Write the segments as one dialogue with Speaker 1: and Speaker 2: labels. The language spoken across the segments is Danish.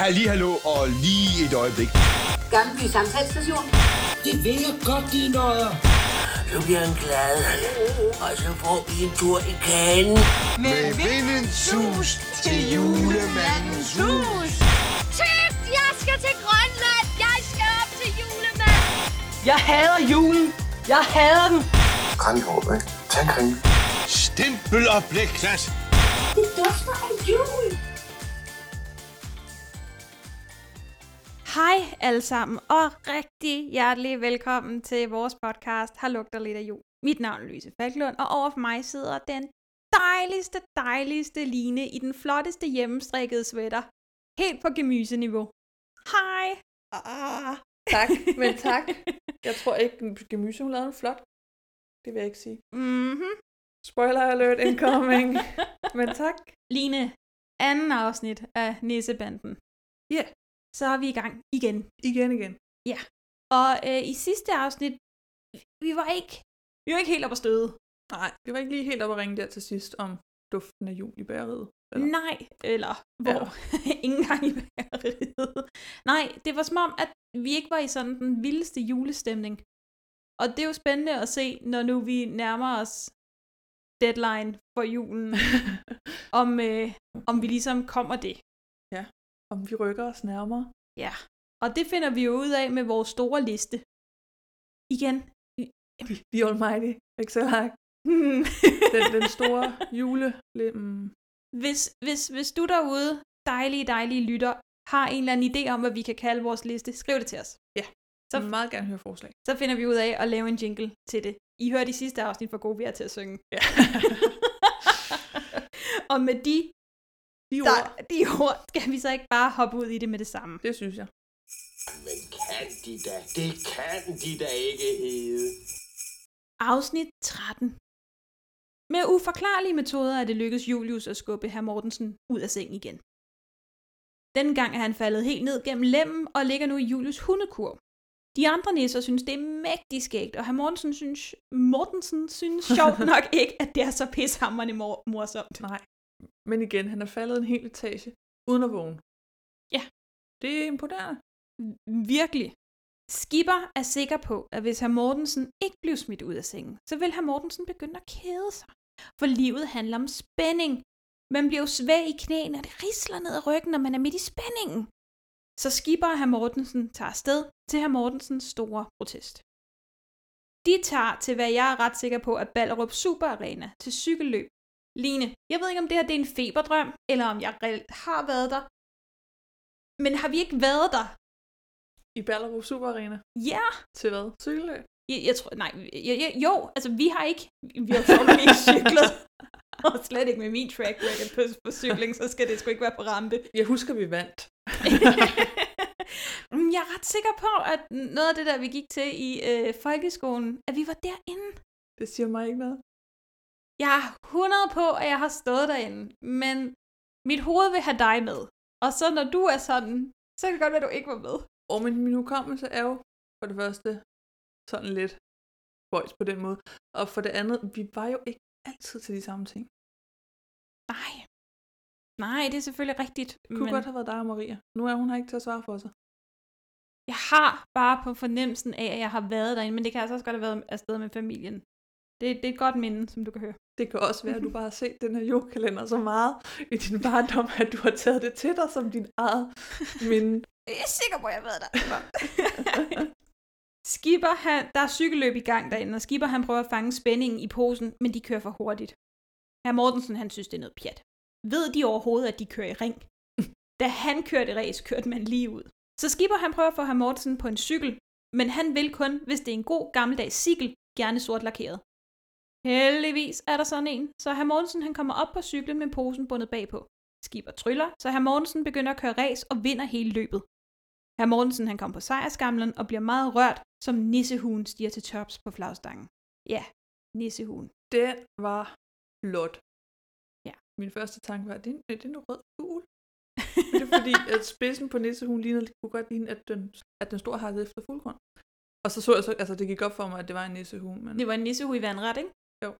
Speaker 1: ha- lige hallo og lige et øjeblik.
Speaker 2: Gammelby Samtalsstation.
Speaker 3: Det vil jeg godt, de nøjer.
Speaker 4: Så bliver han glad. Og så får vi en tur i kagen.
Speaker 1: Med vindens sus til julemandens hus.
Speaker 5: Tøft, jeg skal til Grønland. Jeg skal op til julemand.
Speaker 6: Jeg hader julen. Jeg hader den.
Speaker 7: Kranjhåb, ikke? Tag en kringle.
Speaker 1: Stempel og blikklat.
Speaker 2: Det dufter af jul.
Speaker 8: Hej alle sammen, og rigtig hjertelig velkommen til vores podcast, Har lugter lidt af jul. Mit navn er Louise Falklund, og over for mig sidder den dejligste, dejligste Line i den flotteste hjemmestrikkede sweater. Helt på gemyseniveau. Hej!
Speaker 9: Ah, tak, men tak. Jeg tror ikke, Gemyse, hun lavede en flot. Det vil jeg ikke sige.
Speaker 8: Mm-hmm.
Speaker 9: Spoiler alert incoming. men tak.
Speaker 8: Line, anden afsnit af Nissebanden.
Speaker 9: Ja.
Speaker 8: Så er vi i gang igen.
Speaker 9: Igen, igen.
Speaker 8: Og øh, i sidste afsnit, vi var ikke, vi var ikke helt op at støde.
Speaker 9: Nej, vi var ikke lige helt oppe at ringe der til sidst om duften af jul i bæreriet.
Speaker 8: Eller? Nej, eller
Speaker 9: Mm,
Speaker 8: hvor? Ingen gang i væreriet. Nej, det var som om, at vi ikke var i sådan den vildeste julestemning. Og det er jo spændende at se, når nu vi nærmer os deadline for julen, om, øh, om vi ligesom kommer det.
Speaker 9: Om vi rykker os nærmere.
Speaker 8: Og det finder vi jo ud af med vores store liste. Igen.
Speaker 9: Vi, vi er almighty. Excel hack.
Speaker 8: Hmm.
Speaker 9: Den, den store jule... Mm,
Speaker 8: hvis, hvis, hvis du derude, dejlige, dejlige lytter, har en eller anden idé om, hvad vi kan kalde vores liste, skriv det til os.
Speaker 9: så
Speaker 8: Så-
Speaker 9: vil meget gerne høre forslag.
Speaker 8: Så finder vi ud af at lave en jingle til det. I hørte de sidste afsnit, hvor gode vi er til at synge.
Speaker 9: Ja.
Speaker 8: og med de,
Speaker 9: De
Speaker 8: der,
Speaker 9: ord,
Speaker 8: de ord skal vi så ikke bare hoppe ud i det med det samme.
Speaker 9: det synes jeg.
Speaker 4: Men kan de da? Det kan de da ikke hedde.
Speaker 8: Afsnit 13. Med uforklarlige metoder er det lykkedes Julius at skubbe herr Mortensen ud af sengen igen. Dengang er han faldet helt ned gennem lemmen og ligger nu i Julius hundekurv. De andre nisser synes, det er mægtig skægt, og herr Mortensen synes, Mortensen synes sjovt nok ikke, at det er så pissehammerende mor- morsomt.
Speaker 9: Nej. Men igen, han er faldet en hel etage uden at vågne.
Speaker 8: Ja.
Speaker 9: Det er imponerende.
Speaker 8: Virkelig. Skipper er sikker på, at hvis herr Mortensen ikke blev smidt ud af sengen, så vil herr Mortensen begynde at kede sig. For livet handler om spænding. Man bliver jo svag i knæene, og det risler ned ad ryggen, når man er midt i spændingen. Så skipper og herr Mortensen tager afsted til herr Mortensens store protest. De tager til, hvad jeg er ret sikker på, at Ballerup Super Arena til cykelløb. Line, jeg ved ikke, om det her det er en feberdrøm, eller om jeg reelt har været der. Men har vi ikke været der?
Speaker 9: I Ballerup Super Arena.
Speaker 8: Ja,
Speaker 9: Til hvad? Cykelløb?
Speaker 8: Jeg, jeg tror, nej, jeg, jeg, jo, altså vi har ikke, vi har formentlig ikke cyklet, og slet ikke med min track record på, på cykling, så skal det sgu ikke være på rampe.
Speaker 9: Jeg husker, vi vandt.
Speaker 8: Men Mm, jeg er ret sikker på, at noget af det der, vi gik til i øh, folkeskolen, at vi var derinde.
Speaker 9: Det siger mig ikke noget.
Speaker 8: Jeg er 100 på, at jeg har stået derinde, men mit hoved vil have dig med. Og så når du er sådan, så kan det godt være, at du ikke var med.
Speaker 9: Og men min hukommelse er jo for det første sådan lidt boys på den måde. Og for det andet, vi var jo ikke altid til de samme ting.
Speaker 8: Nej. Nej, det er selvfølgelig rigtigt.
Speaker 9: Det kunne men... godt have været dig og Maria. Nu er hun her ikke til at svare for sig.
Speaker 8: Jeg har bare på fornemmelsen af, at jeg har været derinde, men det kan altså også godt have været afsted med familien. Det, det er et godt minde, som du kan høre.
Speaker 9: Det kan også være, at du bare har set den her julekalender så meget i din barndom, at du har taget det til dig som din eget minde.
Speaker 8: Jeg er sikker på, at jeg har været der. Skipper, han, der er cykelløb i gang derinde, og Skipper han prøver at fange spændingen i posen, men de kører for hurtigt. Herr Mortensen, han synes, det er noget pjat. Ved de overhovedet, at de kører i ring? Da han kørte i race, kørte man lige ud. Så Skipper, han prøver at få herr Mortensen på en cykel, men han vil kun, hvis det er en god gammeldags cykel, gerne sort lakeret. Heldigvis er der sådan en, så herr Mortensen han kommer op på cyklen med posen bundet bagpå. Skipper tryller, så herr Mortensen begynder at køre race og vinder hele løbet. Herr Mortensen han kom på sejrskamlen og bliver meget rørt, som nissehuen stiger til tops på flagstangen. Ja, nissehuen.
Speaker 9: Den var flot.
Speaker 8: Ja.
Speaker 9: Min første tanke var, er det, en- er det en rød fugl? Men det er fordi, at spidsen på Nisse, hun lignede, kunne godt ligne, at den, at den store hakket efter fuldkorn. Og så så jeg så, altså det gik op for mig, at det var en nissehue, men
Speaker 8: Det var en nissehue i vandret, ikke?
Speaker 9: Jo.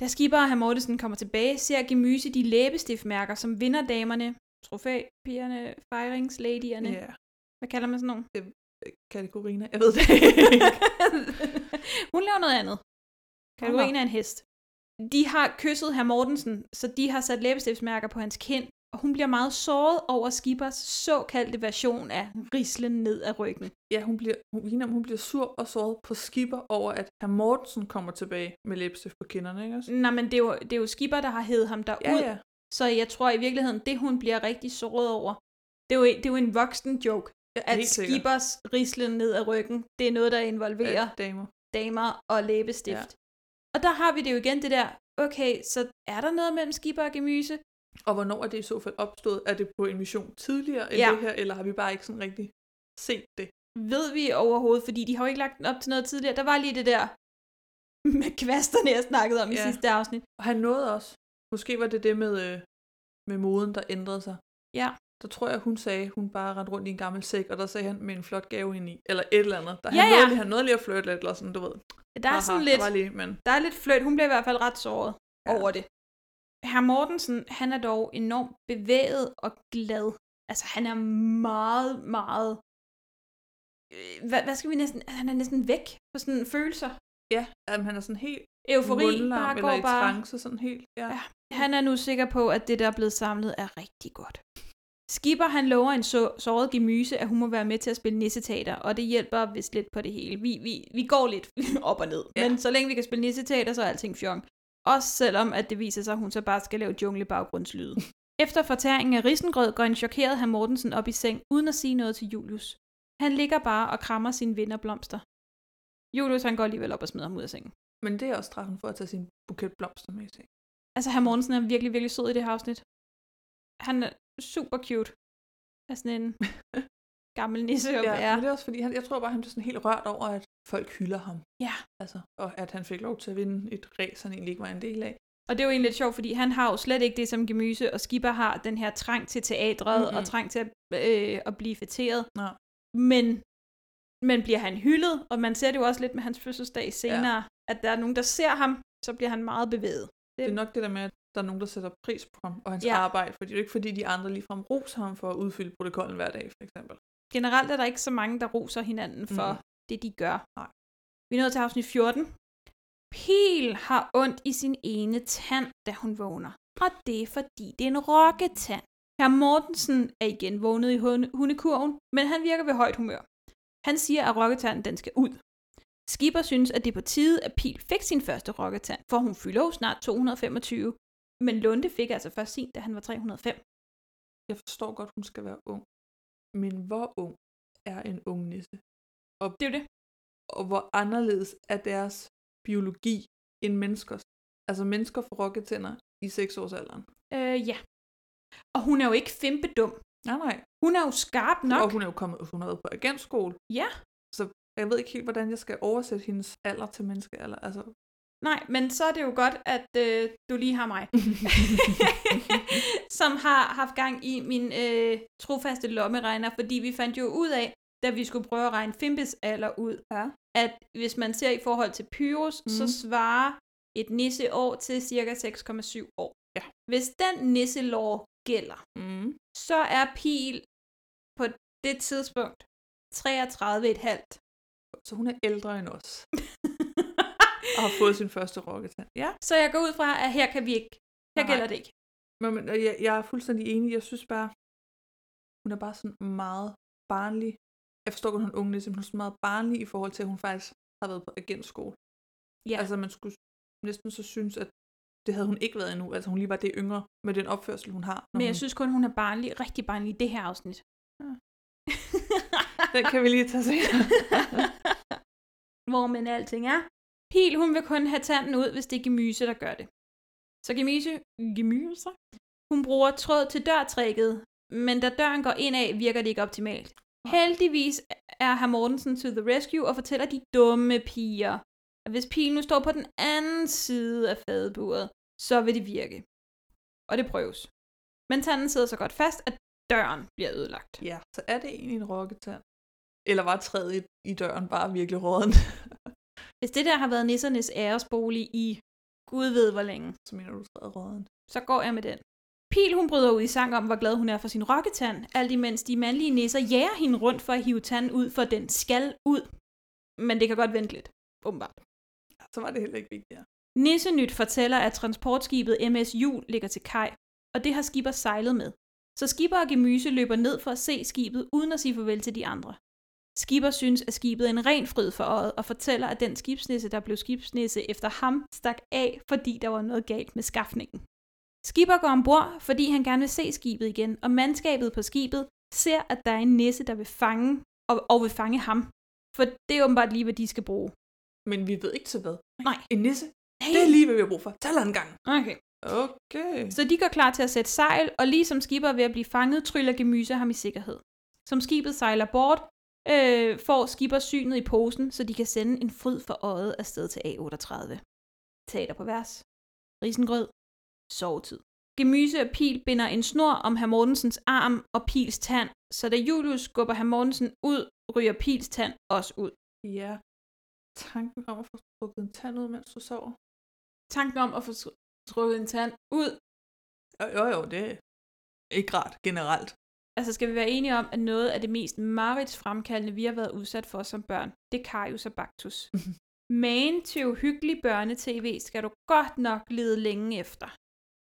Speaker 8: Da skibber og herr Mortensen kommer tilbage, ser Gemyse de læbestiftmærker, som vinderdamerne trofæpigerne, fejringsladierne, yeah.
Speaker 9: Ja,
Speaker 8: hvad kalder man sådan nogen?
Speaker 9: kategoriner. Jeg ved det ikke.
Speaker 8: Hun laver noget andet. Kategorien er en hest. De har kysset herr Mortensen, så de har sat læbestiftsmærker på hans kind, og hun bliver meget såret over Skippers såkaldte version af rislen ned af ryggen.
Speaker 9: ja, hun bliver, hun, ligner, hun bliver sur og såret på skipper over, at herr Mortensen kommer tilbage med læbestift på kinderne, ikke også?
Speaker 8: Nej, men det er jo, det er jo Skipper, der har hævet ham
Speaker 9: Ja,
Speaker 8: derud,
Speaker 9: ja.
Speaker 8: så jeg tror i virkeligheden, det hun bliver rigtig såret over, det er jo, det er jo en voksen joke,
Speaker 9: ja
Speaker 8: at
Speaker 9: helt sikkert.
Speaker 8: Skippers rislen ned ad ryggen, det er noget, der involverer
Speaker 9: At damer.
Speaker 8: damer og læbestift.
Speaker 9: Ja.
Speaker 8: Ja. Og der har vi det jo igen, det der, okay, så er der noget mellem skipper og gemyse?
Speaker 9: Og hvornår er det i så fald opstået? Er det på en mission tidligere end
Speaker 8: Ja.
Speaker 9: ja. det her, eller har vi bare ikke sådan rigtig set det?
Speaker 8: Ved vi overhovedet, fordi de har jo ikke lagt den op til noget tidligere. Der var lige det der med kvasterne, jeg snakkede om ja. i
Speaker 9: Ja.
Speaker 8: sidste afsnit.
Speaker 9: Og han nåede også. Måske var det det med, øh, med moden, der ændrede sig.
Speaker 8: Ja.
Speaker 9: Der tror jeg, hun sagde, hun bare rendte rundt i en gammel sæk, og der sagde han med en flot gave ind i, eller et eller andet. Der
Speaker 8: Ja,
Speaker 9: han, nåede,
Speaker 8: ja.
Speaker 9: lige- han nåede lige at flirte lidt, eller sådan, du ved.
Speaker 8: Der er
Speaker 9: Aha,
Speaker 8: sådan lidt,
Speaker 9: Der var lige, men
Speaker 8: der er lidt fløjt. Hun bliver i hvert fald ret såret ja.
Speaker 9: Ja.
Speaker 8: over det. Herr Mortensen, han er dog enormt bevæget og glad. Altså, han er meget, meget... øh, Hvad, hvad skal vi næsten... Han er næsten væk på sådan følelser.
Speaker 9: ja, jamen, han er sådan helt
Speaker 8: Eufori,
Speaker 9: mundlam,
Speaker 8: bare
Speaker 9: eller
Speaker 8: går
Speaker 9: i
Speaker 8: bare...
Speaker 9: trance, sådan helt. Ja.
Speaker 8: Ja. Han er nu sikker på, at det, der er blevet samlet, er rigtig godt. Skipper han lover en så- såret gemyse, at hun må være med til at spille nisseteater, og det hjælper vist lidt på det hele. Vi, vi, vi går lidt op og ned, ja.
Speaker 9: Ja.
Speaker 8: men så længe vi kan spille nisseteater, så er alting fjong. Også selvom, at det viser sig, at hun så bare skal lave jungle baggrundslyde. Efter fortæringen af risengrød går en chokeret herr Mortensen op i seng, uden at sige noget til Julius. Han ligger bare og krammer sine vinderblomster. Julius han går alligevel op og smider ham ud af sengen.
Speaker 9: Men det er også straffen for at tage sin buket blomster med i seng.
Speaker 8: Altså, herr Mortensen er virkelig, virkelig sød i det her afsnit. Han er super cute. Er sådan en gammel nisse, og ja.
Speaker 9: men det er også fordi, han, jeg tror bare, han blev sådan helt rørt over, at folk hylder ham.
Speaker 8: Ja.
Speaker 9: Altså, og at han fik lov til at vinde et race, han egentlig ikke var en del af.
Speaker 8: Og det er jo egentlig lidt sjovt, fordi han har jo slet ikke det som Gemyse, og Skipper har den her trang til teatret, mm-hmm. og
Speaker 9: Mhm.
Speaker 8: trang til at, øh, at blive fætteret.
Speaker 9: Nej.
Speaker 8: Men, men bliver han hyldet, og man ser det jo også lidt med hans fødselsdag senere, ja. at der er nogen, der ser ham, så bliver han meget bevæget.
Speaker 9: Det er nok det der med, at der er nogen, der sætter pris på ham og hans
Speaker 8: Ja.
Speaker 9: ja. arbejde, fordi det er jo ikke fordi, de andre ligefrem roser ham for at udfylde protokollen hver dag, for eksempel.
Speaker 8: Generelt er der ikke så mange, der roser hinanden for mm.
Speaker 9: Mhm.
Speaker 8: det, de gør.
Speaker 9: Nej.
Speaker 8: Vi er nået til afsnit 14. Pil har ondt i sin ene tand, da hun vågner. Og det er fordi, det er en rokketand. Herr Mortensen er igen vågnet i hunde- hundekurven, men han virker ved højt humør. Han siger, at rokketanden den skal ud. Skipper synes, at det er på tide, at Pil fik sin første rokketand, for hun fylder jo snart 225. Men Lunde fik altså først sin, da han var 305.
Speaker 9: Jeg forstår godt, hun skal være ung. Men hvor ung er en ung nisse?
Speaker 8: Det er jo det.
Speaker 9: Og hvor anderledes er deres biologi end menneskers? Altså mennesker får rokketænder i 6-årsalderen.
Speaker 8: Øh, ja. Og hun er jo ikke fimpedum.
Speaker 9: Nej, nej.
Speaker 8: Hun er jo skarp nok.
Speaker 9: Og hun er jo kommet, hun har været på agentskole.
Speaker 8: Ja.
Speaker 9: Så jeg ved ikke helt, hvordan jeg skal oversætte hendes alder til menneskealder. Altså,
Speaker 8: Nej, men så er det jo godt, at øh, du lige har mig. som har haft gang i min øh, trofaste lommeregner, fordi vi fandt jo ud af, da vi skulle prøve at regne Fimbes alder ud,
Speaker 9: Ja.
Speaker 8: at hvis man ser i forhold til Pyrus, mm. så
Speaker 9: Mhm.
Speaker 8: svarer et nisseår til cirka 6,7 år.
Speaker 9: Ja.
Speaker 8: Hvis den nisselov gælder,
Speaker 9: mm.
Speaker 8: så er Pil på det tidspunkt 33,5.
Speaker 9: Så hun er ældre end os. og har fået sin første rokketand. Ja.
Speaker 8: Så jeg går ud fra, at her kan vi ikke. Her
Speaker 9: Nej.
Speaker 8: gælder det ikke.
Speaker 9: Men, men og jeg, jeg er fuldstændig enig. Jeg synes bare, hun er bare sådan meget barnlig. Jeg forstår godt, hun er ung, men hun er sådan meget barnlig i forhold til, at hun faktisk har været på agentskole.
Speaker 8: Ja.
Speaker 9: Altså man skulle næsten så synes, at det havde hun ikke været endnu. Altså hun lige var det yngre med den opførsel, hun har. når
Speaker 8: Men jeg
Speaker 9: hun-
Speaker 8: synes kun, hun er barnlig, rigtig barnlig i det her afsnit.
Speaker 9: Den kan vi lige tage senere.
Speaker 8: Hvor men alting er. Pil, hun vil kun have tanden ud, hvis det er gemyse, der gør det. Så gemyse, gemyse, hun bruger tråd til dørtrækket, men da døren går indad, virker det ikke optimalt. Heldigvis er herr Mortensen to the rescue og fortæller de dumme piger, at hvis pilen nu står på den anden side af fadeburet, så vil det virke. Og det prøves. Men tanden sidder så godt fast, at døren bliver ødelagt.
Speaker 9: ja, så er det egentlig en rokketand. Eller var træet i, i døren bare virkelig råden,
Speaker 8: Hvis det der har været nissernes æresbolig i gud ved hvor længe,
Speaker 9: så mener du træet råden.
Speaker 8: så går jeg med den. Pil, hun bryder ud i sang om, hvor glad hun er for sin rokketand, alt imens de mandlige nisser jager hende rundt for at hive tanden ud, for den skal ud. Men det kan godt vente lidt, åbenbart.
Speaker 9: Så var det heller ikke vigtigere.
Speaker 8: Nissenyt fortæller, at transportskibet MS Jul ligger til kaj, og det har Skipper sejlet med. Så Skipper og Gemyse løber ned for at se skibet, uden at sige farvel til de andre. Skipper synes, at skibet er en ren fryd for øjet, og fortæller, at den skibsnisse, der blev skibsnisse efter ham, stak af, fordi der var noget galt med skafningen. Skipper går ombord, fordi han gerne vil se skibet igen, og mandskabet på skibet ser, at der er en nisse, der vil fange, og, og vil fange ham. For det er åbenbart lige, hvad de skal bruge.
Speaker 9: Men vi ved ikke til hvad.
Speaker 8: Nej.
Speaker 9: En nisse. Det er lige, hvad vi har brug for. Tag en gang.
Speaker 8: Okay.
Speaker 9: Okay.
Speaker 8: Så de går klar til at sætte sejl, og ligesom skibet er ved at blive fanget, tryller Gemyse ham i sikkerhed. Som skibet sejler bort, øh, får skibber synet i posen, så de kan sende en fryd for øjet afsted til A38. Teater på vers. Risengrød. Sovetid. Gemyse og Pil binder en snor om herr Mortensens arm og Pils tand, så da Julius skubber herr Mortensen ud, ryger Pils tand også ud.
Speaker 9: Ja. Tanken om at få strukket en tand ud, mens du sover.
Speaker 8: Tanken om at få trukket en tand ud
Speaker 9: Jo, jo, jo det er ikke rart generelt.
Speaker 8: Altså skal vi være enige om, at noget af det mest mareridsfremkaldende, vi har været udsat for som børn, det er Karius og Baktus. Men til uhyggelig børnetv skal du godt nok lede længe efter.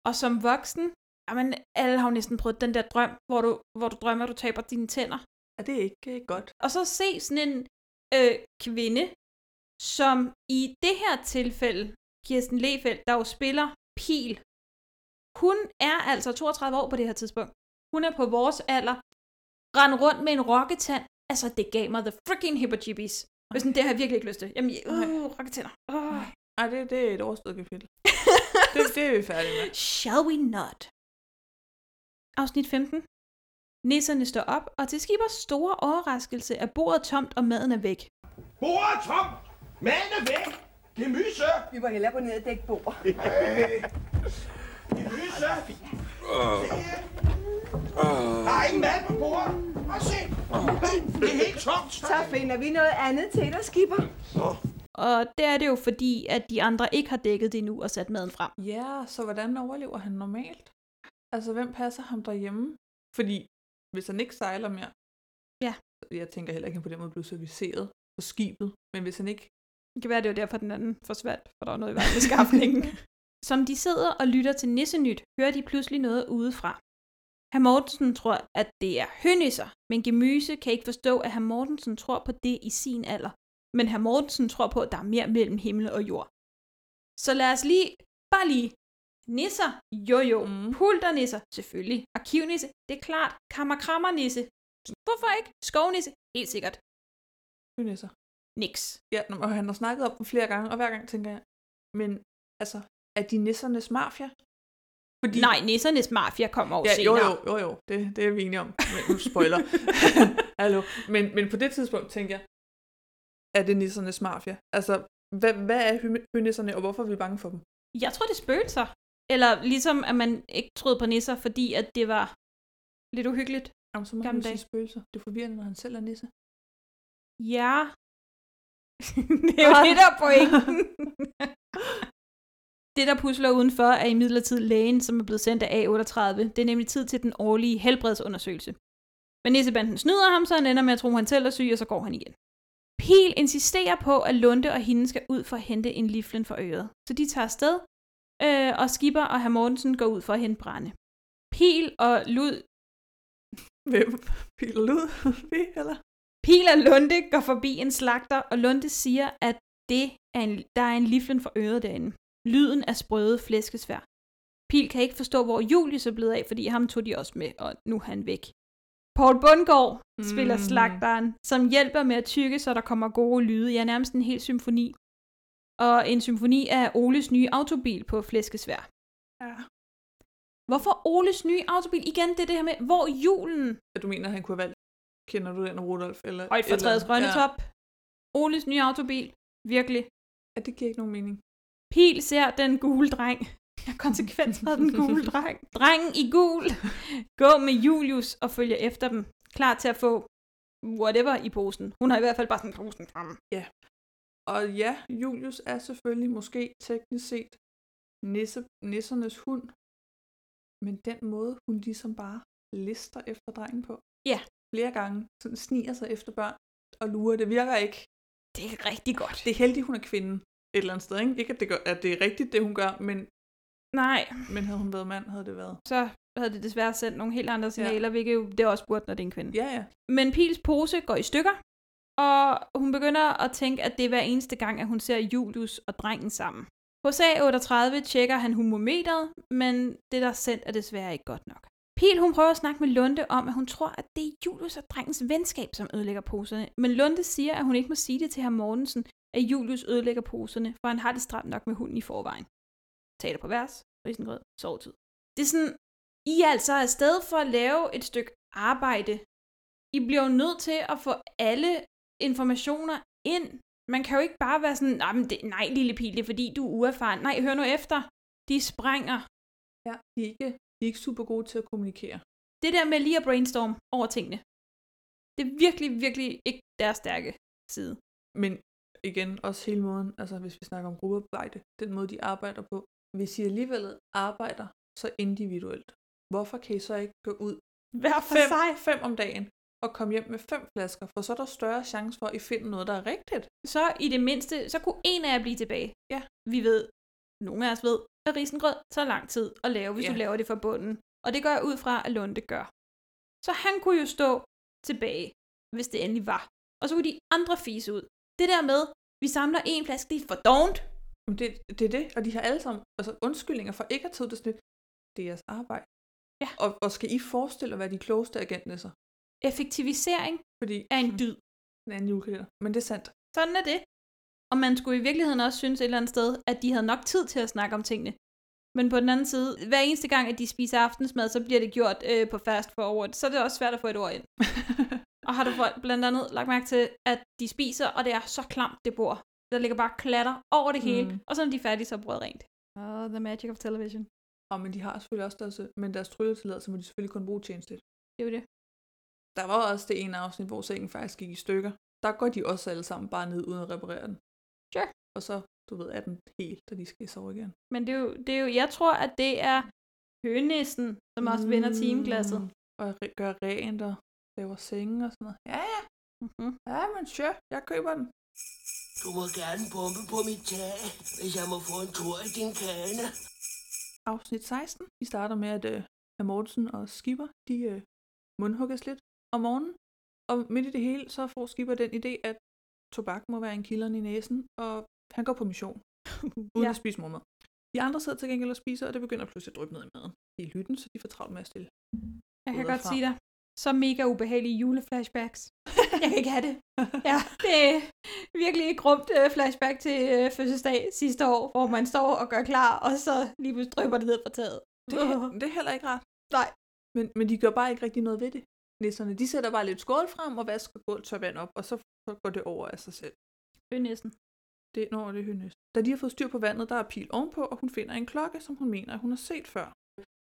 Speaker 8: Og som voksen, jamen, alle har jo næsten prøvet den der drøm, hvor du, hvor du drømmer, at du taber dine tænder.
Speaker 9: Er det ikke øh, godt?
Speaker 8: Og så se sådan en øh, kvinde, som i det her tilfælde, Kirsten Lefeldt, der jo spiller Pil, hun er altså 32 år på det her tidspunkt. Hun er på vores alder. Rend rundt med en rokketand. Altså, det gav mig the freaking hippogyppies. Okay. Sådan, det har jeg virkelig ikke lyst til. Jamen, uh,
Speaker 9: Nej.
Speaker 8: rokketænder. Uh.
Speaker 9: Ej, det, det er et overstået kapitel. det, det er vi færdige med.
Speaker 8: Shall we not? Afsnit 15. Nisserne står op, og til Skibers store overraskelse er bordet tomt, og maden er væk.
Speaker 1: Bordet tom! Maden er væk! Gemyse!
Speaker 10: Vi var hellere gå ned og dække bord.
Speaker 1: Gemyse! Der er ingen mad på bordet! Prøv at se! Det er helt tomt!
Speaker 10: Så finder vi noget andet til dig, skipper.
Speaker 8: Og der er det jo fordi, at de andre ikke har dækket det nu og sat maden frem.
Speaker 9: Ja, så hvordan overlever han normalt? Altså, hvem passer ham derhjemme? Fordi hvis han ikke sejler mere,
Speaker 8: Ja.
Speaker 9: jeg tænker heller ikke, at han på den måde blev serviceret på skibet, men hvis han ikke...
Speaker 8: Det kan være, det var derfor, den anden forsvandt, for der var noget i vejen med skafningen. Som de sidder og lytter til Nissenyt, hører de pludselig noget udefra. Herr Mortensen tror, at det er hønisser, men Gemyse kan ikke forstå, at herr Mortensen tror på det i sin alder. Men herr Mortensen tror på, at der er mere mellem himmel og jord. Så lad os lige, bare lige, nisser, jo jo,
Speaker 9: Mm.
Speaker 8: mm. pulternisser, selvfølgelig, arkivnisse, det er klart, kammerkrammernisse, hvorfor ikke, skovnisse, helt sikkert,
Speaker 9: Hynisser.
Speaker 8: niks.
Speaker 9: Ja, nå, og han har snakket om dem flere gange, og hver gang tænker jeg, men altså, er de nissernes mafia? Fordi...
Speaker 8: Nej, nissernes mafia kommer over
Speaker 9: Ja, jo,
Speaker 8: senere.
Speaker 9: jo, jo, jo, det, det er vi enige om. Men nu spoiler. Hallo. Men, men på det tidspunkt tænker jeg, er det nissernes mafia? Altså, hvad, hvad er hø- hønisserne, og hvorfor er vi bange for dem?
Speaker 8: Jeg tror, det er spøgelser. Eller ligesom, at man ikke troede på nisser, fordi at det var lidt uhyggeligt.
Speaker 9: Jamen, så må
Speaker 8: Gamle
Speaker 9: han jo
Speaker 8: dage.
Speaker 9: sige spøgelser. Det er forvirrende, når han selv er nisse.
Speaker 8: Ja. det er jo det, der er pointen. det, der pusler udenfor, er imidlertid lægen, som er blevet sendt af A38. Det er nemlig tid til den årlige helbredsundersøgelse. Men nissebanden snyder ham, så han ender med at tro, han selv er syg, og så går han igen. Pil insisterer på, at Lunde og hende skal ud for at hente en liflen for øret. Så de tager afsted, øh, og Skipper og herr Mortensen går ud for at hente brænde. Pil og Lud
Speaker 9: Hvem? Piler ud? vi, eller?
Speaker 8: Pil og Lunde går forbi en slagter, og Lunde siger, at det er en, der er en liflen for øret derinde. Lyden af sprøde flæskesvær. Pil kan ikke forstå, hvor Julius er blevet af, fordi ham tog de også med, og nu er han væk. Paul Bundgaard spiller
Speaker 9: Mm.
Speaker 8: slagteren, som hjælper med at tykke, så der kommer gode lyde. Ja, nærmest en hel symfoni. Og en symfoni af Oles nye autobil på flæskesvær.
Speaker 9: Ja.
Speaker 8: Hvorfor Oles nye autobil? Igen, det er det her med, hvor julen
Speaker 9: At du mener, han kunne have valgt, kender du den, Rudolf? Eller,
Speaker 8: Højt for
Speaker 9: eller-
Speaker 8: træets grønne ja. top. Oles nye autobil. Virkelig.
Speaker 9: Ja, det giver ikke nogen mening.
Speaker 8: Pil ser den gule dreng. Jeg har konsekvenser af den gule dreng. Drengen i gul. Gå med Julius og følger efter dem. Klar til at få whatever i posen. Hun har i hvert fald bare sådan posen frem.
Speaker 9: Og ja, Julius er selvfølgelig måske teknisk set nisse, nissernes hund, Men den måde, hun ligesom bare lister efter drengen på.
Speaker 8: Ja.
Speaker 9: Flere gange. Sådan sniger sig efter børn og lurer. Det virker ikke.
Speaker 8: Det er rigtig godt.
Speaker 9: Det er heldigt, hun er kvinde et eller andet sted. Ikke, ikke at, det gør, at det er rigtigt, det hun gør, men,
Speaker 8: Nej,
Speaker 9: men havde hun været mand, havde det været.
Speaker 8: så havde det desværre sendt nogle helt andre signaler, ja. hvilket jo, det er også burde, når det er en kvinde.
Speaker 9: Ja, ja.
Speaker 8: Men Pils pose går i stykker, og hun begynder at tænke, at det er hver eneste gang, at hun ser Julius og drengen sammen. Hos A38 tjekker han humometeret, men det, der er sendt, er desværre ikke godt nok. Pil hun prøver at snakke med Lunde om, at hun tror, at det er Julius og drengens venskab, som ødelægger poserne. Men Lunde siger, at hun ikke må sige det til herr Mortensen, at Julius ødelægger poserne, for han har det stramt nok med hunden i forvejen. Teater på vers, risengrød, sovetid. Det er sådan, I er altså afsted for at lave et stykke arbejde, i bliver jo nødt til at få alle informationer ind. Man kan jo ikke bare være sådan, nej, men det, nej lille pil, det er fordi, du er uerfaren. Nej, hør nu efter. De springer.
Speaker 9: ja. De, er ikke, de er ikke super gode til at kommunikere.
Speaker 8: Det der med lige at brainstorm over tingene, det er virkelig, virkelig ikke deres stærke side.
Speaker 9: Men igen, også hele måden, altså hvis vi snakker om gruppearbejde, den måde, de arbejder på. Hvis I alligevel arbejder så individuelt, hvorfor kan I så ikke gå ud
Speaker 8: Hver
Speaker 9: fem, fem om dagen og komme hjem med fem flasker, for så er der større chance for, at I finder noget, der er rigtigt.
Speaker 8: Så i det mindste, så kunne en af jer blive tilbage.
Speaker 9: Ja.
Speaker 8: Vi ved, nogle af os ved, at risengrød tager lang tid at lave, hvis
Speaker 9: Ja.
Speaker 8: du laver det fra bunden. Og det går jeg ud fra, at Lunde gør. Så han kunne jo stå tilbage, hvis det endelig var. Og så kunne de andre fise ud. Det der med, vi samler en flaske, det er for dovent.
Speaker 9: Men det, det er det, og de har alle sammen altså, undskyldninger for ikke at tage ud det er sådan lidt, Det er jeres arbejde.
Speaker 8: Ja.
Speaker 9: Og, og skal I forestille at være de klogeste agentnisser?
Speaker 8: Effektivisering
Speaker 9: Fordi
Speaker 8: er en dyd.
Speaker 9: en anden julekalender. Men det er sandt.
Speaker 8: Sådan er det. Og man skulle i virkeligheden også synes et eller andet sted, at de havde nok tid til at snakke om tingene. Men på den anden side, hver eneste gang, at de spiser aftensmad, så bliver det gjort øh, på fast forward. Så er det også svært at få et ord ind. og har du for- blandt andet lagt mærke til, at de spiser, og det er så klamt, det bor. Der ligger bare klatter over det hele,
Speaker 9: Mm.
Speaker 8: mm. og så når de er færdige, så er brødet rent. Oh, the magic of television.
Speaker 9: Og men de har selvfølgelig også deres, men deres trylletilladelse må de selvfølgelig kun bruge tjeneste.
Speaker 8: Det er jo det.
Speaker 9: Der var også det ene afsnit, hvor sengen faktisk gik i stykker. Der går de også alle sammen bare ned uden at reparere den.
Speaker 8: Sure.
Speaker 9: Og så, du ved, er den helt, da de skal sove igen.
Speaker 8: Men det er jo, det er jo jeg tror, at det er hønæsen, som også vender timeglasset.
Speaker 9: Mm. Og re- gør rent og laver senge og sådan noget. Ja, ja,
Speaker 8: Mm-hmm.
Speaker 9: ja, men sure, jeg køber den.
Speaker 4: Du må gerne bombe på mit tag, hvis jeg må få en tur i din kane.
Speaker 9: afsnit 16. Vi starter med, at øh, herr Mortensen og Skipper, de øh, mundhugges lidt om morgenen. Og midt i det hele, så får Skipper den idé, at tobak må være en kilderen i næsen, og han går på mission, uden ja.
Speaker 8: Ja.
Speaker 9: at spise morgenmad. De andre sidder til gengæld og spiser, og det begynder pludselig at dryppe ned i maden. De er i lytten, så de får travlt med at stille.
Speaker 8: Jeg kan
Speaker 9: Udefra.
Speaker 8: godt sige dig. Så mega ubehagelige juleflashbacks. Jeg kan ikke have det. Ja, det er virkelig et grumt øh, flashback til øh, fødselsdag sidste år, hvor man står og gør klar, og så lige pludselig drypper det ned fra taget.
Speaker 9: Det, er, det er heller ikke rart.
Speaker 8: Nej.
Speaker 9: Men, men de gør bare ikke rigtig noget ved det. Nisserne, de sætter bare lidt skål frem og vasker gulv, tør vand op, og så, så går det over af sig selv.
Speaker 8: Det er næsten.
Speaker 9: Det, når det er hønnes. Da de har fået styr på vandet, der er pil ovenpå, og hun finder en klokke, som hun mener, at hun har set før.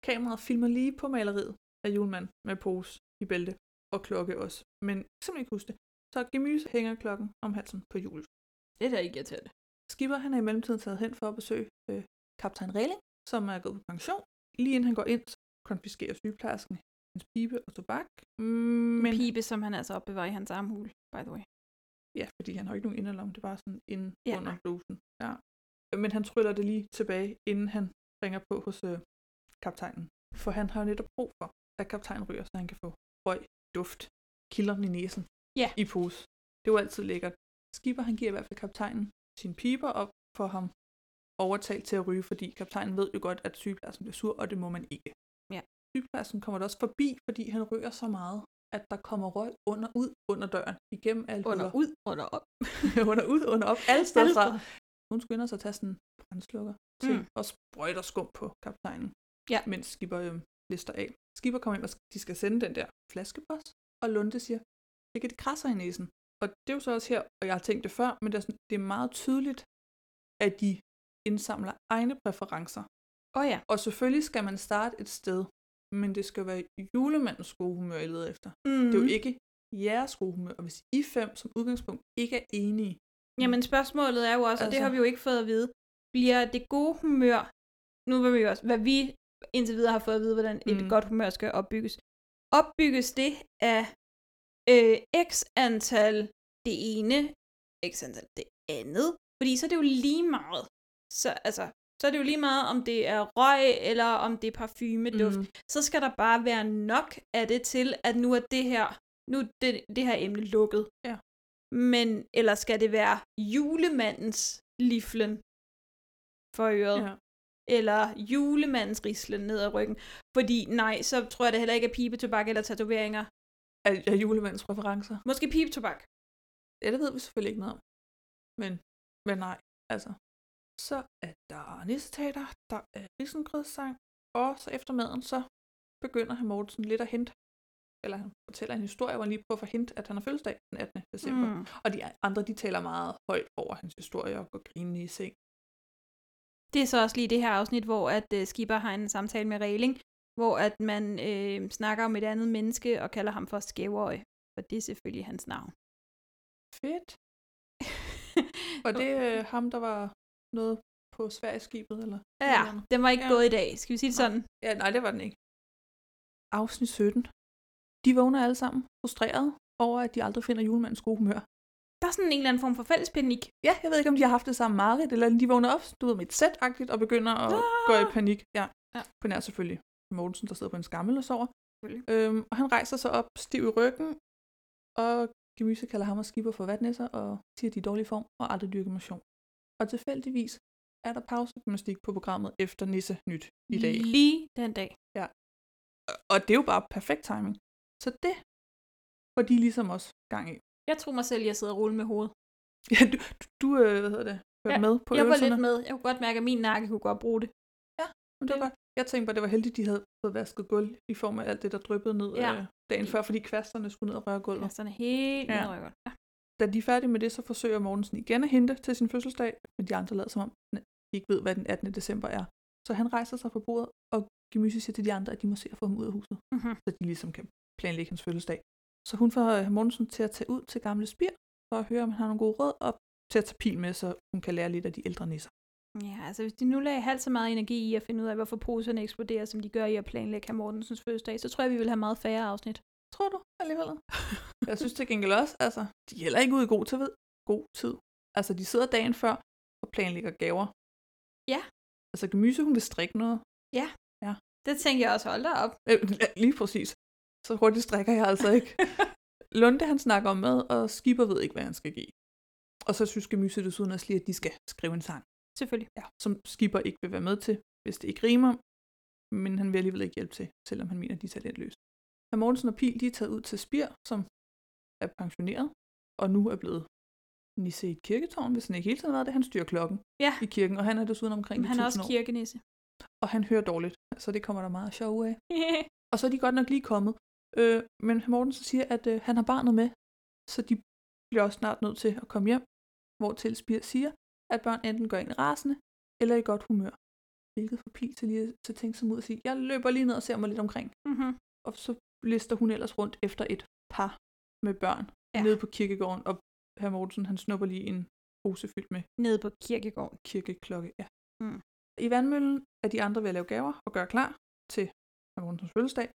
Speaker 9: Kameraet filmer lige på maleriet af julemanden med pose i bælte og klokke også. Men jeg kan simpelthen ikke huske det. Så Gemyse hænger klokken om halsen på jul.
Speaker 8: Det er da ikke irriterende.
Speaker 9: Skipper han er i mellemtiden taget hen for at besøge øh, kaptajn Reling, som er gået på pension. Lige inden han går ind, så konfiskerer sygeplejersken hans pibe og tobak. Mm,
Speaker 8: Men...
Speaker 9: Men,
Speaker 8: Pibe, som han altså opbevarer i hans armhul, by the way.
Speaker 9: ja, fordi han har jo ikke nogen inderlomme, det er bare sådan inde ja.
Speaker 8: Ja.
Speaker 9: under blusen. Ja. Men han tryller det lige tilbage, inden han ringer på hos øh, kaptajnen. For han har jo netop brug for, at kaptajnen ryger, så han kan få røg, duft, kilder den i næsen
Speaker 8: Ja.
Speaker 9: i pose. Det er jo altid lækkert. Skipper han giver i hvert fald kaptajnen sin piber op for ham overtalt til at ryge, fordi kaptajnen ved jo godt, at sygeplejersken bliver sur, og det må man ikke.
Speaker 8: Ja.
Speaker 9: Sygeplejersken kommer da også forbi, fordi han ryger så meget, at der kommer røg under ud under døren, igennem alle
Speaker 8: Under
Speaker 9: huller
Speaker 8: ud, under op.
Speaker 9: under ud, under op, alle steder
Speaker 8: Alle
Speaker 9: fra.
Speaker 8: steder.
Speaker 9: Hun skynder sig at tage sådan en brændslukker til mm.
Speaker 8: Mm.
Speaker 9: og sprøjter skum på kaptajnen,
Speaker 8: Ja.
Speaker 9: mens Skipper øh, lister af. Skipper kommer ind, og de skal sende den der flaskepost, og Lunde siger, det kan det krasser i næsen. Og det er jo så også her, og jeg har tænkt det før, men det er, sådan, det er meget tydeligt, at de indsamler egne præferencer.
Speaker 8: Åh oh, ja,
Speaker 9: Og selvfølgelig skal man starte et sted, men det skal være julemandens gode humør, I leder efter. Mm. Det er jo ikke jeres gode humør, og hvis I fem som udgangspunkt ikke er enige,
Speaker 8: Jamen spørgsmålet er jo også, Mm. altså, og det
Speaker 9: Altså-
Speaker 8: har vi jo ikke fået at vide, bliver det gode humør, nu vil vi jo også, hvad vi indtil videre har fået at vide, hvordan et
Speaker 9: Mm.
Speaker 8: godt humør skal opbygges. Opbygges det af øh, x antal det ene, x antal det andet, fordi så er det jo lige meget. Så, altså, så er det jo lige meget, om det er røg, eller om det er parfumeduft. Mm. Så skal der bare være nok af det til, at nu er det her, nu er det, det her emne lukket.
Speaker 9: Ja.
Speaker 8: Men, eller skal det være julemandens liflen for øret?
Speaker 9: Ja.
Speaker 8: eller julemandens rislen ned ad ryggen. Fordi nej, så tror jeg det heller ikke er pibetobak eller tatoveringer.
Speaker 9: Er, er julemandens præferencer?
Speaker 8: Måske pibetobak.
Speaker 9: Ja, det ved vi selvfølgelig ikke noget om. Men, men nej, altså. Så er der nissetater, der er Risengrødssang, og så efter maden, så begynder han Mortensen lidt at hente, eller han fortæller en historie, hvor han lige prøver at hente, at han har fødselsdag den 18. december. Mm. Og de andre, de taler meget højt over hans historie og går grinende i seng.
Speaker 8: Det er så også lige det her afsnit, hvor at uh, Skipper har en samtale med Regling, hvor at man øh, snakker om et andet menneske og kalder ham for Skæverøj. For det er selvfølgelig hans navn.
Speaker 9: Fedt. Var det øh, ham, der var noget på Sverigeskibet, eller?
Speaker 8: Ja, den var ikke
Speaker 9: Ja.
Speaker 8: ja. gået i dag. Skal vi sige det sådan?
Speaker 9: Ja, nej, det var den ikke. Afsnit 17. De vågner alle sammen frustrerede over, at de aldrig finder julemandens gode humør.
Speaker 8: Der er sådan en eller anden form for fælles panik.
Speaker 9: Ja, jeg ved ikke, om de har haft det samme mareridt, eller de vågner op, du ved, med et sæt-agtigt, og begynder at
Speaker 8: Ah!
Speaker 9: gå i panik. Ja,
Speaker 8: Ja.
Speaker 9: ja. på nær selvfølgelig Mortensen, der sidder på en skammel og sover.
Speaker 8: Selvfølgelig.
Speaker 9: Øhm, og han rejser sig op stiv i ryggen, og Gemyse kalder ham og skipper for vatnæsser, og siger, at de er i dårlig form og aldrig dyrker motion. Og tilfældigvis er der pausegymnastik på programmet efter Nisse Nyt i dag.
Speaker 8: Lige den dag.
Speaker 9: Og det er jo bare perfekt timing. Så det får de ligesom også gang i.
Speaker 8: Jeg tror mig selv, jeg sidder og ruller med hovedet.
Speaker 9: Ja, du, du- du øh, hvad hedder det, hørte
Speaker 8: Ja,
Speaker 9: med på
Speaker 8: jeg var
Speaker 9: øvelserne.
Speaker 8: lidt med. Jeg kunne godt mærke, at min nakke kunne godt bruge det.
Speaker 9: Men det var godt. Jeg tænkte bare, det var heldigt, de havde fået vasket gulv i form af alt det, der dryppede ned
Speaker 8: Ja.
Speaker 9: ja. øh, dagen før, fordi kvasterne skulle ned og røre gulvet.
Speaker 8: Ja, sådan helt
Speaker 9: Ja.
Speaker 8: ja. ryggen.
Speaker 9: Da de er færdige med det, så forsøger Mortensen igen at hente til sin fødselsdag, men de andre lader som om, de ikke ved, hvad den 18. december er. Så han rejser sig fra bordet, og Gemyse siger til de andre, at de må se at få ham ud af huset,
Speaker 8: Mhm.
Speaker 9: så de ligesom kan planlægge hans fødselsdag. Så hun får øh, Mortensen til at tage ud til gamle spir, for at høre, om han har nogle gode råd, og til at tage pil med, så hun kan lære lidt af de ældre nisser.
Speaker 8: Ja, altså hvis de nu lagde halvt så meget energi i at finde ud af, hvorfor poserne eksploderer, som de gør i at planlægge her Mortensens fødselsdag, så tror jeg, vi vil have meget færre afsnit.
Speaker 9: Tror du alligevel? jeg synes til gengæld også, altså, de er heller ikke ude i god tid. God tid. Altså, de sidder dagen før og planlægger gaver.
Speaker 8: Ja.
Speaker 9: Altså, Gemyse, hun vil strikke noget.
Speaker 8: Det tænker jeg også, hold da op.
Speaker 9: Øh, ja, lige præcis. Så hurtigt strikker jeg altså ikke. Lunde, han snakker om mad, og Skipper ved ikke, hvad han skal give. Og så synes Gemyse desuden også lige, at de skal skrive en sang,
Speaker 8: Selvfølgelig.
Speaker 9: ja. som Skipper ikke vil være med til, hvis det ikke rimer, men han vil alligevel ikke hjælpe til, selvom han mener, at de er talentløse. Herr Mortensen og Pil, de er taget ud til Spir, som er pensioneret, og nu er blevet nisse i et kirketårn, hvis han ikke hele tiden har været det. Han styrer klokken
Speaker 8: Ja.
Speaker 9: i kirken, og han er desuden omkring
Speaker 8: Men
Speaker 9: de
Speaker 8: han er
Speaker 9: 1000
Speaker 8: også
Speaker 9: år,
Speaker 8: kirkenisse.
Speaker 9: og han hører dårligt, så det kommer der meget sjov af. Og så er de godt nok lige kommet. Øh, men Mortensen siger, at øh, han har barnet med, så de bliver også snart nødt til at komme hjem, hvor Spir siger, at børn enten gør en rasende eller i godt humør. Hvilket får Pil til lige at- til at tænke sig ud og sige, jeg løber lige ned og ser mig lidt omkring.
Speaker 8: mm-hmm.
Speaker 9: Og så lister hun ellers rundt efter et par med børn
Speaker 8: Ja.
Speaker 9: ja. nede på kirkegården, og herr Mortensen han snupper lige en pose fyldt med
Speaker 8: Nede på kirkegården.
Speaker 9: kirkeklokke. Ja.
Speaker 8: Mm.
Speaker 9: I vandmøllen er de andre ved at lave gaver og gøre klar til hr. Mortensens fødselsdag.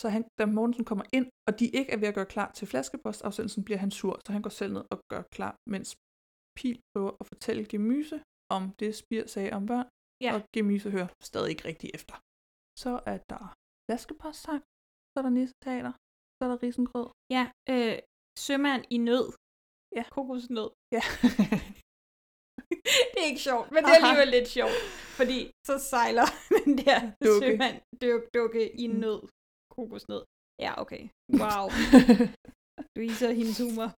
Speaker 9: Så han, da Mortensen kommer ind, og de ikke er ved at gøre klar til flaskepostafsendelsen, bliver han sur, så han går selv ned og gør klar, mens Pil prøver at fortælle Gemyse om det, Spir sagde om børn,
Speaker 8: Ja.
Speaker 9: og Gemyse hører stadig ikke rigtig efter. Så er der flaskepostsang, så er der nisseteater, så er der risengrød.
Speaker 8: Ja, øh, sømand i nød.
Speaker 9: Ja.
Speaker 8: Kokosnød.
Speaker 9: Ja.
Speaker 8: det er ikke sjovt, men det er alligevel lidt sjovt. Fordi så sejler den der
Speaker 9: Dukke.
Speaker 8: sømand duk, dukke i nød. Kokosnød. Ja, okay. Mm. Wow. Du viser hendes humor.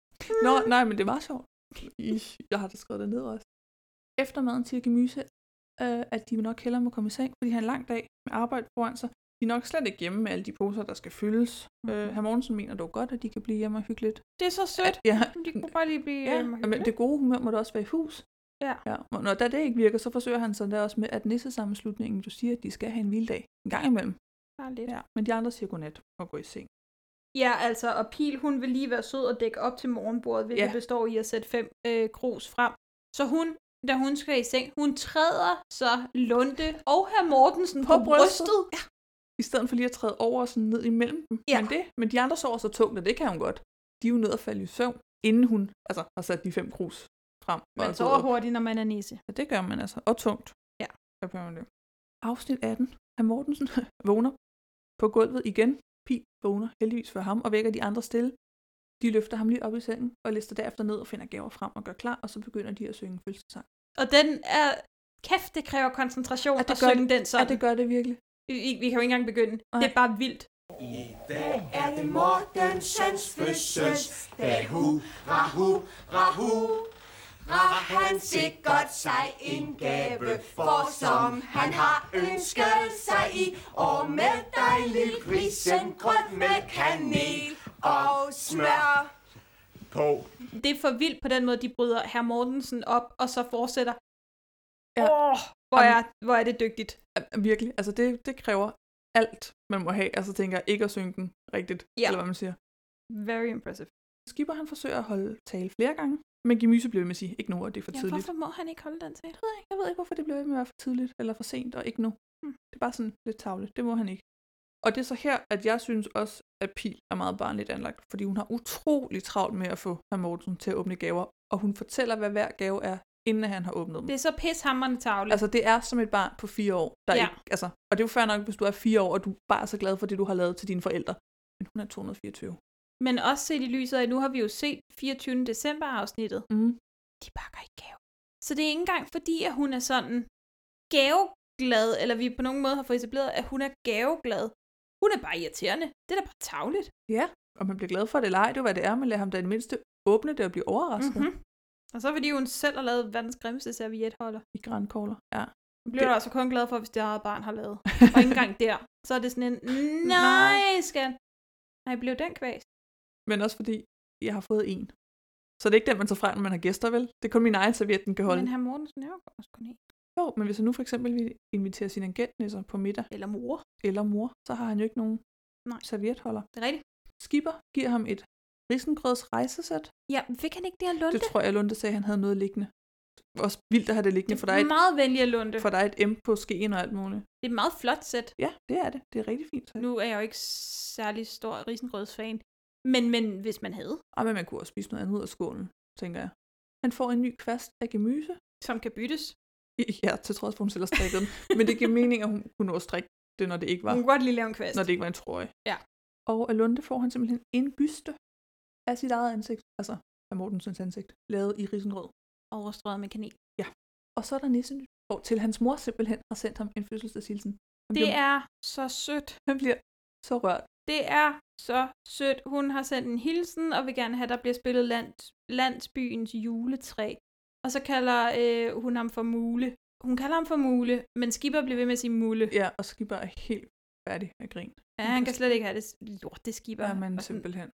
Speaker 9: Nå, nej, men det var sjovt. Ish, Jeg har da skrevet det ned også. Efter maden siger Gemyse, øh, at de nok hellere må komme i seng, fordi han har en lang dag med arbejde foran sig. De er nok slet ikke hjemme med alle de poser, der skal fyldes. Mm. Øh, herr Mortensen mener dog godt, at de kan blive hjemme og hygge lidt.
Speaker 8: Mhm. Det er så sødt.
Speaker 9: Ja,
Speaker 8: Men De kunne bare lige blive...
Speaker 9: ja.
Speaker 8: øhm,
Speaker 9: men det gode humør må da også være i hus.
Speaker 8: Ja.
Speaker 9: ja. og Når da det ikke virker, så forsøger han sådan der også med, at nissesammenslutningen, du siger, at de skal have en vild dag en gang imellem.
Speaker 8: Bare lidt.
Speaker 9: Ja. Men de andre siger godnat og går i seng.
Speaker 8: Ja, altså, og Pil, hun vil lige være sød og dække op til morgenbordet, hvilket ja.
Speaker 9: Ja.
Speaker 8: består i at sætte fem øh, krus frem. Så hun da hun skal i seng. Hun træder så Lunde og herr Mortensen på,
Speaker 9: På
Speaker 8: på
Speaker 9: brystet.
Speaker 8: brystet. Ja.
Speaker 9: I stedet for lige at træde over og sådan ned imellem dem.
Speaker 8: Ja.
Speaker 9: Men, det, men de andre sover så tungt, og det kan hun godt. De er jo nødt at falde i søvn, inden hun altså, har sat de fem krus frem. og
Speaker 8: Man
Speaker 9: altså
Speaker 8: sover
Speaker 9: op.
Speaker 8: hurtigt, når man er nisse.
Speaker 9: Ja, det gør man altså. Og tungt.
Speaker 8: Ja.
Speaker 9: Der gør man det. Afsnit 18. Han Mortensen vågner på gulvet igen. Pil vågner heldigvis for ham og vækker de andre stille. De løfter ham lige op i sengen og lister derefter ned og finder gaver frem og gør klar, og så begynder de at synge fødselsang.
Speaker 8: Og den er... Kæft, det kræver koncentration
Speaker 9: Ja,
Speaker 8: at
Speaker 9: det gør
Speaker 8: synge den
Speaker 9: Ja,
Speaker 8: sådan.
Speaker 9: det gør det virkelig.
Speaker 8: Vi, vi kan jo ikke engang begynde.
Speaker 9: Nej.
Speaker 8: Det er bare vildt.
Speaker 1: I dag er det Mortensens fødselsdag. Hurra, hurra, hurra. Han sikkert sig en gave, for som han har ønsket sig i år med dejlig risengrød med kanel og smør på.
Speaker 8: Det er for vildt på den måde, de bryder herr Mortensen op, og så fortsætter.
Speaker 9: Ja.
Speaker 8: Åh, hvor, er, hvor er det dygtigt.
Speaker 9: Ja, Virkelig. Altså det, det kræver alt, man må have. Altså tænker jeg ikke at synge den rigtigt,
Speaker 8: Ja.
Speaker 9: eller hvad man siger.
Speaker 8: Very impressive.
Speaker 9: Skipper han forsøger at holde tale flere gange, men Gemyse bliver ved med at sige, ikke nu, og det er for
Speaker 8: Ja,
Speaker 9: tidligt.
Speaker 8: hvorfor må han ikke holde den til?
Speaker 9: ved ikke, jeg ved ikke, hvorfor det blev ved med at være for tidligt, eller for sent, og ikke nu.
Speaker 8: Hmm.
Speaker 9: Det er bare sådan lidt tavligt. Det må han ikke. Og det er så her, at jeg synes også, at Pil er meget barnligt anlagt, fordi hun har utrolig travlt med at få herr Mortensen til at åbne gaver, og hun fortæller, hvad hver gave er, inden han har åbnet dem.
Speaker 8: Det
Speaker 9: Det...
Speaker 8: er så pishammerende tavle.
Speaker 9: Altså, det er som et barn på fire år. Der ja.
Speaker 8: Mm. Ja.
Speaker 9: ikke, altså, og det er jo fair nok, hvis du er fire år, og du bare er så glad for det, du har lavet til dine forældre. Men hun er 224.
Speaker 8: Men også set i lyset af, nu har vi jo set 24. december afsnittet.
Speaker 9: Mm.
Speaker 8: De pakker ikke gave. Så det er ikke engang fordi, at hun er sådan gaveglad, eller vi på nogen måde har fået etableret, at hun er gaveglad. Hun er bare irriterende. Det er da bare tavligt.
Speaker 9: Og man bliver glad for det eller ej, det er jo, hvad det er, men lad ham da i det mindste åbne det og blive overrasket mm-hmm.
Speaker 8: Mm-hmm. Og så fordi hun selv har lavet verdens grimmeste servietholder.
Speaker 9: i grænkogler. Ja.
Speaker 8: Det bliver
Speaker 9: Det-
Speaker 8: du altså kun glad for, hvis det eget barn har lavet. Og ikke engang der. Så er det sådan en, nej, skat. Nej, blev den kvæs?
Speaker 9: men også fordi jeg har fået en. Så det er ikke den, man tager frem, når man har gæster, vel? Det er kun min egen serviet, den kan holde.
Speaker 8: Men
Speaker 9: Men,
Speaker 8: herr Mortensen er jo også kun en.
Speaker 9: jo, men hvis han nu for eksempel vil invitere sine agentnisser på middag,
Speaker 8: Eller mor.
Speaker 9: eller mor, så har han jo ikke nogen
Speaker 8: Nej.
Speaker 9: servietholder.
Speaker 8: Det er rigtigt.
Speaker 9: Skipper giver ham et risengrøds rejsesæt.
Speaker 8: Ja, fik han ikke det her lunde?
Speaker 9: Det tror jeg, Lunde sagde, han havde noget liggende. Også vildt at have det liggende, for der er et,
Speaker 8: meget venlig af lunde.
Speaker 9: for der er et M på skeen og alt muligt.
Speaker 8: Det er et meget flot sæt.
Speaker 9: Ja, det er det. Det er rigtig fint. Så. Nu.
Speaker 8: Nu er jeg jo ikke særlig stor risengrødsfan. Men, men hvis man havde,
Speaker 9: Og men man kunne også spise noget andet ud af skålen, tænker jeg. Han får en ny kvast af gemyse.
Speaker 8: som kan byttes.
Speaker 9: Ja, til trods for, at hun selv har strikket den. Men det giver mening, at hun kunne nå at strikke det, når det ikke var.
Speaker 8: Hun kan godt lige lave en kvast.
Speaker 9: når det ikke var en trøje.
Speaker 8: Ja.
Speaker 9: Og af Lunde får han simpelthen en byste af sit eget ansigt, altså af Mortensens ansigt, lavet i risenrød.
Speaker 8: Overstrøget med kanel.
Speaker 9: Og så er der nissen, hvor til hans mor simpelthen har sendt ham en fødselsdagshilsen. Han
Speaker 8: Det
Speaker 9: bliver,
Speaker 8: er så sødt.
Speaker 9: han bliver så rørt.
Speaker 8: Det er så sødt. Hun har sendt en hilsen og vil gerne have, at der bliver spillet land, landsbyens juletræ. Og så kalder øh, hun ham for Mule. Hun kalder ham for Mule, men Skipper bliver ved med at sige Mule.
Speaker 9: Ja, og Skipper er helt færdig af grin.
Speaker 8: Ja, han kan slet ikke have det lorte Skipper.
Speaker 9: Ja, men
Speaker 8: Og sådan- øh,
Speaker 9: simpelthen.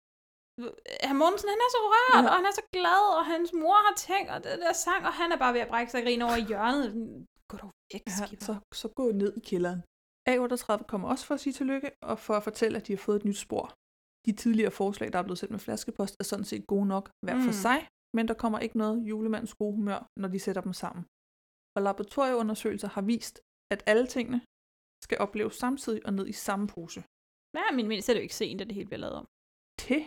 Speaker 8: herr Mortensen, han er så rørt,
Speaker 9: Ja.
Speaker 8: ja. og han er så glad, og hans mor har tænkt, og det der sang, og han er bare ved at brække sig og grine over i hjørnet. Gå dog væk,
Speaker 9: Ja,
Speaker 8: skipper.
Speaker 9: så, så gå ned i kælderen. A38 kommer også for at sige tillykke, og for at fortælle, at de har fået et nyt spor. De tidligere forslag, der er blevet sendt med flaskepost, er sådan set gode nok hver for
Speaker 8: Mm.
Speaker 9: sig, men der kommer ikke noget julemandens gode humør, når de sætter dem sammen. Og laboratorieundersøgelser har vist, at alle tingene skal opleves samtidig og ned i samme pose.
Speaker 8: Ja, men mindst er det jo ikke sent, at det hele bliver lavet om.
Speaker 9: Det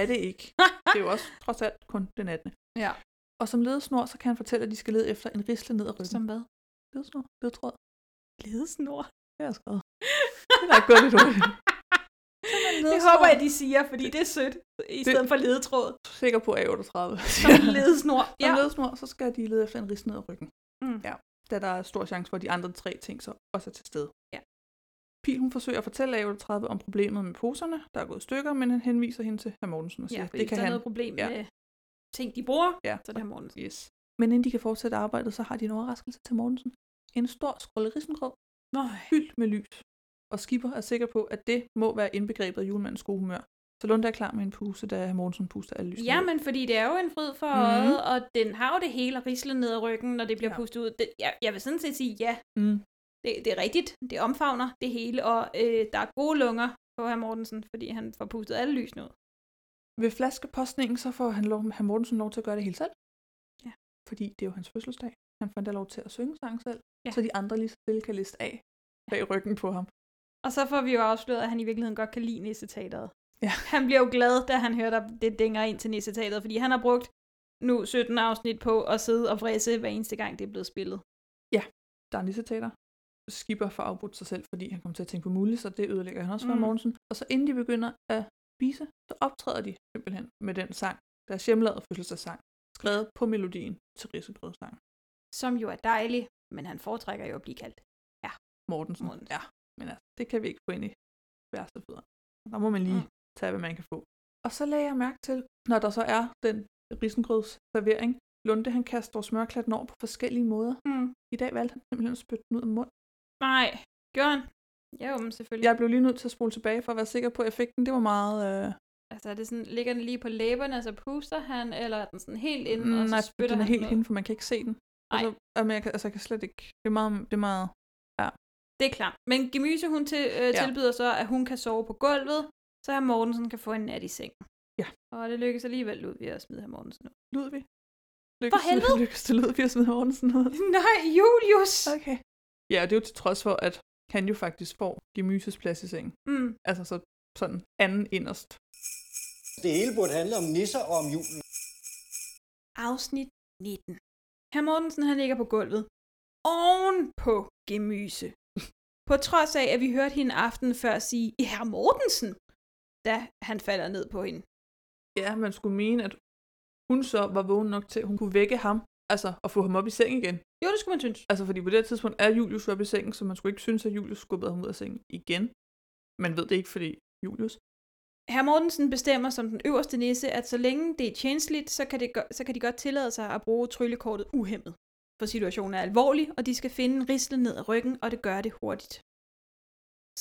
Speaker 9: er det ikke. Det er jo også trods alt kun den 18.
Speaker 8: Ja.
Speaker 9: Og som ledesnor, så kan han fortælle, at de skal lede efter en risle ned ad ryggen.
Speaker 8: Som hvad?
Speaker 9: ledesnor? Ledetråd?
Speaker 8: Ledesnor.
Speaker 9: Det har jeg skrevet. Det er gået lidt hurtigt.
Speaker 8: Det håber jeg, de siger, fordi det er sødt, i stedet for ledetråd.
Speaker 9: sikker på A38.
Speaker 8: Som ledesnor.
Speaker 9: ja.
Speaker 8: Ja.
Speaker 9: ledesmor, så skal de lede efter en rids ned ad ryggen.
Speaker 8: Mm.
Speaker 9: Ja. Da der er stor chance for, at de andre tre ting så også er til stede.
Speaker 8: Ja.
Speaker 9: Pil, hun forsøger at fortælle A38 om problemet med poserne, der er gået i stykker, men han henviser hende til herr Mortensen og
Speaker 8: ja,
Speaker 9: siger,
Speaker 8: fordi
Speaker 9: det kan
Speaker 8: der er
Speaker 9: han.
Speaker 8: noget problem
Speaker 9: Ja.
Speaker 8: med ting, de bruger.
Speaker 9: Ja.
Speaker 8: Så er det her morgen.
Speaker 9: Yes. Men inden de kan fortsætte arbejdet, så har de en overraskelse til Mortensen. En stor skrulle risengrød,
Speaker 8: Nej.
Speaker 9: fyldt med lys. Og Skipper er sikker på, at det må være indbegrebet af julemandens gode humør. Så Lunde er klar med en puse, da herr Mortensen puster alle lysene. ud.
Speaker 8: Jamen, fordi det er jo en fryd for
Speaker 9: Mhm.
Speaker 8: øjet, og den har jo det hele rislet ned ad ryggen, når det bliver
Speaker 9: Ja.
Speaker 8: ja. pustet ud. Det, jeg, jeg vil sådan set sige ja,
Speaker 9: Mm.
Speaker 8: Det, det er rigtigt. Det omfavner det hele, og øh, der er gode lunger på herr Mortensen, fordi han får pustet alle lysene ud.
Speaker 9: Ved flaskepostningen, så får han lov, herr Mortensen lov til at gøre det helt selv.
Speaker 8: Ja.
Speaker 9: Fordi det er jo hans fødselsdag. Han får endda lov til at synge sang selv,
Speaker 8: Ja.
Speaker 9: ja. så de andre lige så stille kan liste af bag ryggen på ham.
Speaker 8: Og så får vi jo afsløret, at han i virkeligheden godt kan lide nisseteateret.
Speaker 9: Ja.
Speaker 8: Han bliver jo glad, da han hører, at det dænger ind til nisseteateret, fordi han har brugt nu 17 afsnit på at sidde og vrisse hver eneste gang, det er blevet spillet.
Speaker 9: Der er nisseteater. Skipper får afbrudt sig selv, fordi han kommer til at tænke på mulle, så det ødelægger han også for
Speaker 8: Mm.
Speaker 9: mm. Mogensen. Og så inden de begynder at spise, så optræder de simpelthen med den sang, deres hjemlavede fødselsdagssang, skrevet på melodien til Rissegrødsang.
Speaker 8: Som jo er dejlig, men han foretrækker jo at blive kaldt.
Speaker 9: Mortensen.
Speaker 8: Mortensen.
Speaker 9: Ja, men altså, det kan vi ikke få ind i værste fødder. Der må man lige
Speaker 8: Mm.
Speaker 9: mm. tage, hvad man kan få. Og så lagde jeg mærke til, når der så er den risengrøds servering, Lunde han kaster smørklatten over på forskellige måder.
Speaker 8: Mm.
Speaker 9: I dag valgte han simpelthen at spytte den ud af munden.
Speaker 8: Nej, gjorde han? Jo, men selvfølgelig.
Speaker 9: Jeg blev lige nødt til at spole tilbage for at være sikker på effekten. Det var meget... Øh,
Speaker 8: Altså, er det sådan, ligger den lige på læberne, og så puster han, eller er den sådan helt inde, og så
Speaker 9: Mm, nej,
Speaker 8: spytter
Speaker 9: den
Speaker 8: han
Speaker 9: er helt
Speaker 8: ud?
Speaker 9: inde, for man kan ikke se den.
Speaker 8: Nej.
Speaker 9: Altså, jamen, jeg kan, altså, jeg kan slet ikke... Det er meget... Det er meget
Speaker 8: Det er klart. Men Gemyse, hun til, øh,
Speaker 9: Ja.
Speaker 8: tilbyder så, at hun kan sove på gulvet, så her Mortensen kan få en nat i seng.
Speaker 9: Ja.
Speaker 8: Og det lykkes alligevel ud ved at smide her Mortensen ud.
Speaker 9: Ludvig. Lykkes,
Speaker 8: helvede!
Speaker 9: Lykkes til Ludvig at smide Mortensen ud.
Speaker 8: Nej, Julius!
Speaker 9: Okay. Ja, og det er jo til trods for, at han jo faktisk får Gemyses plads i sengen.
Speaker 8: Mm.
Speaker 9: Altså så sådan anden inderst.
Speaker 3: Det hele burde handle om nisser og om julen.
Speaker 8: Afsnit 19. Herr Mortensen, han ligger på gulvet. Oven på Gemyse. På trods af, at vi hørte hende aften før sige, Herr Mortensen, da han falder ned på hende.
Speaker 9: Ja, man skulle mene, at hun så var vågen nok til, at hun kunne vække ham, altså og få ham op i seng igen.
Speaker 8: Jo, det skulle man synes.
Speaker 9: Altså fordi på det her tidspunkt er Julius jo oppe i sengen, så man skulle ikke synes, at Julius skubbede ham ud af sengen igen. Man ved det ikke, fordi Julius.
Speaker 8: Herr Mortensen bestemmer som den øverste nisse, at så længe det er tjenestligt, så kan, det go- så kan de godt tillade sig at bruge tryllekortet uhemmet. For situationen er alvorlig, og de skal finde en risle ned ad ryggen, og det gør det hurtigt.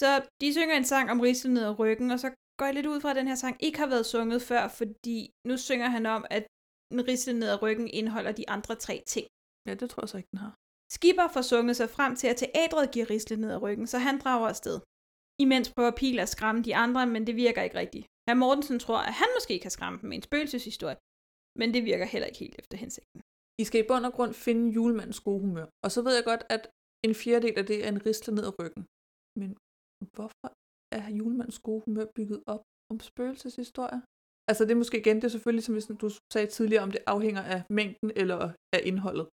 Speaker 8: Så de synger en sang om risle ned ad ryggen, og så går jeg lidt ud fra, at den her sang ikke har været sunget før, fordi nu synger han om, at en risle ned ad ryggen indeholder de andre tre ting.
Speaker 9: Ja, det tror jeg så ikke, den har.
Speaker 8: Skipper får sunget sig frem til, at teatret giver Risle ned ad ryggen, så han drager afsted. Imens prøver Pil at skræmme de andre, men det virker ikke rigtigt. Herr Mortensen tror, at han måske kan skræmme dem med en spøgelseshistorie, men det virker heller ikke helt efter hensigten.
Speaker 9: I skal i bund og grund finde julemandens gode humør. Og så ved jeg godt, at en fjerdedel af det er en risle ned ad ryggen. Men hvorfor er julemandens gode humør bygget op om spøgelseshistorier? Altså det er måske igen, det er selvfølgelig, som hvis du sagde tidligere, om det afhænger af mængden eller af indholdet.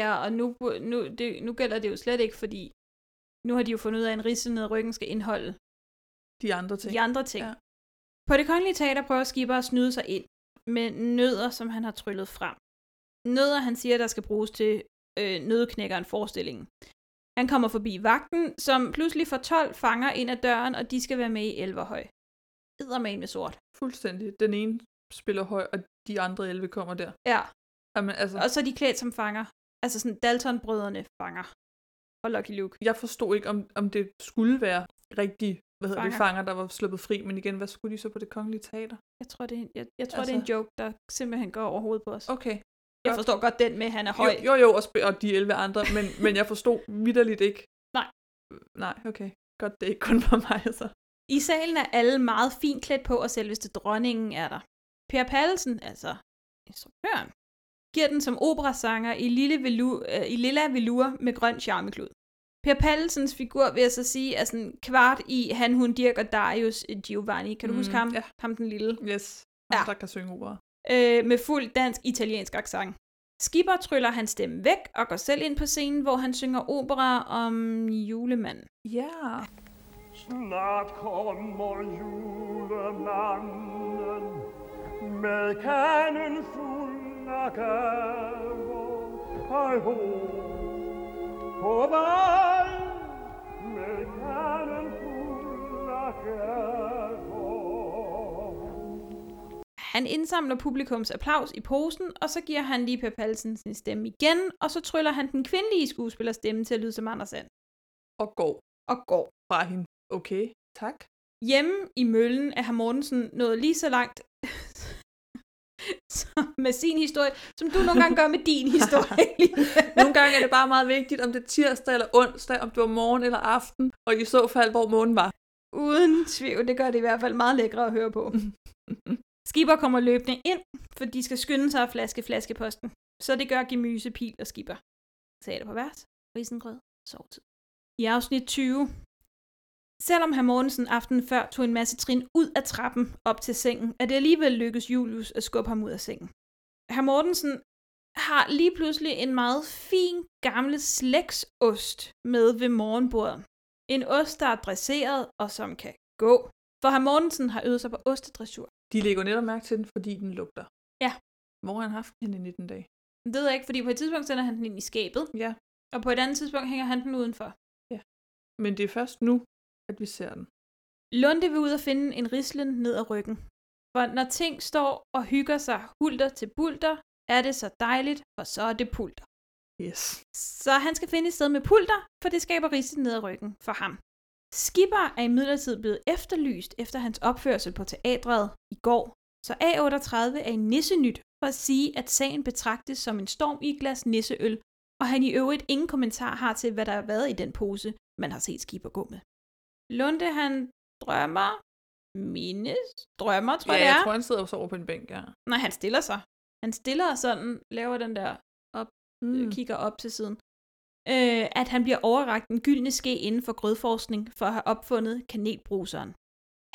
Speaker 8: Ja, og nu, nu, det, nu gælder det jo slet ikke, fordi nu har de jo fundet ud af, at en risle ned ad ryggen skal indeholde
Speaker 9: De andre ting.
Speaker 8: de andre ting. Ja.
Speaker 9: Ja.
Speaker 8: På det kongelige teater prøver Skipper at snyde sig ind med nødder, som han har tryllet frem. Nødder, han siger, der skal bruges til øh, nødknækkeren forestillingen. Han kommer forbi vagten, som pludselig får 12 fanger ind ad døren, og de skal være med i Elverhøj. Eddermane med sort.
Speaker 9: Fuldstændig. Den ene spiller høj, og de andre 11 kommer der.
Speaker 8: Ja,
Speaker 9: Jamen, altså,
Speaker 8: og så er de klædt som fanger. Altså sådan Dalton-brødrene fanger. Og Lucky Luke.
Speaker 9: jeg forstod ikke, om, om det skulle være rigtige hvad hedder fanger. det,
Speaker 8: Fanger.
Speaker 9: fanger, der var sluppet fri. Men igen, hvad skulle de så på det kongelige teater?
Speaker 8: Jeg tror, det er en, jeg, jeg tror, altså... det er
Speaker 9: Altså-
Speaker 8: en joke, der simpelthen går over hovedet på os.
Speaker 9: Okay.
Speaker 8: Jeg forstår godt den med, at han er høj.
Speaker 9: Jo, jo, jo og, sp- og de 11 andre, men, men jeg forstod vidderligt ikke.
Speaker 8: Nej.
Speaker 9: Øh, Nej, okay. Godt, det er ikke kun for mig, altså.
Speaker 8: I salen er alle meget fint klædt på, og selveste dronningen er der. Per Pallesen, altså instruktøren, giver den som operasanger i, lille velu, øh, i lilla velur med grøn charmeklud. Per Pallesens figur, vil jeg så sige, er sådan kvart i han, hun, Dirk og Darius øh, Giovanni. Kan du mm,
Speaker 9: Mm,
Speaker 8: huske ham?
Speaker 9: ja.
Speaker 8: Ham den lille.
Speaker 9: Yes. Ham,
Speaker 8: Ja.
Speaker 9: ja. der kan synge opera.
Speaker 8: Øh, med fuld dansk-italiensk accent. Skipper tryller hans stemme væk og går selv ind på scenen, hvor han synger opera om julemanden.
Speaker 9: Ja.
Speaker 1: Snart kommer julemanden med kanden fuld af gaver. Hej ho, på vej med kanden fuld af gaver.
Speaker 8: Han indsamler publikums applaus i posen, og så giver han lige Per Pallesen sin stemme igen, og så tryller han den kvindelige skuespillers stemme til at lyde som Anders Sand,
Speaker 9: Og går
Speaker 8: og går.
Speaker 9: fra hende. Okay, tak.
Speaker 8: Hjemme i møllen er herr Mortensen nået lige så langt som med sin historie, som du nogle gange gør med din historie. Line.
Speaker 9: Nogle gange er det bare meget vigtigt, om det er tirsdag eller onsdag, om det var morgen eller aften, og i så fald, hvor månen var.
Speaker 8: Uden tvivl, det gør det i hvert fald meget lækre at høre på. Skipper kommer løbende ind, for de skal skynde sig at flaske flaskeposten. Så det gør Gemyse, Pil og Skipper. Teater på vers, risengrød, sovtid. I afsnit 20. Selvom herr Mortensen aftenen før tog en masse trin ud af trappen op til sengen, er det alligevel lykkedes Julius at skubbe ham ud af sengen. Herr Mortensen har lige pludselig en meget fin gamle slægtsost med ved morgenbordet. En ost, der er dresseret og som kan gå. For herr Mortensen har øvet sig på ostedressur.
Speaker 9: De lægger netop mærke til den, fordi den lugter.
Speaker 8: Ja.
Speaker 9: Hvor har han haft den i 19 dage?
Speaker 8: Det ved jeg ikke, fordi på et tidspunkt sender han den ind i skabet,
Speaker 9: Ja.
Speaker 8: og på et andet tidspunkt hænger han den udenfor.
Speaker 9: Men det er først nu, at vi ser den.
Speaker 8: Lunde vil ud og finde en rislen ned ad ryggen. For når ting står og hygger sig hulter til bulter, er det så dejligt, og så er det pulter.
Speaker 9: Yes.
Speaker 8: Så han skal finde et sted med pulter, for det skaber rislen ned ad ryggen for ham. Skipper er imidlertid blevet efterlyst efter hans opførsel på teatret i går, så A38 er i nissenyt for at sige, at sagen betragtes som en storm i et glas nisseøl, og han i øvrigt ingen kommentar har til, hvad der har været i den pose, man har set Skipper gå med. Lunde, han drømmer, mindes, drømmer, tror
Speaker 9: Ja,
Speaker 8: jeg det
Speaker 9: jeg
Speaker 8: er.
Speaker 9: tror, han sidder og sover på en bænk, ja.
Speaker 8: Nej, han stiller sig. Han stiller og sådan, laver den der mm. øh, kigger op til siden, øh, at han bliver overragt en gyldne ske inden for grødforskning for at have opfundet kanelbruseren.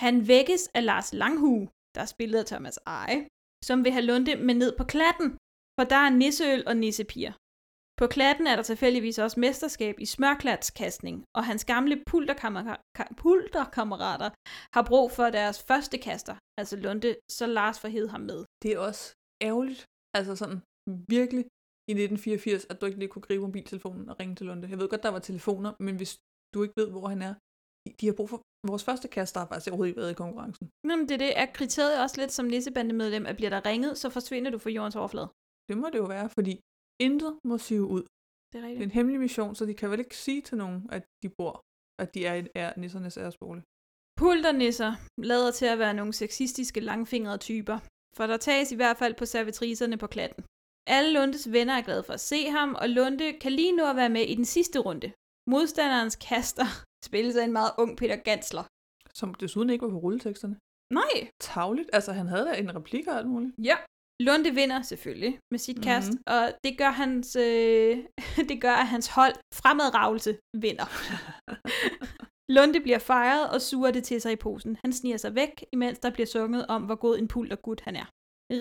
Speaker 8: Han vækkes af Lars Langhue, der er spillet af Thomas Eje, som vil have Lunde med ned på klatten, for der er nisseøl og nissepiger. På klatten er der tilfældigvis også mesterskab i smørklatskastning, og hans gamle pulterkammerater, pulterkammerater har brug for deres første kaster, altså Lunde, så Lars får hed ham med.
Speaker 9: Det er også ærgerligt. Altså sådan virkelig i 1984, at du ikke lige kunne gribe mobiltelefonen og ringe til Lunde. Jeg ved godt, der var telefoner, men hvis du ikke ved, hvor han er, de har brug for... Vores første kaster har faktisk overhovedet ikke været i konkurrencen.
Speaker 8: Jamen, det er det. Er kriteriet også lidt som nissebandemedlem, at bliver der ringet, så forsvinder du fra jordens overflade?
Speaker 9: Det må det jo være, fordi intet må sive ud.
Speaker 8: Det er
Speaker 9: Det er
Speaker 8: rigtigt.
Speaker 9: en hemmelig mission, så de kan vel ikke sige til nogen, at de bor, at de er i er nissernes æresbolig.
Speaker 8: Pulternisser lader til at være nogle sexistiske, langfingrede typer, for der tages i hvert fald på servitricerne på klatten. Alle Lundes venner er glade for at se ham, og Lunde kan lige nu at være med i den sidste runde. Modstanderens kaster spilles af en meget ung Peter Gansler.
Speaker 9: Som desuden ikke var på rulleteksterne.
Speaker 8: Nej!
Speaker 9: Tavligt. Altså, han havde da en replik og alt muligt.
Speaker 8: Ja. Lunde vinder selvfølgelig med sit kast,
Speaker 9: Mhm.
Speaker 8: mm-hmm. og det gør, hans, øh, det gør, at hans hold fremadravelse vinder. Lunde bliver fejret og suger det til sig i posen. Han sniger sig væk, imens der bliver sunget om, hvor god en pultergud han er.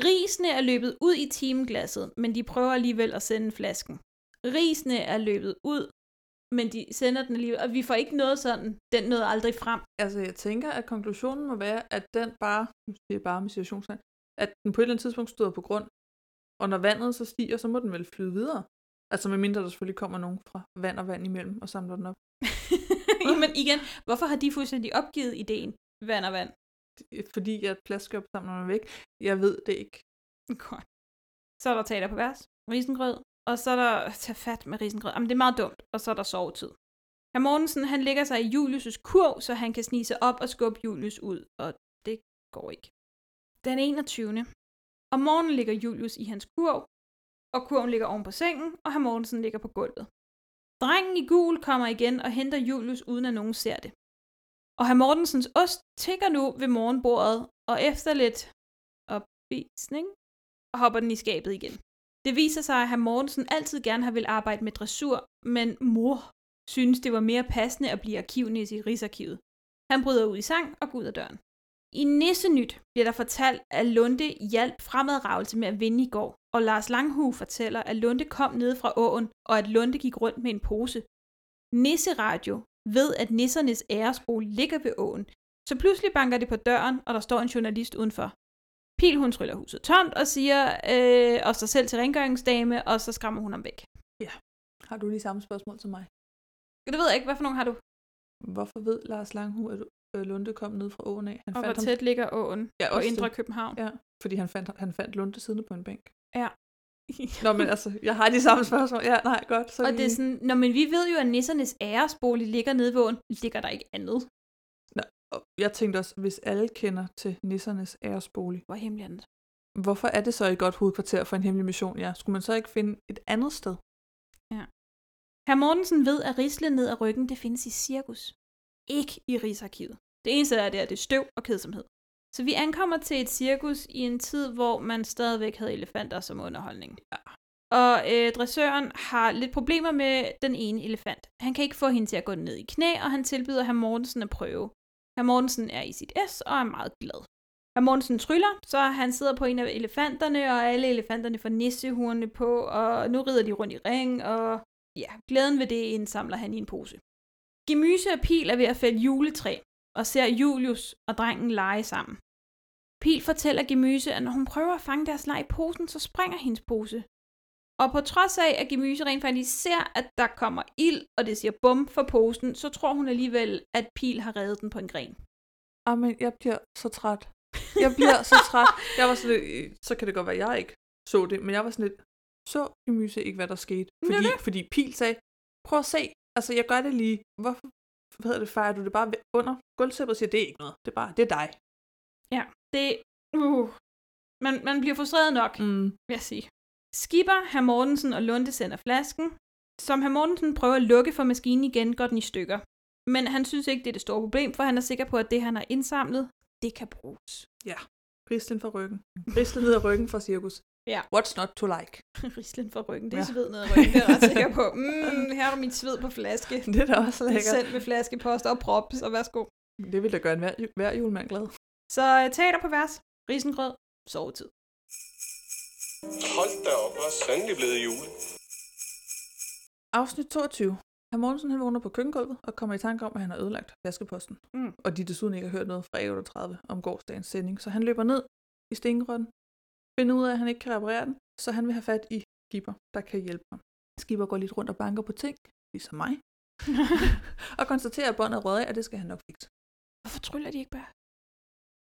Speaker 8: Risene er løbet ud i timeglasset, men de prøver alligevel at sende flasken. Risene er løbet ud, men de sender den alligevel, og vi får ikke noget sådan. Den nåede aldrig frem.
Speaker 9: Altså, jeg tænker, at konklusionen må være, at den bare, nu siger jeg bare med situationstegn, at den på et eller andet tidspunkt støder på grund, og når vandet så stiger, så må den vel flyde videre. Altså, medmindre der selvfølgelig kommer nogen fra vand og vand imellem og samler den op.
Speaker 8: Jamen igen, hvorfor har de fuldstændig opgivet ideen? Vand og vand.
Speaker 9: Det- Fordi jeg plasker op sammen med væk. Jeg ved det ikke.
Speaker 8: Godt. Så er der teater på vers, risengrød, og så er der tage fat med risengrød. Jamen, det er meget dumt. Og så er der sovetid. Herr Mortensen, han ligger sig i Julius' kurv, så han kan snige sig op og skubbe Julius ud, og det går ikke. Den 21. Om morgenen ligger Julius i hans kurv, og kurven ligger oven på sengen, og herr Mortensen ligger på gulvet. Drengen i gul kommer igen og henter Julius, uden at nogen ser det. Og herr Mortensens ost tigger nu ved morgenbordet, og efter lidt opvisning, og hopper den i skabet igen. Det viser sig, at herr Mortensen altid gerne har vil arbejde med dressur, men mor synes, det var mere passende at blive arkivnisse i Rigsarkivet. Han bryder ud i sang og går ud af døren. I Nissenyt bliver der fortalt, at Lunde hjalp fremadravelse med at vinde i går, og Lars Langhu fortæller, at Lunde kom ned fra åen, og at Lunde gik rundt med en pose. Nisseradio ved, at nissernes æresbolig ligger ved åen, så pludselig banker det på døren, og der står en journalist udenfor. Pil, hun tryller huset tomt og siger, øh, og sig selv til rengøringsdame, og så skræmmer hun ham væk.
Speaker 9: Har du lige samme spørgsmål som mig?
Speaker 8: Det ved jeg ikke, hvad for nogen har du?
Speaker 9: Hvorfor ved Lars Langhu, at øh, Lunde kom ned fra åen af? Han
Speaker 8: Og hvor
Speaker 9: ham,
Speaker 8: tæt ligger åen
Speaker 9: Ja,
Speaker 8: på
Speaker 9: også
Speaker 8: Indre
Speaker 9: det.
Speaker 8: København?
Speaker 9: Ja, fordi han fandt, han fandt Lunde siddende på en bænk.
Speaker 8: Ja.
Speaker 9: Nå, men altså, jeg har de samme spørgsmål. Ja, nej, godt. Så
Speaker 8: og
Speaker 9: vi...
Speaker 8: det er sådan, når men vi ved jo, at nissernes æresbolig ligger nede ved åen, ligger der ikke andet.
Speaker 9: Og Jeg tænkte også, hvis alle kender til nissernes æresbolig,
Speaker 8: Hvor hemmelig er den?
Speaker 9: hvorfor er det så et godt hovedkvarter for en hemmelig mission? Ja, skulle man så ikke finde et andet sted?
Speaker 8: Herr Mortensen ved, at risle ned ad ryggen, det findes i cirkus. Ikke i Rigsarkivet. Det eneste der er, det er det er støv og kedsomhed. Så vi ankommer til et cirkus i en tid, hvor man stadigvæk havde elefanter som underholdning. Ja. Og øh, dressøren har lidt problemer med den ene elefant. Han kan ikke få hende til at gå ned i knæ, og han tilbyder herr Mortensen at prøve. Herr Mortensen er i sit S og er meget glad. Herr Mortensen tryller, så han sidder på en af elefanterne, og alle elefanterne får nissehurene på, og nu rider de rundt i ring, og ja, glæden ved det indsamler han i en pose. Gemyse og Pil er ved at fælde juletræ, og ser Julius og drengen lege sammen. Pil fortæller Gemyse, at når hun prøver at fange deres leg i posen, så springer hendes pose. Og på trods af, at Gemyse rent faktisk ser, at der kommer ild, og det siger bum for posen, så tror hun alligevel, at Pil har reddet den på en gren.
Speaker 9: Amen, jeg bliver så træt. Jeg bliver så træt. Jeg var sådan lidt, øh, så kan det godt være, at jeg ikke så det, men jeg var sådan lidt, så gemyse ikke, hvad der skete.
Speaker 8: er
Speaker 9: Fordi, fordi Pil sagde, prøv at se, altså jeg gør det lige. Hvorfor hvad hedder det, fejrer du det bare væ- under gulvsæppet og siger, det er ikke noget, det er bare, det er dig.
Speaker 8: Det, uh, man, man bliver frustreret nok,
Speaker 9: Mm.
Speaker 8: vil jeg sige. Skipper, herr Mortensen og Lunde sender flasken. Som herr Mortensen prøver at lukke for maskinen igen, går den i stykker. Men han synes ikke, det er det store problem, for han er sikker på, at det, han har indsamlet, det kan bruges.
Speaker 9: Rislen fra ryggen. Rislen ned ad ryggen fra cirkus.
Speaker 8: Ja.
Speaker 9: What's not to like?
Speaker 8: Rislen fra ryggen, det er
Speaker 9: Ja.
Speaker 8: sved ned ad ryggen, det er jeg ret sikker på. Mm, her er mit sved på flaske.
Speaker 9: Det er da også lækkert.
Speaker 8: Send med flaskepost og prop, så værsgo.
Speaker 9: Det vil da gøre en hver, hver julemand glad.
Speaker 8: Så øh, teater på vers, risengrød, sovetid.
Speaker 11: Hold da op, hvor er sandelig blevet jul.
Speaker 9: Afsnit 22. Herr Mortensen han vågner på køkkengulvet og kommer i tanke om, at han har ødelagt flaskeposten.
Speaker 8: Mm.
Speaker 9: Og de desuden ikke har hørt noget fra A38 om gårdsdagens sending, så han løber ned i stengrøden, finder ud af, at han ikke kan reparere den, så han vil have fat i Skipper, der kan hjælpe ham. Skipper går lidt rundt og banker på ting, ligesom mig, og konstaterer, at båndet er røget af, og det skal han nok fikse.
Speaker 8: Hvorfor tryller de ikke bare?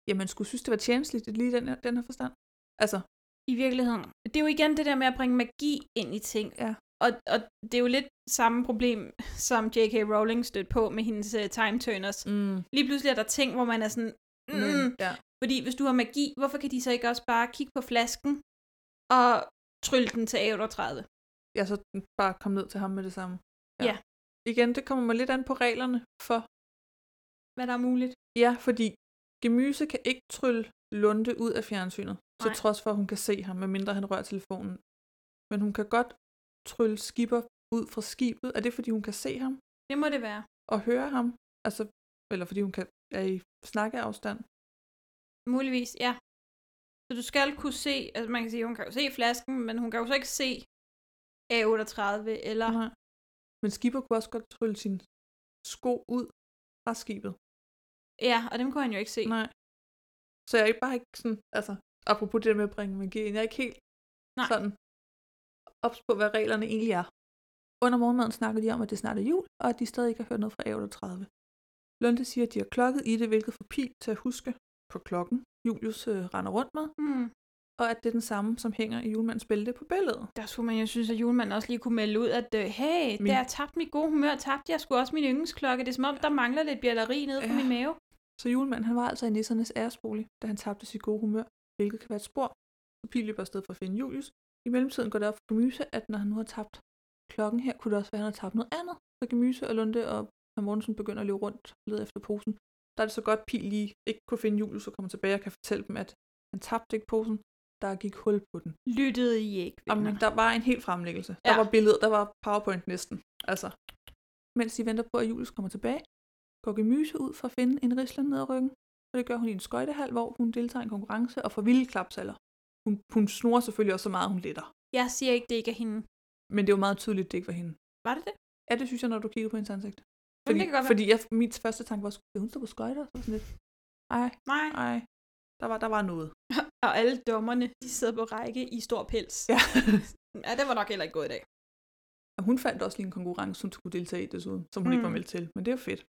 Speaker 9: Jamen, skulle synes, det var tjenestligt lige i den her, den her forstand? Altså,
Speaker 8: I virkeligheden. Det er jo igen det der med at bringe magi ind i ting.
Speaker 9: Ja.
Speaker 8: Og, og det er jo lidt samme problem, som J.K. Rowling stødte på med hendes uh, time turners.
Speaker 9: mm,
Speaker 8: Lige pludselig er der ting, hvor man er sådan, mm,
Speaker 9: ja.
Speaker 8: Fordi hvis du har magi, hvorfor kan de så ikke også bare kigge på flasken og trylle den til A38?
Speaker 9: jeg så bare kom ned til ham med det samme.
Speaker 8: Ja.
Speaker 9: Igen, det kommer mig lidt an på reglerne for
Speaker 8: Hvad der er muligt.
Speaker 9: Ja, fordi Gemyse kan ikke trylle Lunde ud af fjernsynet, til
Speaker 8: Nej.
Speaker 9: trods for, at hun kan se ham, medmindre han rører telefonen. Men hun kan godt trylle skipper ud fra skibet. Er det, fordi hun kan se ham
Speaker 8: Det må det være.
Speaker 9: og høre ham? Altså, eller fordi hun kan, er i snakkeafstand?
Speaker 8: Muligvis, ja. Så du skal kunne se, altså man kan sige, hun kan jo se flasken, men hun kan jo så ikke se A38 eller...
Speaker 9: Nej. Men skipper kunne også godt trylle sin sko ud fra skibet.
Speaker 8: Ja, og dem kunne han jo ikke se.
Speaker 9: Nej. Så jeg er bare ikke sådan, altså, apropos det der med at bringe magi ind, jeg er ikke helt
Speaker 8: Nej.
Speaker 9: sådan ops på, hvad reglerne egentlig er. Under morgenmaden snakker de om, at det snart er jul, og at de stadig ikke har hørt noget fra A38. Lunde siger, at de har klokket i det, hvilket får Pil til at huske på klokken, Julius øh, render rundt med,
Speaker 8: Hmm.
Speaker 9: og at det er den samme, som hænger i julemandens bælte på billedet.
Speaker 8: Der skulle man jo synes, at julemanden også lige kunne melde ud, at øh, hey,
Speaker 9: Min-
Speaker 8: min... der jeg tabte mit gode humør, tabte jeg skulle også min yndlingsklokke. Det er som om, der mangler lidt bjælleri nede på
Speaker 9: Ja.
Speaker 8: min mave.
Speaker 9: Så julemanden han var altså i nissernes æresbolig, da han tabte sit gode humør, hvilket kan være et spor. Så Pil løber afsted for at finde Julius. I mellemtiden går det op for Gemyse, at når han nu har tabt klokken her, kunne det også være, at han har tabt noget andet. Så Gemyse og Lunde og herr Mortensen begynder at løbe rundt og lede efter posen. Der er det så godt, at Pil lige ikke kunne finde Julius og kommer tilbage og kan fortælle dem, at han tabte ikke posen. Der gik hul på den.
Speaker 8: Lyttede I ikke?
Speaker 9: Jamen,
Speaker 8: venner?
Speaker 9: der var en hel fremlæggelse. Ja. Der
Speaker 8: Ja.
Speaker 9: var billeder, der var powerpoint næsten. Altså. Mens de venter på, at Julius kommer tilbage, går Gemyse ud for at finde en risler ned ad ryggen. Og det gør hun i en skøjtehal, hvor hun deltager i en konkurrence og får vilde klapsalder. Hun, hun snorer selvfølgelig også så meget, hun letter.
Speaker 8: Jeg siger ikke, det ikke er hende.
Speaker 9: Men det er jo meget tydeligt, det ikke var hende.
Speaker 8: Var det det?
Speaker 9: Ja, det synes jeg, når du kigger på hendes ansigt.
Speaker 8: det
Speaker 9: Fordi,
Speaker 8: kan godt være.
Speaker 9: fordi jeg, mit første tanke var, at hun stå på skøjter? Så var jeg sådan lidt, ej,
Speaker 8: Nej.
Speaker 9: ej. Der var, der var noget.
Speaker 8: Og alle dommerne, de sidder på række i stor pels.
Speaker 9: Ja.
Speaker 8: ja det var nok heller ikke god i dag.
Speaker 9: Og hun fandt også lige en konkurrence, hun skulle deltage i desuden, som hun mm. ikke var
Speaker 8: Mm.
Speaker 9: meldt til. Men det er jo fedt.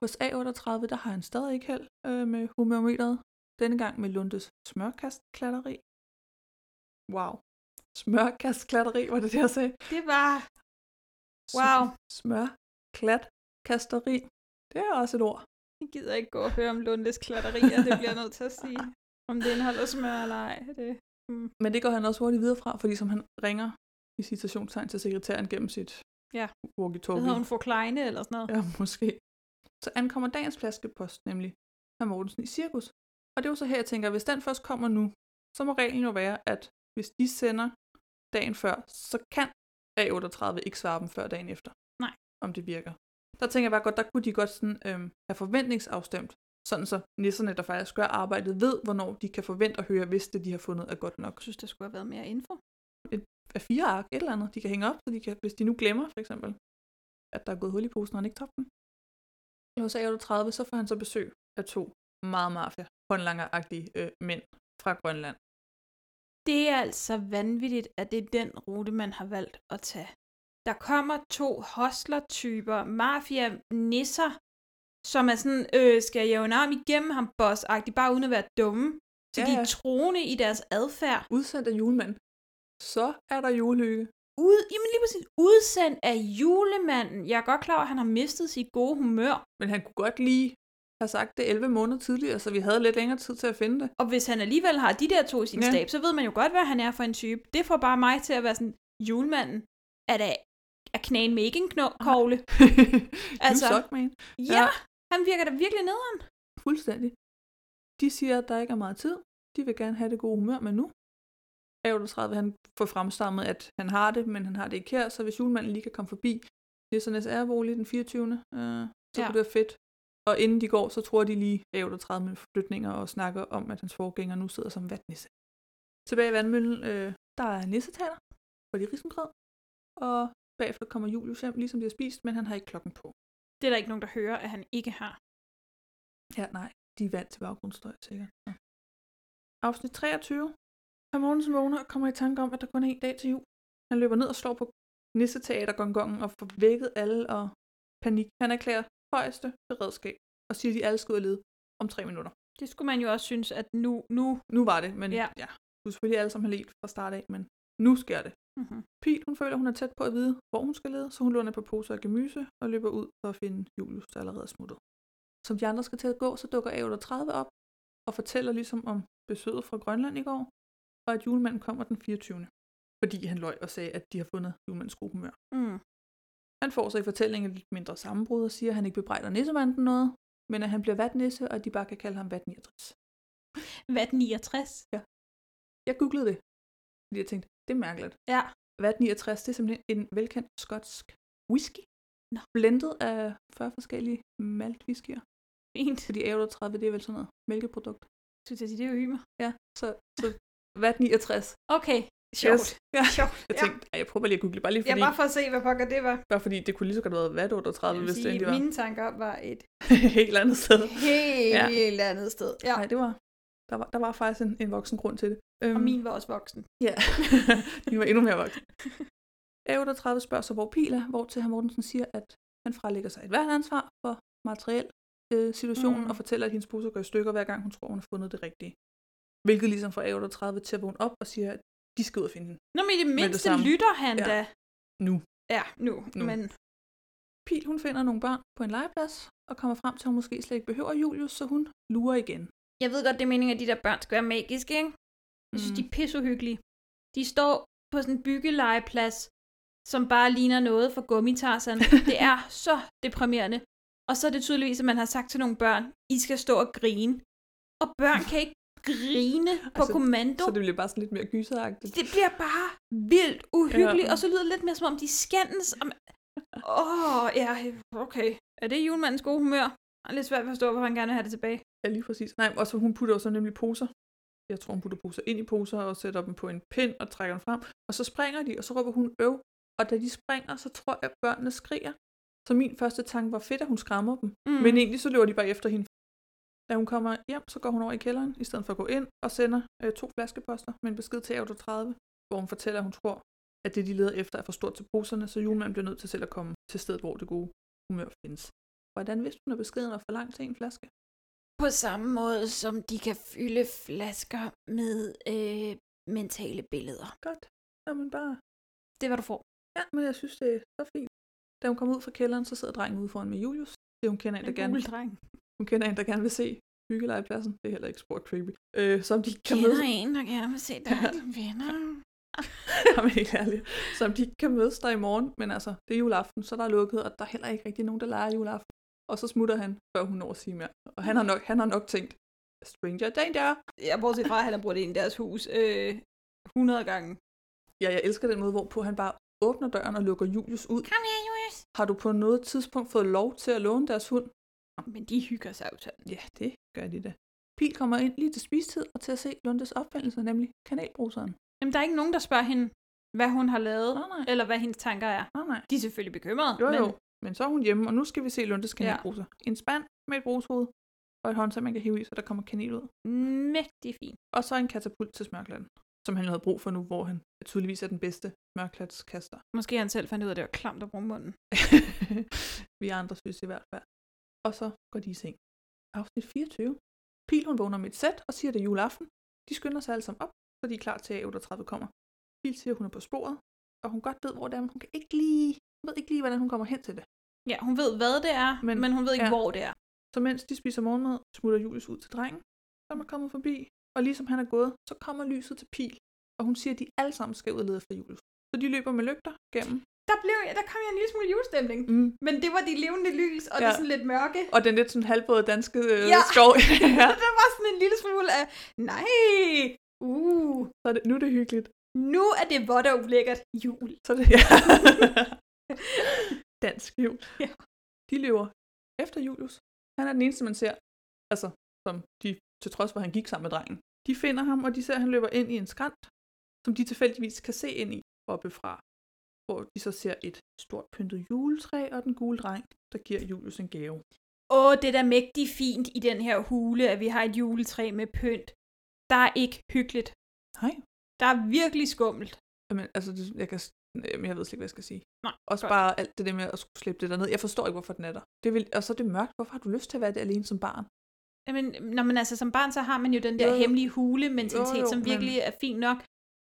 Speaker 9: Hos A38, der har han stadig ikke held øh, med humørmeteret. Denne gang med Lundes smørkastklatteri. Wow. Smørkastklatteri, var det det, jeg sagde?
Speaker 8: Det var... Wow.
Speaker 9: Smørklatkasteri. Det er også et ord.
Speaker 8: Jeg gider ikke gå og høre om Lundes klatterier, det bliver jeg nødt til at sige. Om det indeholder smør eller ej. Det...
Speaker 9: Men det går han også hurtigt videre fra, fordi som han ringer i citationstegn til sekretæren gennem sit
Speaker 8: Ja. Hvad
Speaker 9: walkie-talkie.
Speaker 8: hedder hun? Fru Kleine eller sådan noget?
Speaker 9: Ja, måske. Så ankommer dagens flaskepost, nemlig herr Mortensen i cirkus. Og det er jo så her, jeg tænker, hvis den først kommer nu, så må reglen jo være, at hvis de sender dagen før, så kan A38 ikke svare dem før dagen efter.
Speaker 8: Nej.
Speaker 9: Om det virker. Der tænker jeg bare godt, der kunne de godt sådan, øhm, have forventningsafstemt, sådan så nisserne, der faktisk gør arbejdet, ved, hvornår de kan forvente at høre, hvis det, de har fundet, er godt nok.
Speaker 8: Jeg synes, der skulle have været mere info.
Speaker 9: Af fire ark, et eller andet, de kan hænge op, så de kan, hvis de nu glemmer, for eksempel, at der er gået hul i posen, og han ikke tabte dem. Og hos A38, så får han så besøg af to meget mafia, håndlanger-agtige øh, mænd fra Grønland.
Speaker 8: Det er altså vanvittigt, at det er den rute, man har valgt at tage. Der kommer to hostler-typer, mafia-nisser, som er sådan, øh, skal jeg jo en arm igennem ham, boss bare uden at være dumme. Så
Speaker 9: Ja,
Speaker 8: ja. de
Speaker 9: ja.
Speaker 8: er troende i deres adfærd.
Speaker 9: Udsendt af julemanden. Så er der julehygge.
Speaker 8: Ud, jamen lige præcis, udsendt af julemanden. Jeg er godt klar over, at han har mistet sit gode humør.
Speaker 9: Men han kunne godt lige have sagt det 11 måneder tidligere, så vi havde lidt længere tid til at finde det.
Speaker 8: Og hvis han alligevel har de der to i sin
Speaker 9: Ja.
Speaker 8: ja. stab, så ved man jo godt, hvad han er for en type. Det får bare mig til at være sådan, julemanden er da er knagen med ikke en kno- kogle.
Speaker 9: altså,
Speaker 8: Altså-
Speaker 9: you suck, man.
Speaker 8: Ja,
Speaker 9: Ja.
Speaker 8: ja, han virker da virkelig nederen.
Speaker 9: Fuldstændig. De siger, at der ikke er meget tid. De vil gerne have det gode humør, men nu A38 vil han få fremstammet, at han har det, men han har det ikke her, så hvis julemanden lige kan komme forbi, det er sådan ærebolig den 24. Øh, så ja.
Speaker 8: Ja.
Speaker 9: kunne det være fedt. Og inden de går, så tror de lige A38 med flytninger og snakker om, at hans forgænger nu sidder som vatnisse. Tilbage i vandmøllen, øh, der er nissetaler, for de risengrød, og bagefter kommer Julius hjem, ligesom de har spist, men han har ikke klokken på.
Speaker 8: Det er der ikke nogen, der hører, at han ikke har.
Speaker 9: Ja, nej. De er vant til baggrundsstøj, sikkert. Ja. Afsnit 23. Herr Mortensen vågner og kommer i tanke om, at der kun er en dag til jul. Han løber ned og slår på nisseteatergongongen og får vækket alle og panik. Han erklærer højeste beredskab og siger, at de alle skal ud og lede om tre minutter.
Speaker 8: Det skulle man jo også synes, at nu... nu
Speaker 9: Nu var det, men ja.
Speaker 8: Ja.
Speaker 9: ja. Du er selvfølgelig alle sammen har let fra start af, men nu sker det.
Speaker 8: mm-hmm.
Speaker 9: Pil, hun føler, hun er tæt på at vide, hvor hun skal lede, så hun låner et par poser af gemyse og løber ud for at finde Julius, der allerede er smuttet. Som de andre skal til at gå, så dukker A38 op og fortæller ligesom om besøget fra Grønland i går, og at julemanden kommer den 24. Fordi han løj og sagde, at de har fundet julemandens gode humør.
Speaker 8: mm.
Speaker 9: Han får så i fortællingen et lidt mindre sammenbrud og siger, at han ikke bebrejder nissemanden noget, men at han bliver vatnisse, og at de bare kan kalde ham vatnisse.
Speaker 8: Hvad er den 69?
Speaker 9: Jeg googlede det, fordi jeg tænkte, det er mærkeligt.
Speaker 8: Ja.
Speaker 9: Vat 69, det er simpelthen en velkendt skotsk whisky.
Speaker 8: Nå.
Speaker 9: Blendet af 40 forskellige maltwhiskyer.
Speaker 8: Fint.
Speaker 9: Fordi A38, det er vel sådan noget mælkeprodukt.
Speaker 8: Synes jeg, det er jo ymer.
Speaker 9: Ja, så, så Vat 69.
Speaker 8: Okay, sjovt. Yes.
Speaker 9: Ja.
Speaker 8: Sjovt.
Speaker 9: Jeg tænkte, ja. jeg prøver bare lige at google, bare lige
Speaker 8: ja. ja,
Speaker 9: fordi,
Speaker 8: bare for at se, hvad pokker det var.
Speaker 9: bare fordi det kunne lige så godt have været Vat 38,
Speaker 8: Jeg vil
Speaker 9: hvis det
Speaker 8: sige,
Speaker 9: egentlig var
Speaker 8: mine tanker var et
Speaker 9: et helt andet sted.
Speaker 8: helt ja. andet sted. Ja.
Speaker 9: Nej, det var, der var, der var faktisk en, en voksen grund til det. Øhm,
Speaker 8: Og min var også voksen.
Speaker 9: Ja, de var endnu mere voksne. A38 spørger så, hvor Pil er, hvor til herr Mortensen siger, at han fralægger sig et hvert ansvar for materiel øh, situationen, mm.
Speaker 8: Mm.
Speaker 9: og fortæller, at hendes poser går i stykker, hver gang hun tror, hun har fundet det rigtige. Hvilket ligesom får A38 til at vågne op og siger, at de skal ud og finde den.
Speaker 8: Nå, men i det mindste
Speaker 9: samme.
Speaker 8: lytter han
Speaker 9: Ja.
Speaker 8: ja. da.
Speaker 9: Nu.
Speaker 8: Ja,
Speaker 9: Nu.
Speaker 8: nu. nu. Men
Speaker 9: Pil, hun finder nogle børn på en legeplads, og kommer frem til, at hun måske slet ikke behøver Julius, så hun lurer igen.
Speaker 8: jeg ved godt, det er meningen, at de der børn skal være magiske, ikke? Jeg synes,
Speaker 9: Mm.
Speaker 8: mm. de er pisseuhyggelige. De står på sådan en byggelegeplads, som bare ligner noget fra gummitarsen. Det er så deprimerende. Og så er det tydeligvis, at man har sagt til nogle børn, I skal stå og grine. Og børn kan ikke grine på
Speaker 9: Altså,
Speaker 8: altså, kommando.
Speaker 9: Så det bliver bare sådan lidt mere gyseragtigt.
Speaker 8: det bliver bare vildt uhyggeligt,
Speaker 9: Ja.
Speaker 8: ja. og så lyder det lidt mere som om, de skændes. Åh, oh, ja, okay. Er det julemandens gode humør? Jeg er lidt svært at forstå, hvorfor han gerne vil have det tilbage.
Speaker 9: Ja, lige præcis. Nej, og så hun putter jo så nemlig poser. Jeg tror, hun putter poser ind i poser og sætter dem på en pind og trækker dem frem. Og så springer de, og så råber hun øv. Og da de springer, så tror jeg, at børnene skriger. Så min første tanke var fedt, at hun skræmmer dem. Mm.
Speaker 8: Hmm.
Speaker 9: Men egentlig så løber de bare efter hende. Da hun kommer hjem, så går hun over i kælderen, i stedet for at gå ind og sender øh, to flaskeposter med en besked til Auto 30, hvor hun fortæller, at hun tror, at det, de leder efter, er for stort til poserne, så julemanden bliver nødt til selv at komme til stedet, hvor det gode humør findes. Hvordan vidste hun, at beskeden var for langt til en flaske?
Speaker 5: På samme måde, som de kan fylde flasker med øh, mentale billeder.
Speaker 9: Godt. Jamen bare
Speaker 8: Det er, hvad du får.
Speaker 9: Ja, men jeg synes, det er så fint. Da hun kommer ud fra kælderen, så sidder drengen ude foran med Julius. Det hun kender en, der gerne,
Speaker 8: dreng.
Speaker 9: hun kender en, der gerne vil se hyggelegepladsen. Det er heller ikke spor creepy. Øh, som de ikke kan
Speaker 5: Kender
Speaker 9: mødes,
Speaker 5: en, der gerne vil se dig, dine venner.
Speaker 9: Jamen, helt ærligt. som de ikke kan mødes der i morgen. Men altså, det er juleaften, så der er lukket, og der er heller ikke rigtig nogen, der leger juleaften. Og så smutter han, før hun når at sige mere. Og han har nok, han har nok tænkt, stranger danger.
Speaker 8: Ja, bortset fra, at han har brugt det ind i deres hus øh, 100 gange.
Speaker 9: Ja, jeg elsker den måde, hvorpå han bare åbner døren og lukker Julius ud.
Speaker 8: Kom her, Julius.
Speaker 9: Har du på noget tidspunkt fået lov til at låne deres hund?
Speaker 8: Men de hygger sig jo sådan.
Speaker 9: Ja, det gør de da. Pil kommer ind lige til spistid og til at se Lundes opfindelse, nemlig kanalbruseren.
Speaker 8: Jamen, der er ikke nogen, der spørger hende, hvad hun har lavet,
Speaker 9: Nej, nej.
Speaker 8: eller hvad hendes tanker er.
Speaker 9: Nej, nej.
Speaker 8: De er selvfølgelig bekymrede,
Speaker 9: Jo,
Speaker 8: men
Speaker 9: jo. Men så er hun hjemme, og nu skal vi se Lundes kanelbruser. Ja. En spand med et brushoved og et håndtag, man kan hive i, så der kommer kanel ud.
Speaker 8: mægtig fint.
Speaker 9: Og så en katapult til smørklatten, som han havde brug for nu, hvor han tydeligvis er den bedste smørklatskaster.
Speaker 8: Måske han selv fandt ud af, at det var klamt at bruge munden.
Speaker 9: vi andre synes i hvert fald. Og så går de i seng. Afsnit 24. Pil hun vågner med et sæt og siger, det er juleaften. De skynder sig alle sammen op, så de er klar til, at 38 kommer. Pil siger, hun er på sporet, og hun godt ved, hvor det er, men hun kan ikke lige, hun ved ikke lige, hvordan hun kommer hen til det.
Speaker 8: Ja, hun ved, hvad det er, men,
Speaker 9: Men-
Speaker 8: men hun ved ikke,
Speaker 9: ja.
Speaker 8: ja. hvor det er.
Speaker 9: Så mens de spiser morgenmad, smutter Julius ud til drengen, som er kommet forbi, og ligesom han er gået, så kommer lyset til Pil, og hun siger, at de alle sammen skal ud og lede efter Julius. Så de løber med lygter gennem.
Speaker 8: Der, blev, jeg- der kom jeg en lille smule julestemning.
Speaker 9: Mm.
Speaker 8: Men det var de levende lys, og ja. det
Speaker 9: Ja.
Speaker 8: er sådan lidt mørke.
Speaker 9: Og den lidt sådan halvbåde danske øh,
Speaker 8: Ja.
Speaker 9: skov. ja.
Speaker 8: Så der var sådan en lille smule af, nej, uh,
Speaker 9: Så er det, nu er det hyggeligt.
Speaker 8: nu er det vådt og ulækkert jul.
Speaker 9: Så er det, ja. Dansk jul.
Speaker 8: Ja.
Speaker 9: De løber efter Julius. Han er den eneste, man ser. Altså, som de, til trods for, at han gik sammen med drengen. De finder ham, og de ser, at han løber ind i en skrant, som de tilfældigvis kan se ind i oppefra. Hvor de så ser et stort pyntet juletræ og den gule dreng, der giver Julius en gave.
Speaker 8: Åh, det er da mægtig fint i den her hule, at vi har et juletræ med pynt. Der er ikke hyggeligt.
Speaker 9: Nej.
Speaker 8: Der er virkelig skummelt.
Speaker 9: Jamen, altså, det- jeg, kan, s- jamen, jeg ved slet ikke, hvad jeg skal sige.
Speaker 8: Nej,
Speaker 9: Også
Speaker 8: godt.
Speaker 9: bare alt det der med at skulle slippe det derned. Jeg forstår ikke, hvorfor den er der. Det vil, og så er det mørkt. Hvorfor har du lyst til at være der alene som barn?
Speaker 8: Jamen, når man altså som barn, så har man jo den der
Speaker 9: Jo,
Speaker 8: jo,
Speaker 9: jo.
Speaker 8: hemmelige hule-mentalitet,
Speaker 9: Jo, jo,
Speaker 8: som virkelig er fin nok.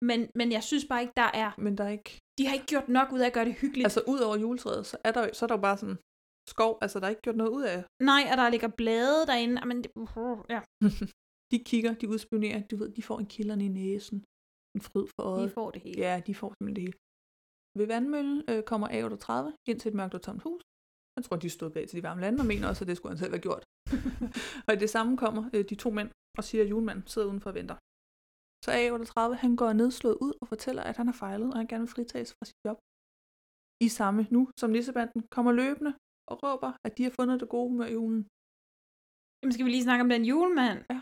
Speaker 8: Men, men jeg synes bare ikke, der er...
Speaker 9: Men der er ikke...
Speaker 8: De har ikke gjort nok ud af at gøre det hyggeligt. Altså,
Speaker 9: Altså, ud over juletræet, så er der jo, så er der jo bare sådan skov. Altså, der er ikke gjort noget ud af.
Speaker 8: Nej, og der ligger blade derinde. Men det, ja,
Speaker 9: De kigger, de udspionerer. Du ved, de får en kilderne i næsen. En fryd for
Speaker 8: de
Speaker 9: øjet.
Speaker 8: får det hele.
Speaker 9: Ja, de får simpelthen det hele. Ved vandmøllen øh, kommer A38 ind til et mørkt og tomt hus. Jeg tror, de stod bag til de varme lande og mener også, at det skulle han selv have gjort. og i det samme kommer øh, de to mænd og siger, at julemanden sidder udenfor og venter. Så A38, han går nedslået ud og fortæller, at han har fejlet, og han gerne vil fritages fra sit job. I samme nu, som nissebanden kommer løbende og råber, at de har fundet det gode humør i julen.
Speaker 8: Jamen, skal vi lige snakke om den julemand?
Speaker 9: Ja.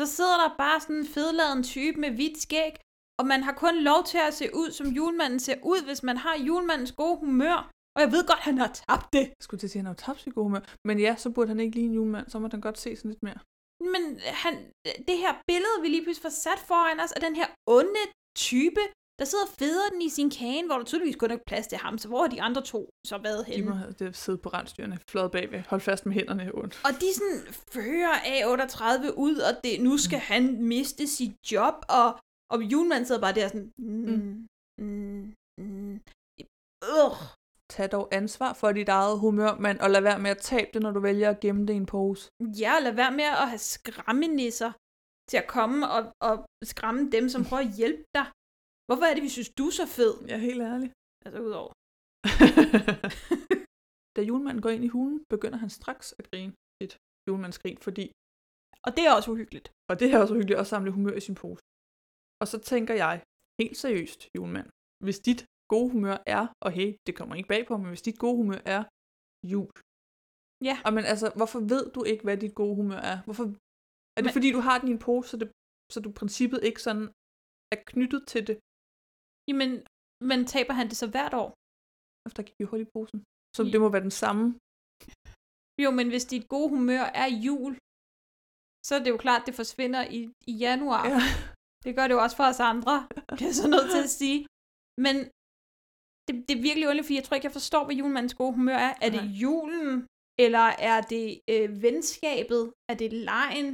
Speaker 8: Så sidder der bare sådan en fedladen type med hvidt skæg, og man har kun lov til at se ud, som julemanden ser ud, hvis man har julemandens gode humør. Og jeg ved godt, han har tabt det.
Speaker 9: Jeg skulle til at sige, at han har jo tabt sit gode humør, men ja, så burde han ikke lige en julemand, så må han godt se sådan lidt mere.
Speaker 8: Men han, det her billede, vi lige pludselig får sat foran os, af den her onde type, der sidder og feder den i sin kane, hvor der tydeligvis kun er plads til ham, så hvor er de andre to så været
Speaker 9: De
Speaker 8: henne?
Speaker 9: må have det siddet på rensdyrene, flad bagved, hold fast med hænderne ondt.
Speaker 8: Og de sådan fører A38 ud, og det, nu skal han miste sit job, og, og julemanden sidder bare der sådan... Mm, mm, mm, øh,
Speaker 9: Tag dog ansvar for dit eget humør, mand, og lad være med at tabe det, når du vælger at gemme det i en pose.
Speaker 8: ja, lad være med at have skræmmenisser til at komme og, og skræmme dem, som prøver at hjælpe dig. Hvorfor er det, vi synes, du er så fed?
Speaker 9: Ja, helt ærlig.
Speaker 8: Altså, udover.
Speaker 9: da julemanden går ind i hulen, begynder han straks at grine et julemandsgrin, fordi,
Speaker 8: Og det er også uhyggeligt.
Speaker 9: og det er også hyggeligt at samle humør i sin pose. Og så tænker jeg, helt seriøst, julemand, hvis dit gode humør er, og hey, det kommer ikke bag på, men hvis dit gode humør er jul.
Speaker 8: Ja.
Speaker 9: Og men altså, hvorfor ved du ikke, hvad dit gode humør er? Hvorfor, er det
Speaker 8: Men-
Speaker 9: men... fordi, du har den i en pose, så, det, så du i princippet ikke sådan er knyttet til det?
Speaker 8: Jamen, men taber han det så hvert år?
Speaker 9: Efter der gik jo hul i posen. Så
Speaker 8: Ja.
Speaker 9: det må være den samme.
Speaker 8: Jo, men hvis dit gode humør er jul, så er det jo klart, det forsvinder i, i januar.
Speaker 9: Ja.
Speaker 8: Det gør det jo også for os andre, det er jeg så nødt til at sige. Men det, det er virkelig underligt, fordi jeg tror ikke, jeg forstår, hvad julemandens gode humør er. Er det
Speaker 9: Nej.
Speaker 8: julen, eller er det øh, venskabet? Er det lejen?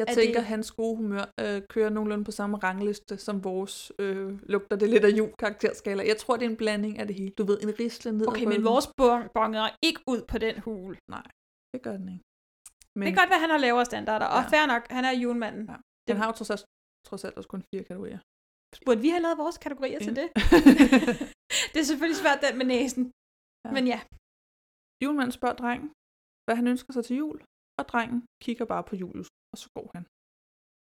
Speaker 9: Jeg
Speaker 8: Er
Speaker 9: tænker,
Speaker 8: det-
Speaker 9: at hans gode humør øh, kører nogenlunde på samme rangliste som vores. Øh, lugter det lidt af jul karakterskala. Jeg tror, det er en blanding af det hele. Du ved, en risle ned ad
Speaker 8: Okay, men
Speaker 9: ryggen.
Speaker 8: vores bon- bonger ikke ud på den hule.
Speaker 9: Det gør den ikke.
Speaker 8: Men...
Speaker 9: Men
Speaker 8: Det kan godt være, han har lavere standarder, og
Speaker 9: Ja.
Speaker 8: fair nok, han er julemanden.
Speaker 9: Ja. den har jo trods alt, trods alt også kun fire kategorier.
Speaker 8: Burde vi have lavet vores kategorier til
Speaker 9: Ja.
Speaker 8: det? det er selvfølgelig svært, den med næsen.
Speaker 9: Ja.
Speaker 8: Ja. Men ja,
Speaker 9: Julemanden spørger drengen, hvad han ønsker sig til jul, og drengen kigger bare på Julius, og så går han.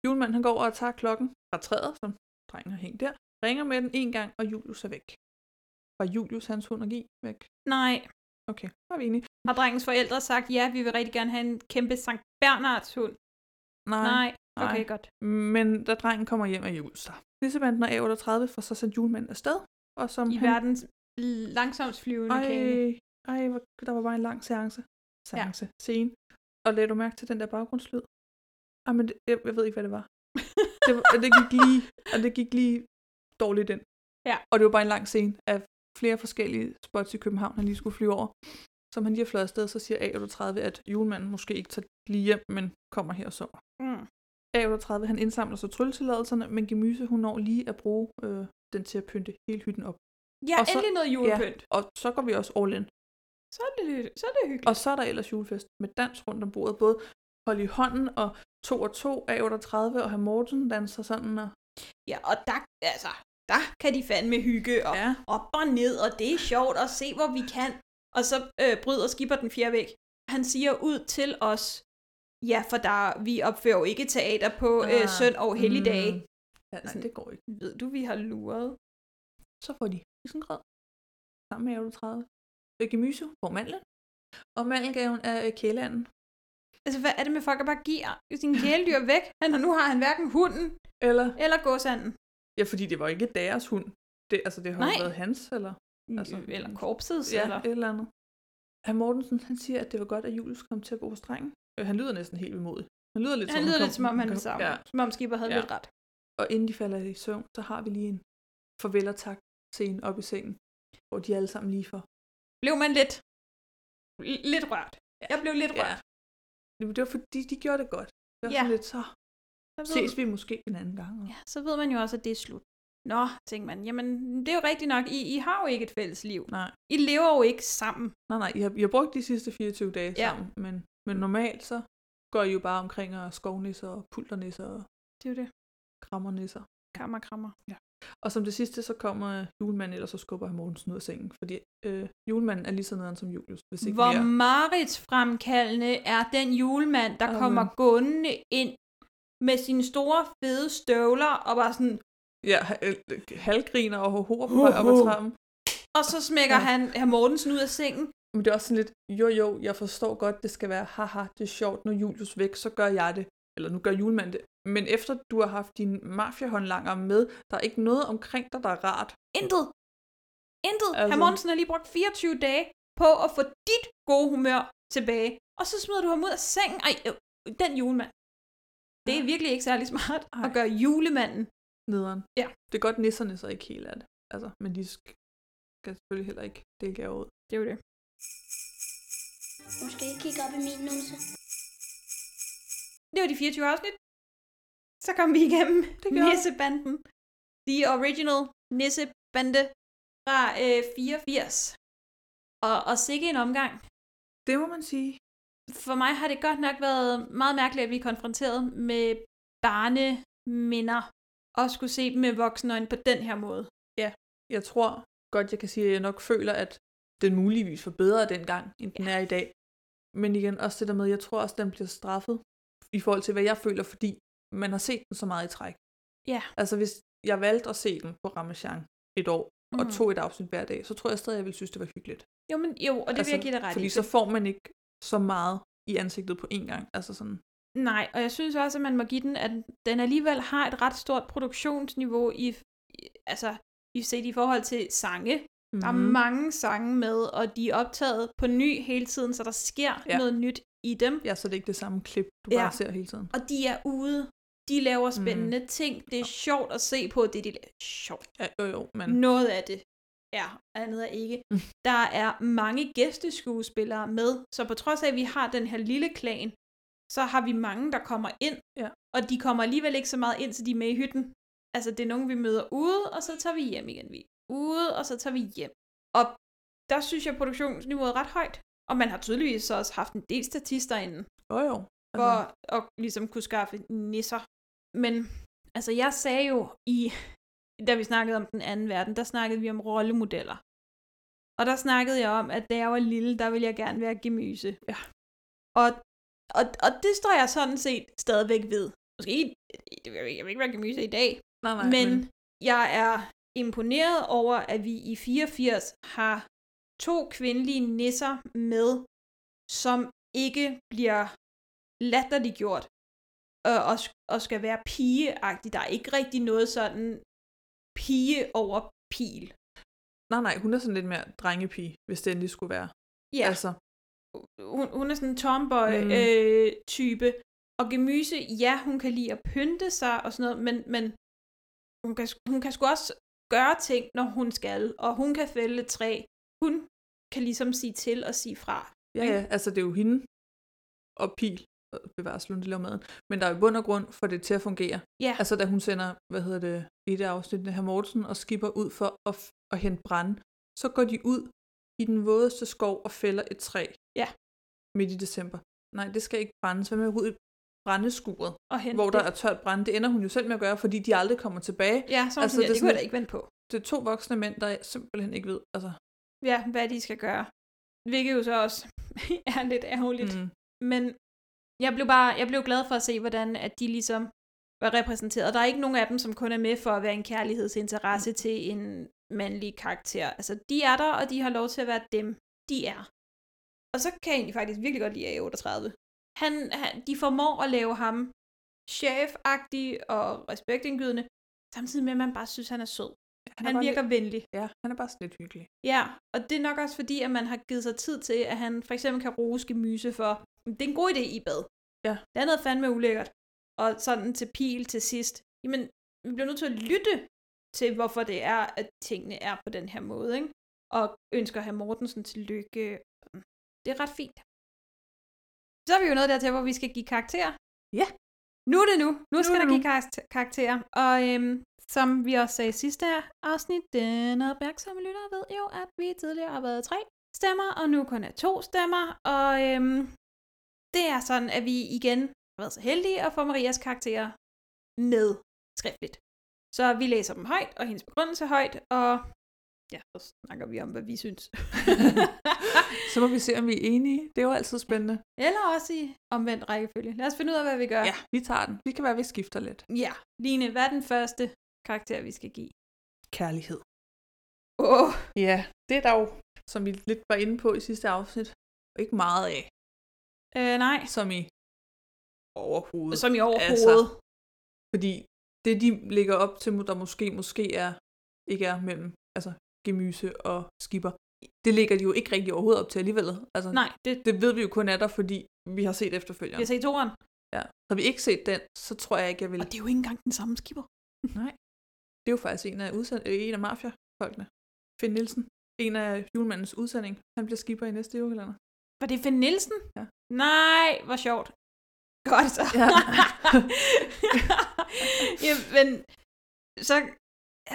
Speaker 9: Julemanden han går over og tager klokken fra træet, som drengen har hængt der, ringer med den en gang, og Julius er væk. Var Julius hans hundergi væk?
Speaker 8: Nej.
Speaker 9: Okay, så er vi enige.
Speaker 8: Har drengens forældre sagt, ja, vi vil rigtig gerne have en kæmpe Sankt Bernards hund?
Speaker 9: Nej.
Speaker 8: Nej. Okay, godt.
Speaker 9: Men da drengen kommer hjem af Julestad. Nissebanden og A38 får så sendt julemanden afsted. Og som
Speaker 8: I
Speaker 9: han...
Speaker 8: verdens langsomst flyvende kæle.
Speaker 9: Mm-hmm. Ej, ej, hvor- der var bare en lang seance. Seance. Ja. Scene. Og lagde du mærke til den der baggrundslyd? Ej, men det, jeg, jeg ved ikke, hvad det var. det, var det, gik lige, og det gik lige dårligt ind.
Speaker 8: Ja.
Speaker 9: Og det var bare en lang scene af flere forskellige spots i København, han lige skulle flyve over. Som han lige har fløjet afsted, så siger A38, at julemanden måske ikke tager lige hjem, men kommer her og sover.
Speaker 8: Mm.
Speaker 9: A38, han indsamler så trylletilladelserne, men Gemyse, hun når lige at bruge øh, den til at pynte hele hytten op.
Speaker 8: Ja,
Speaker 9: Og så-
Speaker 8: endelig noget julepynt.
Speaker 9: Ja, og så går vi også all in.
Speaker 8: Så er det, så er det hyggeligt.
Speaker 9: Og så er der ellers julefest med dans rundt om bordet. Både hold i hånden og to og to af 38 og herr Morten danser sådan. Og...
Speaker 8: Ja, og der, altså, der kan de fandme hygge og
Speaker 9: Ja.
Speaker 8: op og ned, og det er sjovt, og se, hvor vi kan. Og så øh, bryder skipper den fjerde væg. Han siger ud til os, ja, for der, vi opfører jo ikke teater på øh,
Speaker 9: Ah,
Speaker 8: søndag og helligdage.
Speaker 9: mm. Ja, nej,
Speaker 8: Sådan.
Speaker 9: det går ikke.
Speaker 8: Mm. Ved du, vi har luret?
Speaker 9: Så får de isengrød sammen med 38. Øh, Gemyse får mandlen. Og mandelgaven er øh, kælanden.
Speaker 8: Altså, hvad er det med folk, der bare giver sin kæledyr væk? Han, og nu har han hverken hunden
Speaker 9: Eller?
Speaker 8: eller gåsanden.
Speaker 9: Ja, fordi det var ikke deres hund. Det, altså, det har jo
Speaker 8: Nej.
Speaker 9: været hans, eller? Altså,
Speaker 8: Altså, eller korpset,
Speaker 9: Ja,
Speaker 8: ja, eller...
Speaker 9: et eller andet. Herr Mortensen, han siger, at det var godt, at Julius kom til at bo hos drengen. Øh, han lyder næsten helt imod. Han lyder lidt,
Speaker 8: Han lyder
Speaker 9: kom-
Speaker 8: lidt, som om han
Speaker 9: kom-
Speaker 8: savner.
Speaker 9: Ja,
Speaker 8: Som om skipper havde
Speaker 9: Ja.
Speaker 8: ja. lidt ret.
Speaker 9: Og inden de falder i søvn, så har vi lige en farvel og tak scene op i sengen, hvor de alle sammen lige for.
Speaker 8: Blev man lidt... l- Lidt rørt. Jeg blev lidt rørt.
Speaker 9: Jamen, det var fordi, de gjorde det godt. Det var
Speaker 8: Ja.
Speaker 9: sådan lidt, så
Speaker 8: Så ved-
Speaker 9: ses vi måske en anden gang. Og...
Speaker 8: Ja, så ved man jo også, at det er slut. Nå, tænker man, jamen det er jo rigtigt nok, I, I har jo ikke et fælles liv.
Speaker 9: Nej.
Speaker 8: I lever jo ikke sammen.
Speaker 9: Nej, nej, I har, I har brugt de sidste 24 dage
Speaker 8: Ja.
Speaker 9: sammen, men, men normalt så går I jo bare omkring og skovnisser og pulternisser og
Speaker 8: Det er jo det.
Speaker 9: krammernisser.
Speaker 8: Krammer, krammer.
Speaker 9: Og som det sidste, så kommer øh, julemanden, eller så skubber han Mortensen ud af sengen, fordi øh, julemanden er lige så nederen som Julius, hvis ikke
Speaker 8: Hvor
Speaker 9: mere.
Speaker 8: fremkaldende er den julemand, der
Speaker 9: Åh.
Speaker 8: kommer gående ind med sine store fede støvler og bare sådan,
Speaker 9: Ja, ha- øh, halvgriner og hohoer på vej op ad trappen.
Speaker 8: og så smækker
Speaker 9: Ja.
Speaker 8: han herr Mortensen ud af sengen.
Speaker 9: Men det er også sådan lidt, jo jo, jeg forstår godt, det skal være, haha, det er sjovt, når Julius er væk, så gør jeg det. Eller nu gør julemanden det. Men efter du har haft dine mafiahåndlanger med, der er ikke noget omkring dig, der er rart.
Speaker 8: Intet. Intet. Altså...
Speaker 9: Altså-
Speaker 8: Herr Mortensen har lige brugt 24 dage på at få dit gode humør tilbage, og så smider du ham ud af sengen. Ej, øh, den julemand. Det er virkelig ikke særlig smart Ej.
Speaker 9: Ah.
Speaker 8: at
Speaker 9: Ej.
Speaker 8: gøre julemanden.
Speaker 9: Nederen.
Speaker 8: Ja.
Speaker 9: Det er godt, nisserne så ikke helt af det. Altså, men de sk- skal selvfølgelig heller ikke dele gaver ud.
Speaker 8: Det er jo det.
Speaker 12: Måske kigge op i min numse.
Speaker 8: Det var de 24 afsnit. Så kom vi igennem
Speaker 9: Det gjorde vi.
Speaker 8: Nissebanden. The original Nissebande fra øh, 84. Og, og sikke en omgang.
Speaker 9: Det må man sige.
Speaker 8: for mig har det godt nok været meget mærkeligt at blive konfronteret med barneminder og skulle se dem med voksne øjne på den her måde.
Speaker 9: Jeg tror godt, jeg kan sige, at jeg nok føler, at den muligvis var bedre dengang, end den er i dag. Men igen, også det der med, jeg tror også, den bliver straffet i forhold til, hvad jeg føler, fordi man har set den så meget i træk.
Speaker 8: Ja.
Speaker 9: Altså hvis jeg valgte at se den på Ramachan et år, mm. og
Speaker 8: Mm.
Speaker 9: tog et afsnit hver dag, så tror jeg stadig, jeg ville synes, det var hyggeligt.
Speaker 8: Jo, men, jo og det altså, vil jeg give dig ret
Speaker 9: Fordi
Speaker 8: i.
Speaker 9: så får man ikke så meget i ansigtet på én gang. Altså sådan,
Speaker 8: Nej, og jeg synes også, at man må give den, at den alligevel har et ret stort produktionsniveau i, i altså, i set i forhold til sange. Mm. Der
Speaker 9: Mhm. "Hmm,
Speaker 8: er mange sange med, og de er optaget på ny hele tiden, så der sker
Speaker 9: Ja.
Speaker 8: ja. noget nyt i dem.
Speaker 9: Ja, så det er ikke det samme klip, du
Speaker 8: Ja.
Speaker 9: bare ser hele tiden.
Speaker 8: Og de er ude, de laver
Speaker 9: Mhm.
Speaker 8: spændende mm. ting, det er sjovt at se på, det de laver. Sjovt.
Speaker 9: Ja, jo jo, men Mm.
Speaker 8: Noget af det er, andet er ikke. Der er mange gæsteskuespillere med, så på trods af, at vi har den her lille klan, så har vi mange, der kommer ind,
Speaker 9: Ja.
Speaker 8: og de kommer alligevel ikke så meget ind, så de er med i hytten. Altså, det er nogen, vi møder ude, og så tager vi hjem igen. Vi er ude, og så tager vi hjem. Og der synes jeg, produktionsniveauet er ret højt. Og man har tydeligvis så også haft en del statister inden
Speaker 9: jo jo. Altså,
Speaker 8: for at ligesom kunne skaffe nisser. Men altså, jeg sagde jo i, da vi snakkede om den anden verden, der snakkede vi om rollemodeller. Og der snakkede jeg om, at da jeg var lille, der ville jeg gerne være gemyse. Ja. Og, og, og det står jeg sådan set stadigvæk ved. Måske ikke, jeg vil jeg vil ikke være gemyse i dag,
Speaker 9: nej, nej,
Speaker 8: men, Jeg er imponeret over, at vi i 84 har to kvindelige nisser med, som ikke bliver latterliggjort og, og, og skal være pigeagtig. Der er ikke rigtig noget sådan pige over pil.
Speaker 9: Nej, nej, hun er sådan lidt mere drengepige, hvis det endelig skulle være.
Speaker 8: Ja.
Speaker 9: Altså,
Speaker 8: hun, hun er sådan en tomboy-type.
Speaker 9: Mm.
Speaker 8: Øh, type. og Gemyse, ja, hun kan lide at pynte sig og sådan noget, men, men hun, kan, hun kan sgu også gøre ting, når hun skal, og hun kan fælde et træ. Hun kan ligesom sige til og sige fra.
Speaker 9: ja, ja, altså det er jo hende og pil og bevares Lunde laver maden. Men der er jo bund og grund for det til at fungere.
Speaker 8: Ja.
Speaker 9: Altså da hun sender, hvad hedder det, i det afsnit, her Mortensen og skipper ud for at, f- at hente brænde, så går de ud i den vådeste skov og fælder et træ.
Speaker 8: Ja.
Speaker 9: Midt i december. Nej, det skal ikke brændes. Hvad med at gå ud i brændeskuret,
Speaker 8: Og hente
Speaker 9: hvor der
Speaker 8: det.
Speaker 9: er tørt brænde? Det ender hun jo selv med at gøre, fordi de aldrig kommer tilbage.
Speaker 8: Ja, så altså, det, det kunne jeg da ikke vente på.
Speaker 9: Det er to voksne mænd, der simpelthen ikke ved. Altså,
Speaker 8: Ja, hvad de skal gøre. Hvilket jo så også er lidt ærgerligt.
Speaker 9: Mm.
Speaker 8: Men jeg blev bare jeg blev glad for at se, hvordan at de ligesom var repræsenteret. Og der er ikke nogen af dem, som kun er med for at være en kærlighedsinteresse mm. til en mandlig karakter. Altså, de er der, og de har lov til at være dem, de er. Og så kan jeg egentlig faktisk virkelig godt lide A38. Han, han, de formår at lave ham chef og respektindgydende, samtidig med, at man bare synes, han er sød.
Speaker 9: han
Speaker 8: Han,
Speaker 9: er
Speaker 8: han
Speaker 9: bare
Speaker 8: virker venlig.
Speaker 9: ja, han er bare sådan lidt hyggelig.
Speaker 8: Ja, og det er nok også fordi, at man har givet sig tid til, at han for eksempel kan rose gemyse for, det er en god idé i bad.
Speaker 9: Ja.
Speaker 8: Det andet er fandme ulækkert. Og sådan til pil til sidst. Jamen, vi bliver nødt til at lytte til, hvorfor det er, at tingene er på den her måde, ikke? Og ønsker herr Mortensen tillykke. Det er ret fint. Så er vi jo nået dertil, hvor vi skal give karakterer.
Speaker 9: Ja.
Speaker 8: Nu er det nu. Nu
Speaker 9: er
Speaker 8: skal nu der
Speaker 9: det nu.
Speaker 8: give karakter- karakterer. Og øhm, som vi også sagde i sidste afsnit, den opmærksomme lytter ved jo, at vi tidligere har været tre stemmer, og nu kun er to stemmer. Og øhm, det er sådan, at vi igen har været så heldige at få Marias karakterer med skriftligt. Så vi læser dem højt, og hendes begrundelse højt, og ja, så snakker vi om, hvad vi synes.
Speaker 9: Så må vi se, om vi er enige. Det er jo altid spændende.
Speaker 8: Eller også i omvendt rækkefølge. Lad os finde ud af, hvad vi gør.
Speaker 9: Ja, vi tager den. Det kan være, at vi skifter lidt.
Speaker 8: ja. Line, hvad er den første karakter, vi skal give?
Speaker 9: Kærlighed.
Speaker 8: Åh, oh,
Speaker 9: Ja, det er der jo, som vi lidt var inde på i sidste afsnit. Og ikke meget af,
Speaker 8: øh, nej.
Speaker 9: som i overhovedet.
Speaker 8: Som i
Speaker 9: Altså,
Speaker 8: overhovedet.
Speaker 9: fordi det, de ligger op til, der måske, måske er, ikke er mellem, altså gemyse og skipper, det ligger de jo ikke rigtig overhovedet op til alligevel. Altså,
Speaker 8: Nej, det,
Speaker 9: Det ved vi jo kun er der, fordi vi har set
Speaker 8: vi
Speaker 9: efterfølgeren.
Speaker 8: har set toren.
Speaker 9: Ja. Havde vi ikke set den, så tror jeg ikke, jeg ville...
Speaker 8: Og det er jo ikke engang den samme skipper.
Speaker 9: Nej. Det er jo faktisk en af, udsend... øh, en af mafiafolkene. Finn Nielsen. En af julemandens udsending. Han bliver skipper i næste julekalender.
Speaker 8: Var det Finn Nielsen?
Speaker 9: Ja.
Speaker 8: Nej, hvor sjovt. Godt så.
Speaker 9: Ja.
Speaker 8: Jamen, så...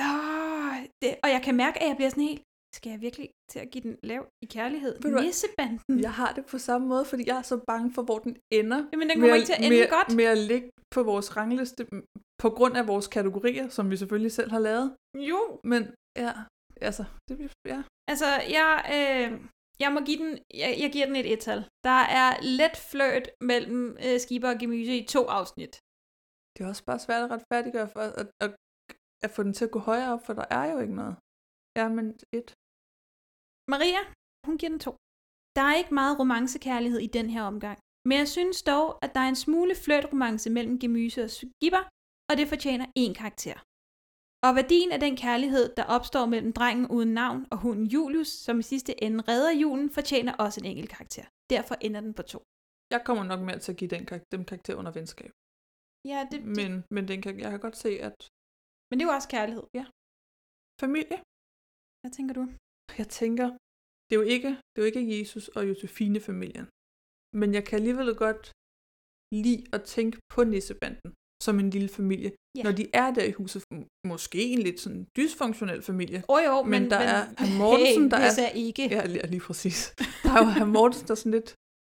Speaker 8: Oh, det, og jeg kan mærke, at jeg bliver sådan helt... Skal jeg virkelig til at give den lav i kærlighed?
Speaker 9: Ved du hvad?
Speaker 8: Nissebanden.
Speaker 9: Jeg har det på samme måde, fordi jeg er så bange for, hvor den ender.
Speaker 8: Jamen, Hmm. den kommer
Speaker 9: Med at-
Speaker 8: ikke til at ende
Speaker 9: med,
Speaker 8: godt.
Speaker 9: Med at ligge på vores rangliste m- på grund af vores kategorier, som vi selvfølgelig selv har lavet.
Speaker 8: Jo.
Speaker 9: Men ja, altså, det bliver... Ja.
Speaker 8: Altså, jeg, øh, jeg må give den, jeg, jeg giver den et ettal. Der er let fløjt mellem øh, Skipper og Gemyse i to afsnit.
Speaker 9: Det er også bare svært at retfærdiggøre for at, at, at få den til at gå højere op, for der er jo ikke noget. Ja, men et.
Speaker 8: Maria, hun giver den to. Der er ikke meget romancekærlighed i den her omgang. Men jeg synes dog, at der er en smule flirtromance mellem Gemyse og Skipper, og det fortjener én karakter. Og værdien af den kærlighed, der opstår mellem drengen uden navn og hunden Julius, som i sidste ende redder julen, fortjener også en enkelt karakter. Derfor ender den på to.
Speaker 9: Jeg kommer nok mere til at give den, kar- dem karakter under venskab.
Speaker 8: Ja, det,
Speaker 9: Men, men den kan, jeg kan godt se, at
Speaker 8: men det er jo også kærlighed.
Speaker 9: familie,
Speaker 8: Hvad tænker du?
Speaker 9: jeg tænker, det er jo ikke, det er jo ikke Jesus og Josefine-familien. Men jeg kan alligevel godt lide at tænke på nissebanden som en lille familie.
Speaker 8: Ja.
Speaker 9: Yeah. Når de er der i huset, m- måske en lidt sådan dysfunktionel familie.
Speaker 8: Åh oh, jo,
Speaker 9: Men
Speaker 8: men,
Speaker 9: der er Herr Mortensen,
Speaker 8: hey,
Speaker 9: der
Speaker 8: hvis
Speaker 9: er-
Speaker 8: jeg ikke.
Speaker 9: Ja, lige, lige præcis. Der er jo herr Mortensen, der er sådan lidt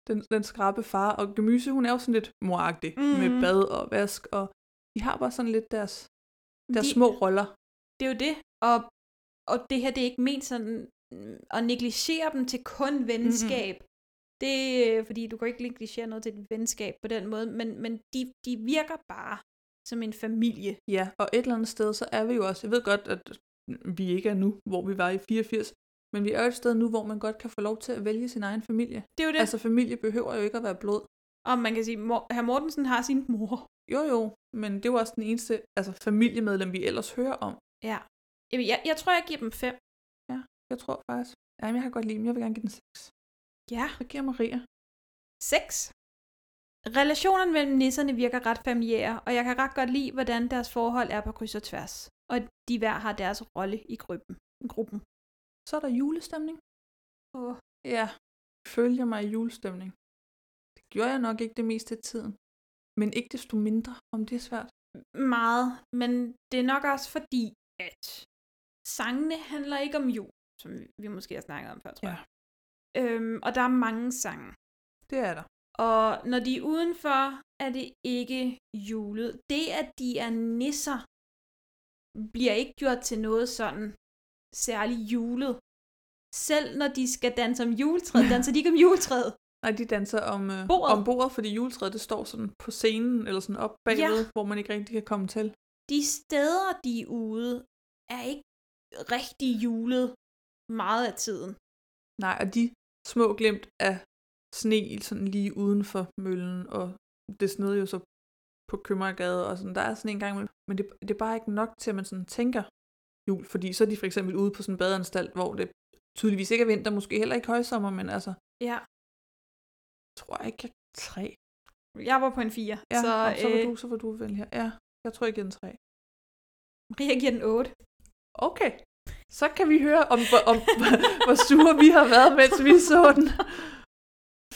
Speaker 9: den, den skrabe far, og Gemyse, hun er jo sådan lidt moragtig mm. med
Speaker 8: Mhm.
Speaker 9: bad og vask, og de har bare sådan lidt deres, deres
Speaker 8: De-
Speaker 9: små roller.
Speaker 8: Det er jo det, og, og det her det er ikke ment sådan mm, at negligere dem til
Speaker 9: Mhm.
Speaker 8: kun venskab. Mm-hmm. Det er, øh, fordi du kan ikke negligere noget til et venskab på den måde, men, men de, de virker bare som en familie.
Speaker 9: Ja, og et eller andet sted, så er vi jo også, jeg ved godt, at vi ikke er nu, hvor vi var i 84, men vi er jo et sted nu, hvor man godt kan få lov til at vælge sin egen familie.
Speaker 8: Det er jo det.
Speaker 9: Altså familie behøver jo ikke at være blod.
Speaker 8: Og man kan sige, Mor- herr Mortensen har sin mor.
Speaker 9: Jo jo, men det er jo også den eneste altså, familiemedlem, vi ellers hører om.
Speaker 8: Ja. Jamen, jeg, jeg tror, jeg giver dem fem.
Speaker 9: Jeg tror faktisk. Jamen, jeg kan godt lide dem. Jeg vil gerne give den 6.
Speaker 8: Ja.
Speaker 9: Jeg giver Maria.
Speaker 8: 6. Relationerne mellem nisserne virker ret familiære, og jeg kan ret godt lide, hvordan deres forhold er på kryds og tværs, og de hver har deres rolle i gruppen. gruppen.
Speaker 9: Så er der julestemning.
Speaker 8: Åh.
Speaker 9: Ja. Følger mig i julestemning. Det gjorde jeg nok ikke det meste af tiden. Men ikke desto mindre, om det er svært.
Speaker 8: Meget, men det er nok også fordi, at sangene handler ikke om jul, som vi- vi måske har snakket om før, tror jeg. Ja. Øhm, og der er mange sange.
Speaker 9: Det er der.
Speaker 8: Og når de er udenfor, er det ikke julet. Det, at de er nisser, bliver ikke gjort til noget sådan særligt julet. Selv når de skal danse om juletræet, danser de ikke om juletræet.
Speaker 9: Nej, de danser om, øh,
Speaker 8: Bordet.
Speaker 9: om bordet, fordi juletræet det står sådan på scenen, eller sådan op bagved, ja. hvor man ikke rigtig kan komme til.
Speaker 8: De steder, de er ude, er ikke rigtig julet meget af tiden.
Speaker 9: Nej, og de små glimt af sne sådan lige uden for møllen, og det snede jo så på Købmagergade, og sådan, der er sådan en gang imellem. Men det, det er bare ikke nok til, at man sådan tænker jul, fordi så er de for eksempel ude på sådan en badeanstalt, hvor det tydeligvis ikke er vinter, måske heller ikke højsommer, men altså,
Speaker 8: Ja,
Speaker 9: jeg tror ikke, jeg tre.
Speaker 8: jeg var på en 4.
Speaker 9: Ja,
Speaker 8: så,
Speaker 9: så, så, var
Speaker 8: øh,
Speaker 9: du, så var du vel her. Ja, jeg tror, jeg giver den tre.
Speaker 8: Maria øh, giver den 8.
Speaker 9: Okay, så kan vi høre om, hvor, om hvor sure vi har været, mens vi så den.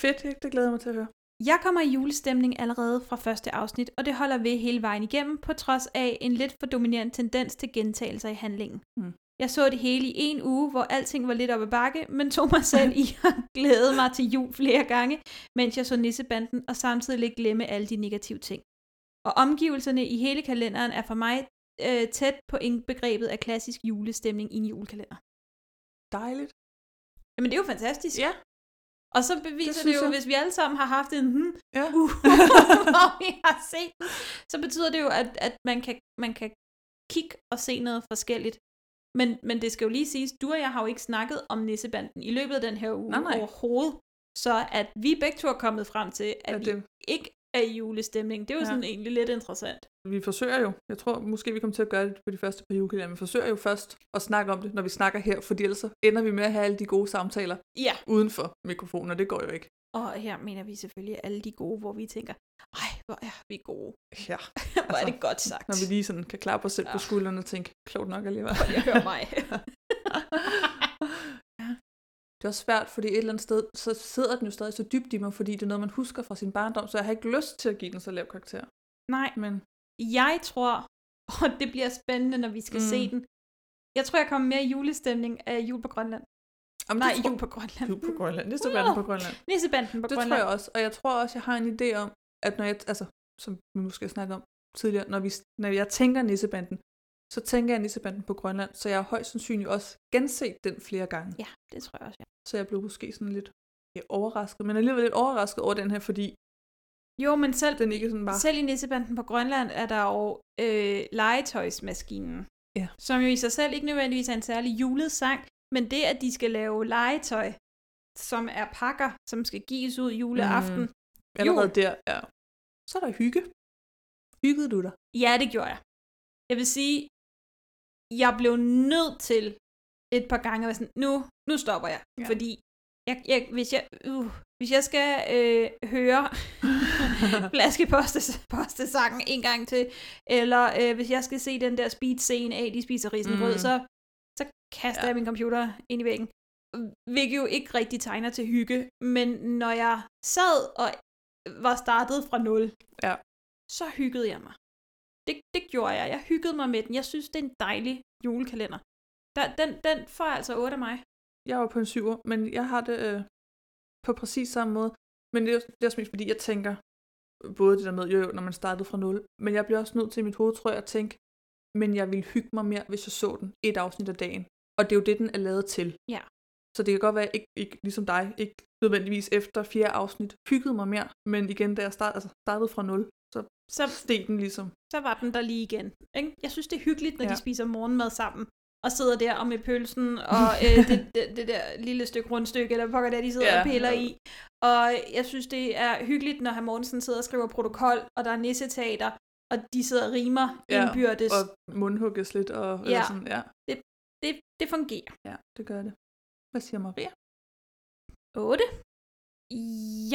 Speaker 9: Fedt, det glæder jeg mig til at høre.
Speaker 8: Jeg kommer i julestemning allerede fra første afsnit, og det holder ved hele vejen igennem, på trods af en lidt for dominerende tendens til gentagelser i handlingen.
Speaker 9: Mm.
Speaker 8: Jeg så det hele i en uge, hvor alting var lidt op ad bakke, men tog mig selv i at glæde mig til jul flere gange, mens jeg så nissebanden og samtidig lidt glemme alle de negative ting. Og omgivelserne i hele kalenderen er for mig øh, tæt på begrebet af klassisk julestemning i en julekalender.
Speaker 9: Dejligt.
Speaker 8: Jamen det er jo fantastisk.
Speaker 9: Ja.
Speaker 8: Og så beviser det,
Speaker 9: synes
Speaker 8: det jo,
Speaker 9: jeg.
Speaker 8: jeg. hvis vi alle sammen har haft en hmm,
Speaker 9: Ja.
Speaker 8: uh, hvor vi har set den, så betyder det jo, at, at man, kan, man kan kigge og se noget forskelligt. Men, men det skal jo lige siges, du og jeg har jo ikke snakket om nissebanden i løbet af den her uge
Speaker 9: Nej, nej.
Speaker 8: overhovedet. Så at vi begge to er kommet frem til, at
Speaker 9: Ja,
Speaker 8: vi
Speaker 9: det-
Speaker 8: ikke er i julestemning, det er jo
Speaker 9: Ja.
Speaker 8: ja. sådan egentlig lidt interessant.
Speaker 9: vi forsøger jo, jeg tror måske vi kommer til at gøre det på de første par julekalender, men vi forsøger jo først at snakke om det, når vi snakker her, fordi ellers så ender vi med at have alle de gode samtaler
Speaker 8: Ja,
Speaker 9: uden for mikrofonen, og det går jo ikke.
Speaker 8: og her mener vi selvfølgelig alle de gode, hvor vi tænker, ej, hvor er vi gode.
Speaker 9: Ja,
Speaker 8: Hvor er
Speaker 9: Altså,
Speaker 8: det godt sagt.
Speaker 9: når vi lige sådan kan klappe os selv ja. på
Speaker 8: Ja.
Speaker 9: skuldrene og tænke, klogt nok alligevel.
Speaker 8: Jeg hører mig.
Speaker 9: Det er også svært, fordi et eller andet sted, så sidder den jo stadig så dybt i mig, fordi det er noget, man husker fra sin barndom, så jeg har ikke lyst til at give den så lav karakter.
Speaker 8: Nej,
Speaker 9: Men
Speaker 8: jeg tror, og det bliver spændende, når vi skal
Speaker 9: Mm.
Speaker 8: mm. se den. Jeg tror, jeg kommer mere i julestemning af jul på Grønland.
Speaker 9: Jamen, det
Speaker 8: Nej,
Speaker 9: tror-
Speaker 8: jul på Grønland. Mm.
Speaker 9: jul på Grønland. Det er så verden på Grønland.
Speaker 8: Nissebanden på
Speaker 9: Det
Speaker 8: Grønland.
Speaker 9: tror jeg også, og jeg tror også, jeg har en idé om, at når jeg, altså, som vi måske snakkede om tidligere, når, vi, når jeg tænker Nissebanden, så tænker jeg Nissebanden på Grønland, så jeg har højst sandsynligt også genset den flere gange.
Speaker 8: Ja, det tror jeg også. Ja.
Speaker 9: Så jeg blev måske sådan lidt ja, overrasket, men alligevel lidt overrasket over den her, fordi
Speaker 8: Jo, men selv,
Speaker 9: den ikke sådan bare...
Speaker 8: selv i Nissebanden på Grønland er der jo øh, legetøjsmaskinen.
Speaker 9: Ja.
Speaker 8: Som jo i sig selv ikke nødvendigvis er en særlig julet sang, men det, at de skal lave legetøj, som er pakker, som skal gives ud juleaften. Mm.
Speaker 9: Allerede der, ja. Så er der hygge. Hyggede du dig?
Speaker 8: Ja, det gjorde jeg. Jeg vil sige, jeg blev nødt til et par gange at være sådan, nu, nu stopper jeg.
Speaker 9: Ja.
Speaker 8: Ja. Fordi jeg, jeg, hvis, jeg, uh, hvis jeg skal øh, høre flaskepostesangen en gang til, eller øh, hvis jeg skal se den der speed-scene af, de spiser risengrød,
Speaker 9: Mm.
Speaker 8: mm. så, så kaster
Speaker 9: Ja.
Speaker 8: ja. jeg min computer ind i væggen. Hvilket jo ikke rigtig tegner til hygge, men når jeg sad og var startet fra nul,
Speaker 9: Ja.
Speaker 8: så hyggede jeg mig. Det, det gjorde jeg. Jeg hyggede mig med den. Jeg synes, det er en dejlig julekalender. Der, den, den får altså 8 af mig.
Speaker 9: Jeg var på en syver, men jeg har det øh, på præcis samme måde. Men det er, det er også mest fordi, jeg tænker både det der med, jo jo, når man startede fra nul, men jeg bliver også nødt til i mit hoved, tror jeg, at tænke, men jeg ville hygge mig mere, hvis jeg så den et afsnit af dagen. Og det er jo det, den er lavet til.
Speaker 8: Ja.
Speaker 9: Så det kan godt være, at jeg ikke, ikke ligesom dig, ikke nødvendigvis efter fjerde afsnit hyggede mig mere, men igen, da jeg start, altså startede fra nul, så
Speaker 8: Så
Speaker 9: steg den ligesom.
Speaker 8: så var den der lige igen. Ikke? Jeg synes, det er hyggeligt, når ja.
Speaker 9: Ja.
Speaker 8: de spiser morgenmad sammen og sidder der og med pølsen og øh, det, det, det der lille stykke rundstykke, eller hvad pokker der de sidder
Speaker 9: Ja.
Speaker 8: og piller i. Og jeg synes, det er hyggeligt, når herr Mortensen sidder og skriver protokol, og der er nisseteater, og de sidder og rimer ja, indbyrdes.
Speaker 9: Og mundhugges lidt. Og, ja. Eller
Speaker 8: Ja.
Speaker 9: sådan, ja.
Speaker 8: Det, det, det fungerer.
Speaker 9: ja, det gør det. Hvad siger Maria?
Speaker 8: 8.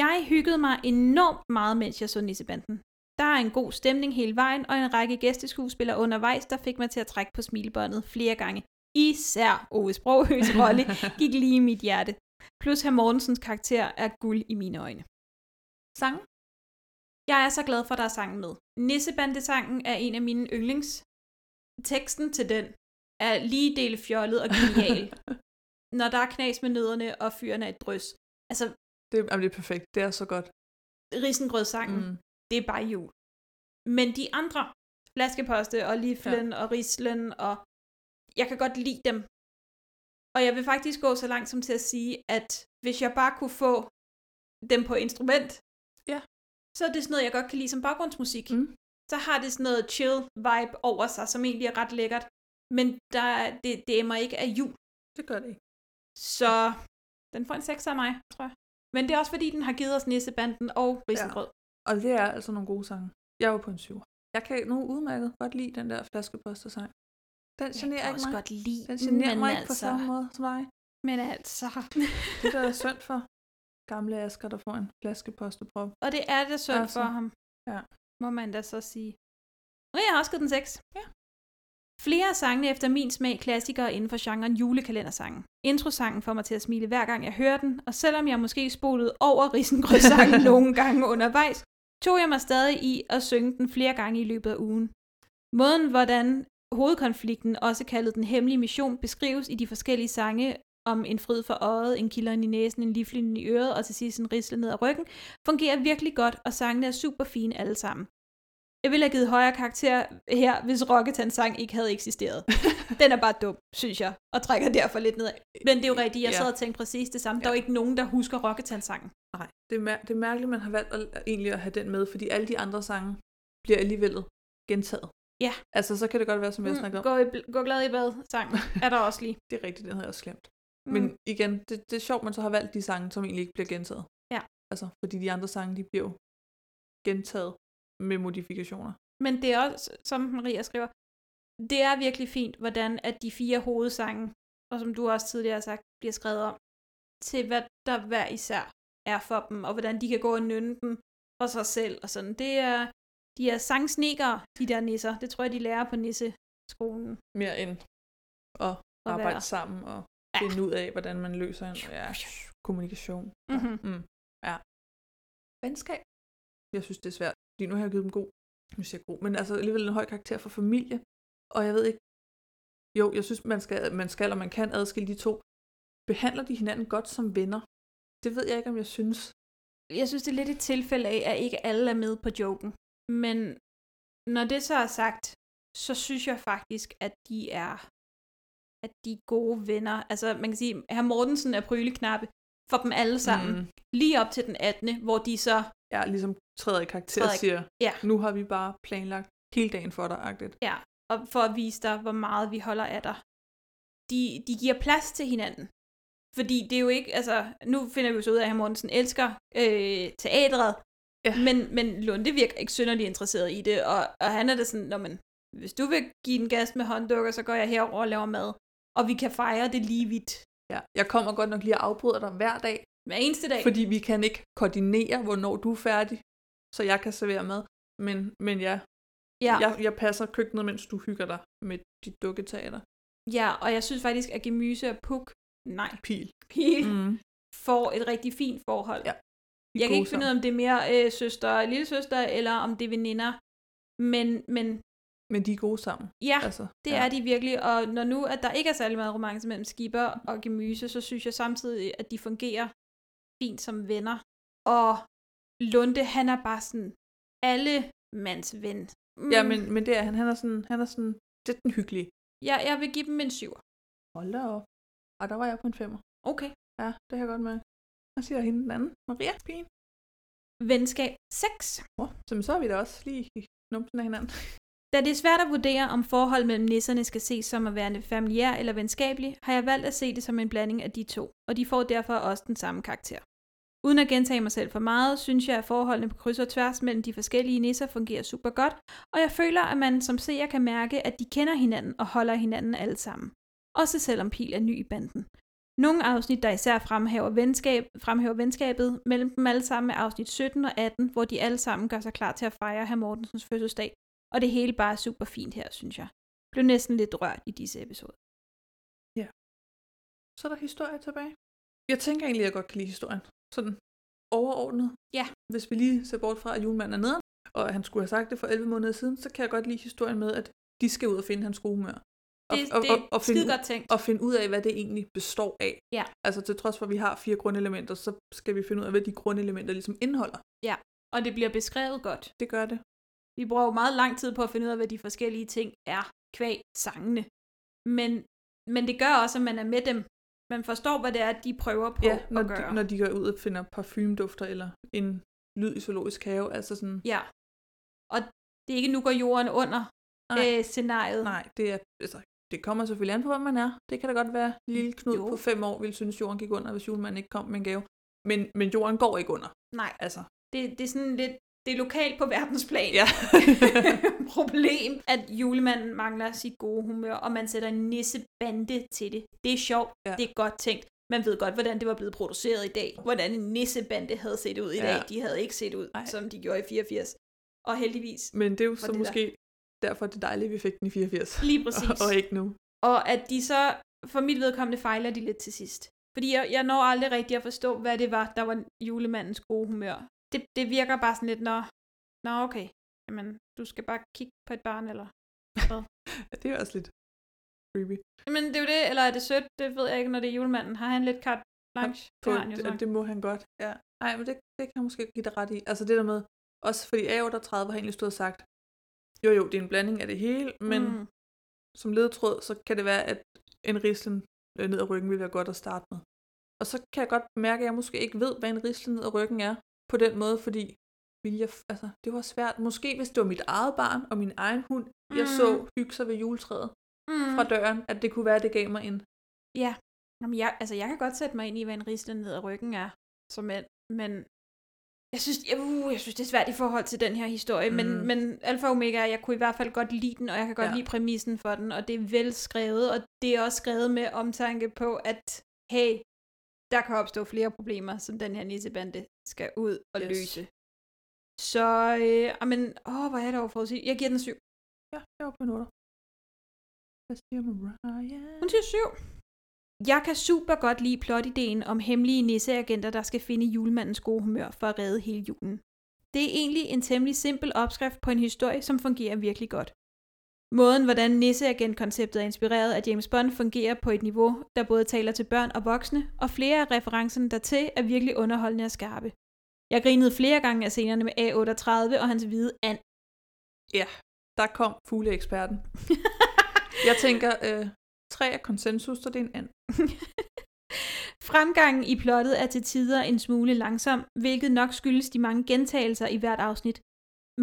Speaker 8: Jeg hyggede mig enormt meget, mens jeg så Nissebanden. Der er en god stemning hele vejen, og en række gæsteskuespillere undervejs, der fik mig til at trække på smilbåndet flere gange. Især Ove Sproghøs rolle gik lige i mit hjerte. Plus herr Mortensens karakter er guld i mine øjne. Sang? Jeg er så glad for, at der er sangen med. Nissebandesangen er en af mine yndlings. Teksten til den er lige del fjollet og genial. Når der er knas med nødderne, og fyren er et drøs. Altså,
Speaker 9: Det, jamen, det er perfekt. Det er så godt.
Speaker 8: risengrødssangen, mm.
Speaker 9: Mm.
Speaker 8: det er bare jul. Men de andre, flaskeposte og liflen ja. og rislen, og jeg kan godt lide dem. Og jeg vil faktisk gå så langt som til at sige, at hvis jeg bare kunne få dem på instrument,
Speaker 9: Ja.
Speaker 8: så er det sådan noget, jeg godt kan lide som baggrundsmusik.
Speaker 9: Mm.
Speaker 8: Så har det sådan noget chill vibe over sig, som egentlig er ret lækkert. Men der, er- det, det emmer ikke af jul.
Speaker 9: Det gør det ikke.
Speaker 8: Så den får en 6 af mig, tror jeg. Men det er også fordi, den har givet os nissebanden og risengrød.
Speaker 9: Og det er altså nogle gode sange. Jeg var på en syver. Jeg kan nu udmærket godt lide den der flaskeposter-sang. Den generer
Speaker 5: jeg kan
Speaker 9: ikke
Speaker 5: også
Speaker 9: mig.
Speaker 5: godt lide
Speaker 9: Den generer
Speaker 5: men
Speaker 9: mig ikke
Speaker 5: altså,
Speaker 9: på samme måde som dig.
Speaker 8: Men altså...
Speaker 9: Det der er synd for gamle Asger, der får en flaskeposterprop.
Speaker 8: Og det er det synd
Speaker 9: Altså,
Speaker 8: for ham.
Speaker 9: ja.
Speaker 8: Må man da så sige. Og jeg har også givet den 6. Ja. Flere af sangene efter min smag klassikere inden for genren julekalendersangen. Introsangen får mig til at smile hver gang jeg hører den, og selvom jeg måske spolede over risengrødssangen nogle gange undervejs, tog jeg mig stadig i at synge den flere gange i løbet af ugen. Måden, hvordan hovedkonflikten, også kaldet den hemmelige mission, beskrives i de forskellige sange om en fryd for øjet, en kilder i næsen, en liflin i øret og til sidst en risle ned ad ryggen, fungerer virkelig godt, og sangene er super fine alle sammen. Jeg ville have givet højere karakter her, hvis Rocketans sang ikke havde eksisteret. Den er bare dum, synes jeg, og trækker derfor lidt ned. Men det er jo rigtigt, jeg
Speaker 9: Ja.
Speaker 8: sad og tænkte præcis det samme. Der er jo ikke nogen, der husker Rocketans sangen.
Speaker 9: Nej, det er, mær- det er mærkeligt, man har valgt at, at egentlig at have den med, fordi alle de andre sange bliver alligevel gentaget.
Speaker 8: Ja.
Speaker 9: Altså, så kan det godt være, som jeg mm, snakkede om.
Speaker 8: gå, i, bl- gå glad i bad, sangen er der også lige.
Speaker 9: Det er rigtigt, den havde jeg også glemt.
Speaker 8: Mm.
Speaker 9: Mm. Men igen, det, det er sjovt, man så har valgt de sange, som egentlig ikke bliver gentaget.
Speaker 8: Ja.
Speaker 9: Altså, fordi de andre sange, de bliver jo gentaget med modifikationer.
Speaker 8: Men det er også, som Maria skriver, det er virkelig fint, hvordan at de fire hovedsange, og som du også tidligere har sagt, bliver skrevet om, til hvad der hver især er for dem, og hvordan de kan gå og nynne dem for sig selv og sådan. Det er, de er sangsnikere, de der nisser. Det tror jeg, de lærer på nisseskolen.
Speaker 9: Mere end at
Speaker 8: At
Speaker 9: arbejde
Speaker 8: være-
Speaker 9: sammen og
Speaker 8: Ja.
Speaker 9: finde ud af, hvordan man løser en ja, kommunikation.
Speaker 8: Mm-hmm.
Speaker 9: Mm. Ja. Venskab. Jeg synes, det er svært, fordi nu har jeg givet dem god. Nu siger jeg god, men altså alligevel en høj karakter for familie. Og jeg ved ikke, jo, jeg synes, man skal, man skal og man kan adskille de to. Behandler de hinanden godt som venner? Det ved jeg ikke, om jeg synes.
Speaker 8: Jeg synes, det er lidt et tilfælde af, at ikke alle er med på joken. Men når det så er sagt, så synes jeg faktisk, at de er at de er gode venner. Altså, man kan sige, at Mortensen er pryleknappe for dem alle sammen. Mm. Lige op til den 18., hvor de så
Speaker 9: Ja, ligesom træder i karakter
Speaker 8: Træder
Speaker 9: og
Speaker 8: i-
Speaker 9: siger,
Speaker 8: ja.
Speaker 9: nu har vi bare planlagt hele dagen for dig, agtigt.
Speaker 8: Ja, og for at vise dig, hvor meget vi holder af dig. De, de giver plads til hinanden. Fordi det er jo ikke, altså, nu finder vi jo så ud af, at hr. Mortensen elsker øh, teatret,
Speaker 9: Ja.
Speaker 8: men, men Lunde virker ikke synderlig interesseret i det, og, og han er da sådan, Nå, men, hvis du vil give en gas med hånddukker, så går jeg herover og laver mad, og vi kan fejre det lige vidt
Speaker 9: Ja. Jeg kommer godt nok lige og afbryder dig hver dag,
Speaker 8: hver eneste dag.
Speaker 9: fordi vi kan ikke koordinere, hvornår du er færdig, så jeg kan servere mad. Men, men ja,
Speaker 8: ja.
Speaker 9: Ja. Jeg, jeg passer køkkenet, mens du hygger dig med dit dukketeater.
Speaker 8: ja, og jeg synes faktisk, at Gemyse og Puk, nej,
Speaker 9: Pil.
Speaker 8: Pil, mm.
Speaker 9: Mm.
Speaker 8: får et rigtig fint forhold.
Speaker 9: Ja.
Speaker 8: Jeg kan ikke finde ud af, om det er mere øh, søster og lillesøster, eller om det er veninder. Men, men
Speaker 9: Men de er gode sammen.
Speaker 8: ja,
Speaker 9: Altså,
Speaker 8: Ah, det ja. er de virkelig. Og når nu, at der ikke er særlig meget romance mellem skipper og gemyse, så synes jeg samtidig, at de fungerer fint som venner. Og Lunde, han er bare sådan alle mands ven. Mm,
Speaker 9: Ja, men, men det er han. Han er sådan, han er sådan, det er den hyggelige.
Speaker 8: jeg, jeg vil give dem en syver.
Speaker 9: Hold da op. Og der var jeg på en femmer.
Speaker 8: Okay.
Speaker 9: Ja, det har jeg godt med. Og siger hende den anden, Maria Pien.
Speaker 8: Venskab 6.
Speaker 9: Oh, så, men så er vi da også lige i numsen af hinanden.
Speaker 8: Da det er svært at vurdere, om forhold mellem nisserne skal ses som at være familiær eller venskabelig, har jeg valgt at se det som en blanding af de to, og de får derfor også den samme karakter. Uden at gentage mig selv for meget, synes jeg, at forholdene på kryds og tværs mellem de forskellige nisser fungerer super godt, og jeg føler, at man som seer kan mærke, at de kender hinanden og holder hinanden alle sammen. Også selvom Pil er ny i banden. Nogle afsnit, der især fremhæver, venskab, fremhæver venskabet mellem dem alle sammen, er afsnit 17 og 18, hvor de alle sammen gør sig klar til at fejre herr Mortensens fødselsdag, og det hele bare er super fint her, synes jeg. Blev næsten lidt rørt i disse episoder.
Speaker 9: Ja. Så er der historie tilbage. Jeg tænker egentlig, at jeg godt kan lide historien. Sådan overordnet.
Speaker 8: Ja.
Speaker 9: Hvis vi lige ser bort fra, at julemanden er nede, og at han skulle have sagt det for 11 måneder siden, så kan jeg godt lide historien med, at de skal ud og finde hans gode humør. Og,
Speaker 8: Det-
Speaker 9: og,
Speaker 8: det er
Speaker 9: og, og, finde,
Speaker 8: skide
Speaker 9: ud-
Speaker 8: godt tænkt.
Speaker 9: og finde ud af, hvad det egentlig består af.
Speaker 8: Ja.
Speaker 9: Altså til trods for, at vi har fire grundelementer, så skal vi finde ud af, hvad de grundelementer ligesom indeholder.
Speaker 8: Ja, og det bliver beskrevet godt.
Speaker 9: Det gør det.
Speaker 8: Vi bruger jo meget lang tid på at finde ud af, hvad de forskellige ting er, kvæg sangene. Men, men det gør også, at man er med dem. Man forstår, hvad det er, de prøver på
Speaker 9: ja, når
Speaker 8: at gøre.
Speaker 9: de, når de går ud og finder parfumdufter eller en lyd i zoologisk have, altså sådan,
Speaker 8: Ja. Og det er ikke, nu går jorden under
Speaker 9: Nej.
Speaker 8: øh, scenariet.
Speaker 9: nej, det er, altså, det kommer selvfølgelig an på, hvor man er. Det kan da godt være, lille Knud
Speaker 8: Jo.
Speaker 9: på fem år ville synes, jorden gik under, hvis julemanden ikke kom med en gave. Men, men jorden går ikke under.
Speaker 8: Nej,
Speaker 9: Altså,
Speaker 8: det, det er sådan lidt, det er lokalt på verdensplan.
Speaker 9: ja.
Speaker 8: problem, at julemanden mangler sit gode humør, og man sætter en nissebande til det. Det er sjovt,
Speaker 9: Ja.
Speaker 8: ja. det er godt tænkt. Man ved godt, hvordan det var blevet produceret i dag. Hvordan en nissebande havde set ud i
Speaker 9: Ja.
Speaker 8: dag. De havde ikke set ud,
Speaker 9: Nej.
Speaker 8: Ej. som de gjorde i 84. Og heldigvis.
Speaker 9: Men det er jo
Speaker 8: For
Speaker 9: så
Speaker 8: det der.
Speaker 9: måske der. derfor, det er dejligt, at vi fik den i 84.
Speaker 8: Lige præcis.
Speaker 9: Og, og ikke nu.
Speaker 8: Og at de så, for mit vedkommende, fejler de lidt til sidst. Fordi jeg, jeg når aldrig rigtig at forstå, hvad det var, der var julemandens gode humør. Det, det virker bare sådan lidt, når, nå okay, jamen, du skal bare kigge på et barn, eller
Speaker 9: Ja, det er også lidt creepy.
Speaker 8: Men det er jo det, eller er det sødt? Det ved jeg ikke, når det er julemanden. Har han lidt carte blanche?
Speaker 9: På,
Speaker 8: det har han jo
Speaker 9: det,
Speaker 8: sagt.
Speaker 9: det må han godt. Ja. Nej, men det, det kan jeg måske give dig ret i. Altså det der med, også fordi AO der 30 har egentlig stået og sagt, jo jo, det er en blanding af det hele, men mm.
Speaker 8: Mm.
Speaker 9: som ledetråd, så kan det være, at en rislen øh, ned ad ryggen vil være godt at starte med. Og så kan jeg godt mærke, at jeg måske ikke ved, hvad en rislen ned ad ryggen er, på den måde, fordi ville jeg, f- altså, det var svært. Måske hvis det var mit eget barn og min egen hund, mm. jeg
Speaker 8: Mm.
Speaker 9: så hygge sig ved juletræet
Speaker 8: Mm.
Speaker 9: fra døren, at det kunne være, at det gav mig en
Speaker 8: Ja. Jamen, jeg, altså, jeg kan godt sætte mig ind i, hvad en risle ned ad ryggen er, som mand. Men jeg synes, jeg, uh, jeg synes, det er svært i forhold til den her historie. Mm. Men,
Speaker 9: Mm.
Speaker 8: men Alfa og Omega, jeg kunne i hvert fald godt lide den, og jeg kan godt
Speaker 9: Ja.
Speaker 8: ja. lide præmissen for den. Og det er velskrevet, og det er også skrevet med omtanke på, at hey, der kan opstå flere problemer, som den her nissebande skal ud og
Speaker 9: Yes.
Speaker 8: yes. løse. Så, øh, amen, åh, hvor er det overforudsigt. Jeg giver den syv.
Speaker 9: Ja, jeg var på en otter. Hvad siger Mariah?
Speaker 8: Hun siger syv. Jeg kan super godt lide plotideen om hemmelige nisseagenter, der skal finde julemandens gode humør for at redde hele julen. Det er egentlig en temmelig simpel opskrift på en historie, som fungerer virkelig godt. Måden, hvordan nisseagentkonceptet er inspireret af James Bond, fungerer på et niveau, der både taler til børn og voksne, og flere af referencerne dertil er virkelig underholdende og skarpe. Jeg grinede flere gange af scenerne med A38 og hans hvide and.
Speaker 9: Ja, der kom fugleeksperten. jeg tænker, øh, tre er konsensus, så det er en and.
Speaker 8: Fremgangen i plottet er til tider en smule langsom, hvilket nok skyldes de mange gentagelser i hvert afsnit.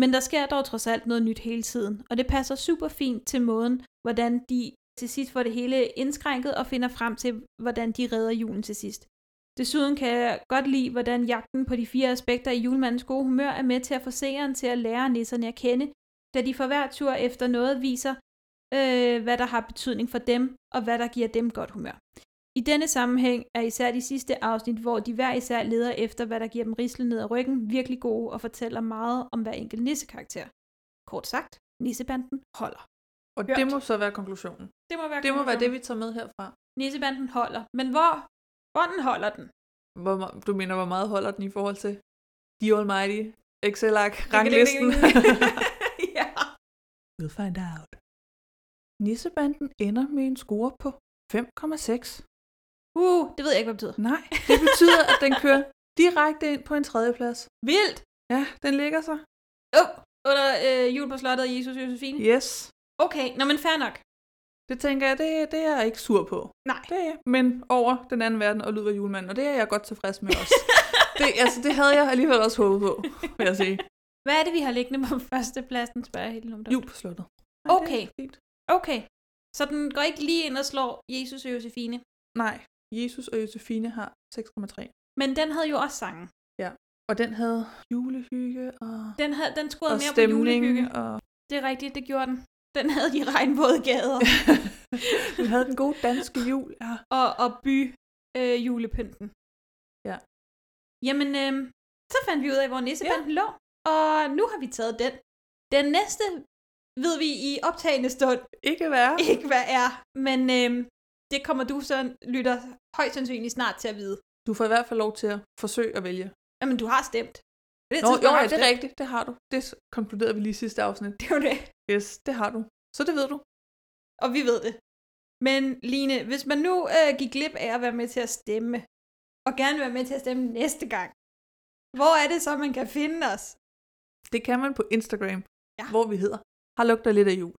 Speaker 8: Men der sker dog trods alt noget nyt hele tiden, og det passer super fint til måden, hvordan de til sidst får det hele indskrænket og finder frem til, hvordan de redder julen til sidst. Desuden kan jeg godt lide, hvordan jagten på de fire aspekter i julemandens gode humør er med til at få seeren til at lære nisserne at kende, da de for hver tur efter noget viser, øh, hvad der har betydning for dem, og hvad der giver dem godt humør. I denne sammenhæng er især de sidste afsnit, hvor de hver især leder efter, hvad der giver dem rislen ned ad ryggen, virkelig gode og fortæller meget om hver enkelt nissekarakter. Kort sagt, nissebanden holder.
Speaker 9: Og
Speaker 8: Hørt.
Speaker 9: det må så være konklusionen.
Speaker 8: Det må være,
Speaker 9: Det må være det, vi tager med herfra.
Speaker 8: Nissebanden holder. Men hvor? Hvordan holder den?
Speaker 9: Hvor, me- du mener, hvor meget holder den i forhold til The Almighty, excel ranglisten?
Speaker 8: ja.
Speaker 9: We'll find out. Nissebanden ender med en score på 5,6.
Speaker 8: Uh, det ved jeg ikke, hvad det betyder.
Speaker 9: Nej, det betyder, at den kører direkte ind på en tredjeplads.
Speaker 8: Vildt!
Speaker 9: Ja, den ligger sig.
Speaker 8: Oh, under øh, jul på slottet af Jesus og Josefine.
Speaker 9: Yes.
Speaker 8: Okay, nå men fair nok.
Speaker 9: Det tænker jeg, det, det er jeg ikke sur på.
Speaker 8: Nej.
Speaker 9: Det er jeg. Men over den anden verden og Ludvig Julemand, og det er jeg godt tilfreds med også. det, altså, det havde jeg alligevel også håbet på, vil jeg sige.
Speaker 8: Hvad er det, vi har liggende på førstepladsen, spørger jeg helt om
Speaker 9: Jul på slottet.
Speaker 8: Nej, okay. Okay. Så den går ikke lige ind og slår Jesus og Josefine.
Speaker 9: Nej, Jesus og Josefine har 6,3.
Speaker 8: Men den havde jo også sangen.
Speaker 9: Ja, og den havde julehygge og,
Speaker 8: Den, havde, den scorede
Speaker 9: og
Speaker 8: mere på
Speaker 9: stemning.
Speaker 8: julehygge.
Speaker 9: Og
Speaker 8: Det er rigtigt, det gjorde den. Den havde de regnvåde gader
Speaker 9: vi havde den gode danske jul. Ja.
Speaker 8: og, og by øh, julepynten.
Speaker 9: Ja.
Speaker 8: Jamen, øh, så fandt vi ud af, hvor nissebanden ja. lå, og nu har vi taget den. Den næste ved vi i optagende stund
Speaker 9: Ikke være.
Speaker 8: ikke, hvad er, men øh, det kommer du så, lytter, højst sandsynligt snart til at vide.
Speaker 9: Du får i hvert fald lov til at forsøge at vælge.
Speaker 8: Jamen, du har stemt. På Det
Speaker 9: Nå, jo,
Speaker 8: tidspunkt har
Speaker 9: ja,
Speaker 8: du
Speaker 9: det er
Speaker 8: stemt.
Speaker 9: rigtigt. Det har du. Det s- konkluderede vi lige i sidste afsnit.
Speaker 8: Det er jo det.
Speaker 9: Yes, det har du. Så det ved du.
Speaker 8: Og vi ved det. Men Line, hvis man nu øh, gik glip af at være med til at stemme, og gerne vil være med til at stemme næste gang, hvor er det så, man kan finde os?
Speaker 9: Det kan man på Instagram,
Speaker 8: Ja.
Speaker 9: ja. hvor vi hedder Har lugter lidt af jul.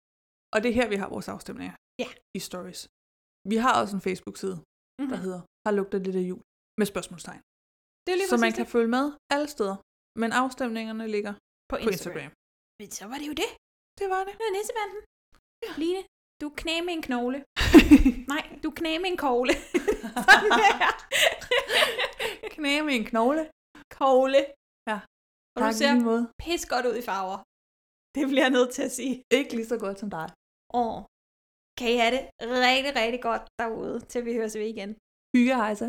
Speaker 9: Og det er her, vi har vores afstemninger.
Speaker 8: Ja.
Speaker 9: I stories. Vi har også en Facebook-side,
Speaker 8: Mhm.
Speaker 9: der hedder Har lugter lidt af jul. Med spørgsmålstegn.
Speaker 8: Det er lige
Speaker 9: Så man
Speaker 8: præcis
Speaker 9: kan
Speaker 8: det.
Speaker 9: følge med alle steder. Men afstemningerne ligger
Speaker 8: på
Speaker 9: på Instagram.
Speaker 8: Men så var det jo det.
Speaker 9: Det var det.
Speaker 8: Det var nissebanden. Ja. Line, du knæ med en knogle. Nej, du knæ med en kogle. Sådan der.
Speaker 9: Knæ med en knogle.
Speaker 8: kogle.
Speaker 9: Ja.
Speaker 8: Og
Speaker 9: Tak
Speaker 8: du
Speaker 9: i
Speaker 8: ser
Speaker 9: lige måde.
Speaker 8: pis godt ud i farver. Det bliver jeg nødt til at sige.
Speaker 9: Ikke lige så godt som dig.
Speaker 8: Åh. Kan I have det rigtig, rigtig godt derude, til vi høres ved igen.
Speaker 9: Hygge, Heisa.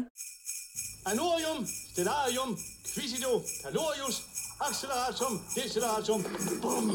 Speaker 12: Anorium, stellarium, quisido, calorius, acceleratum, deceleratum. Bum.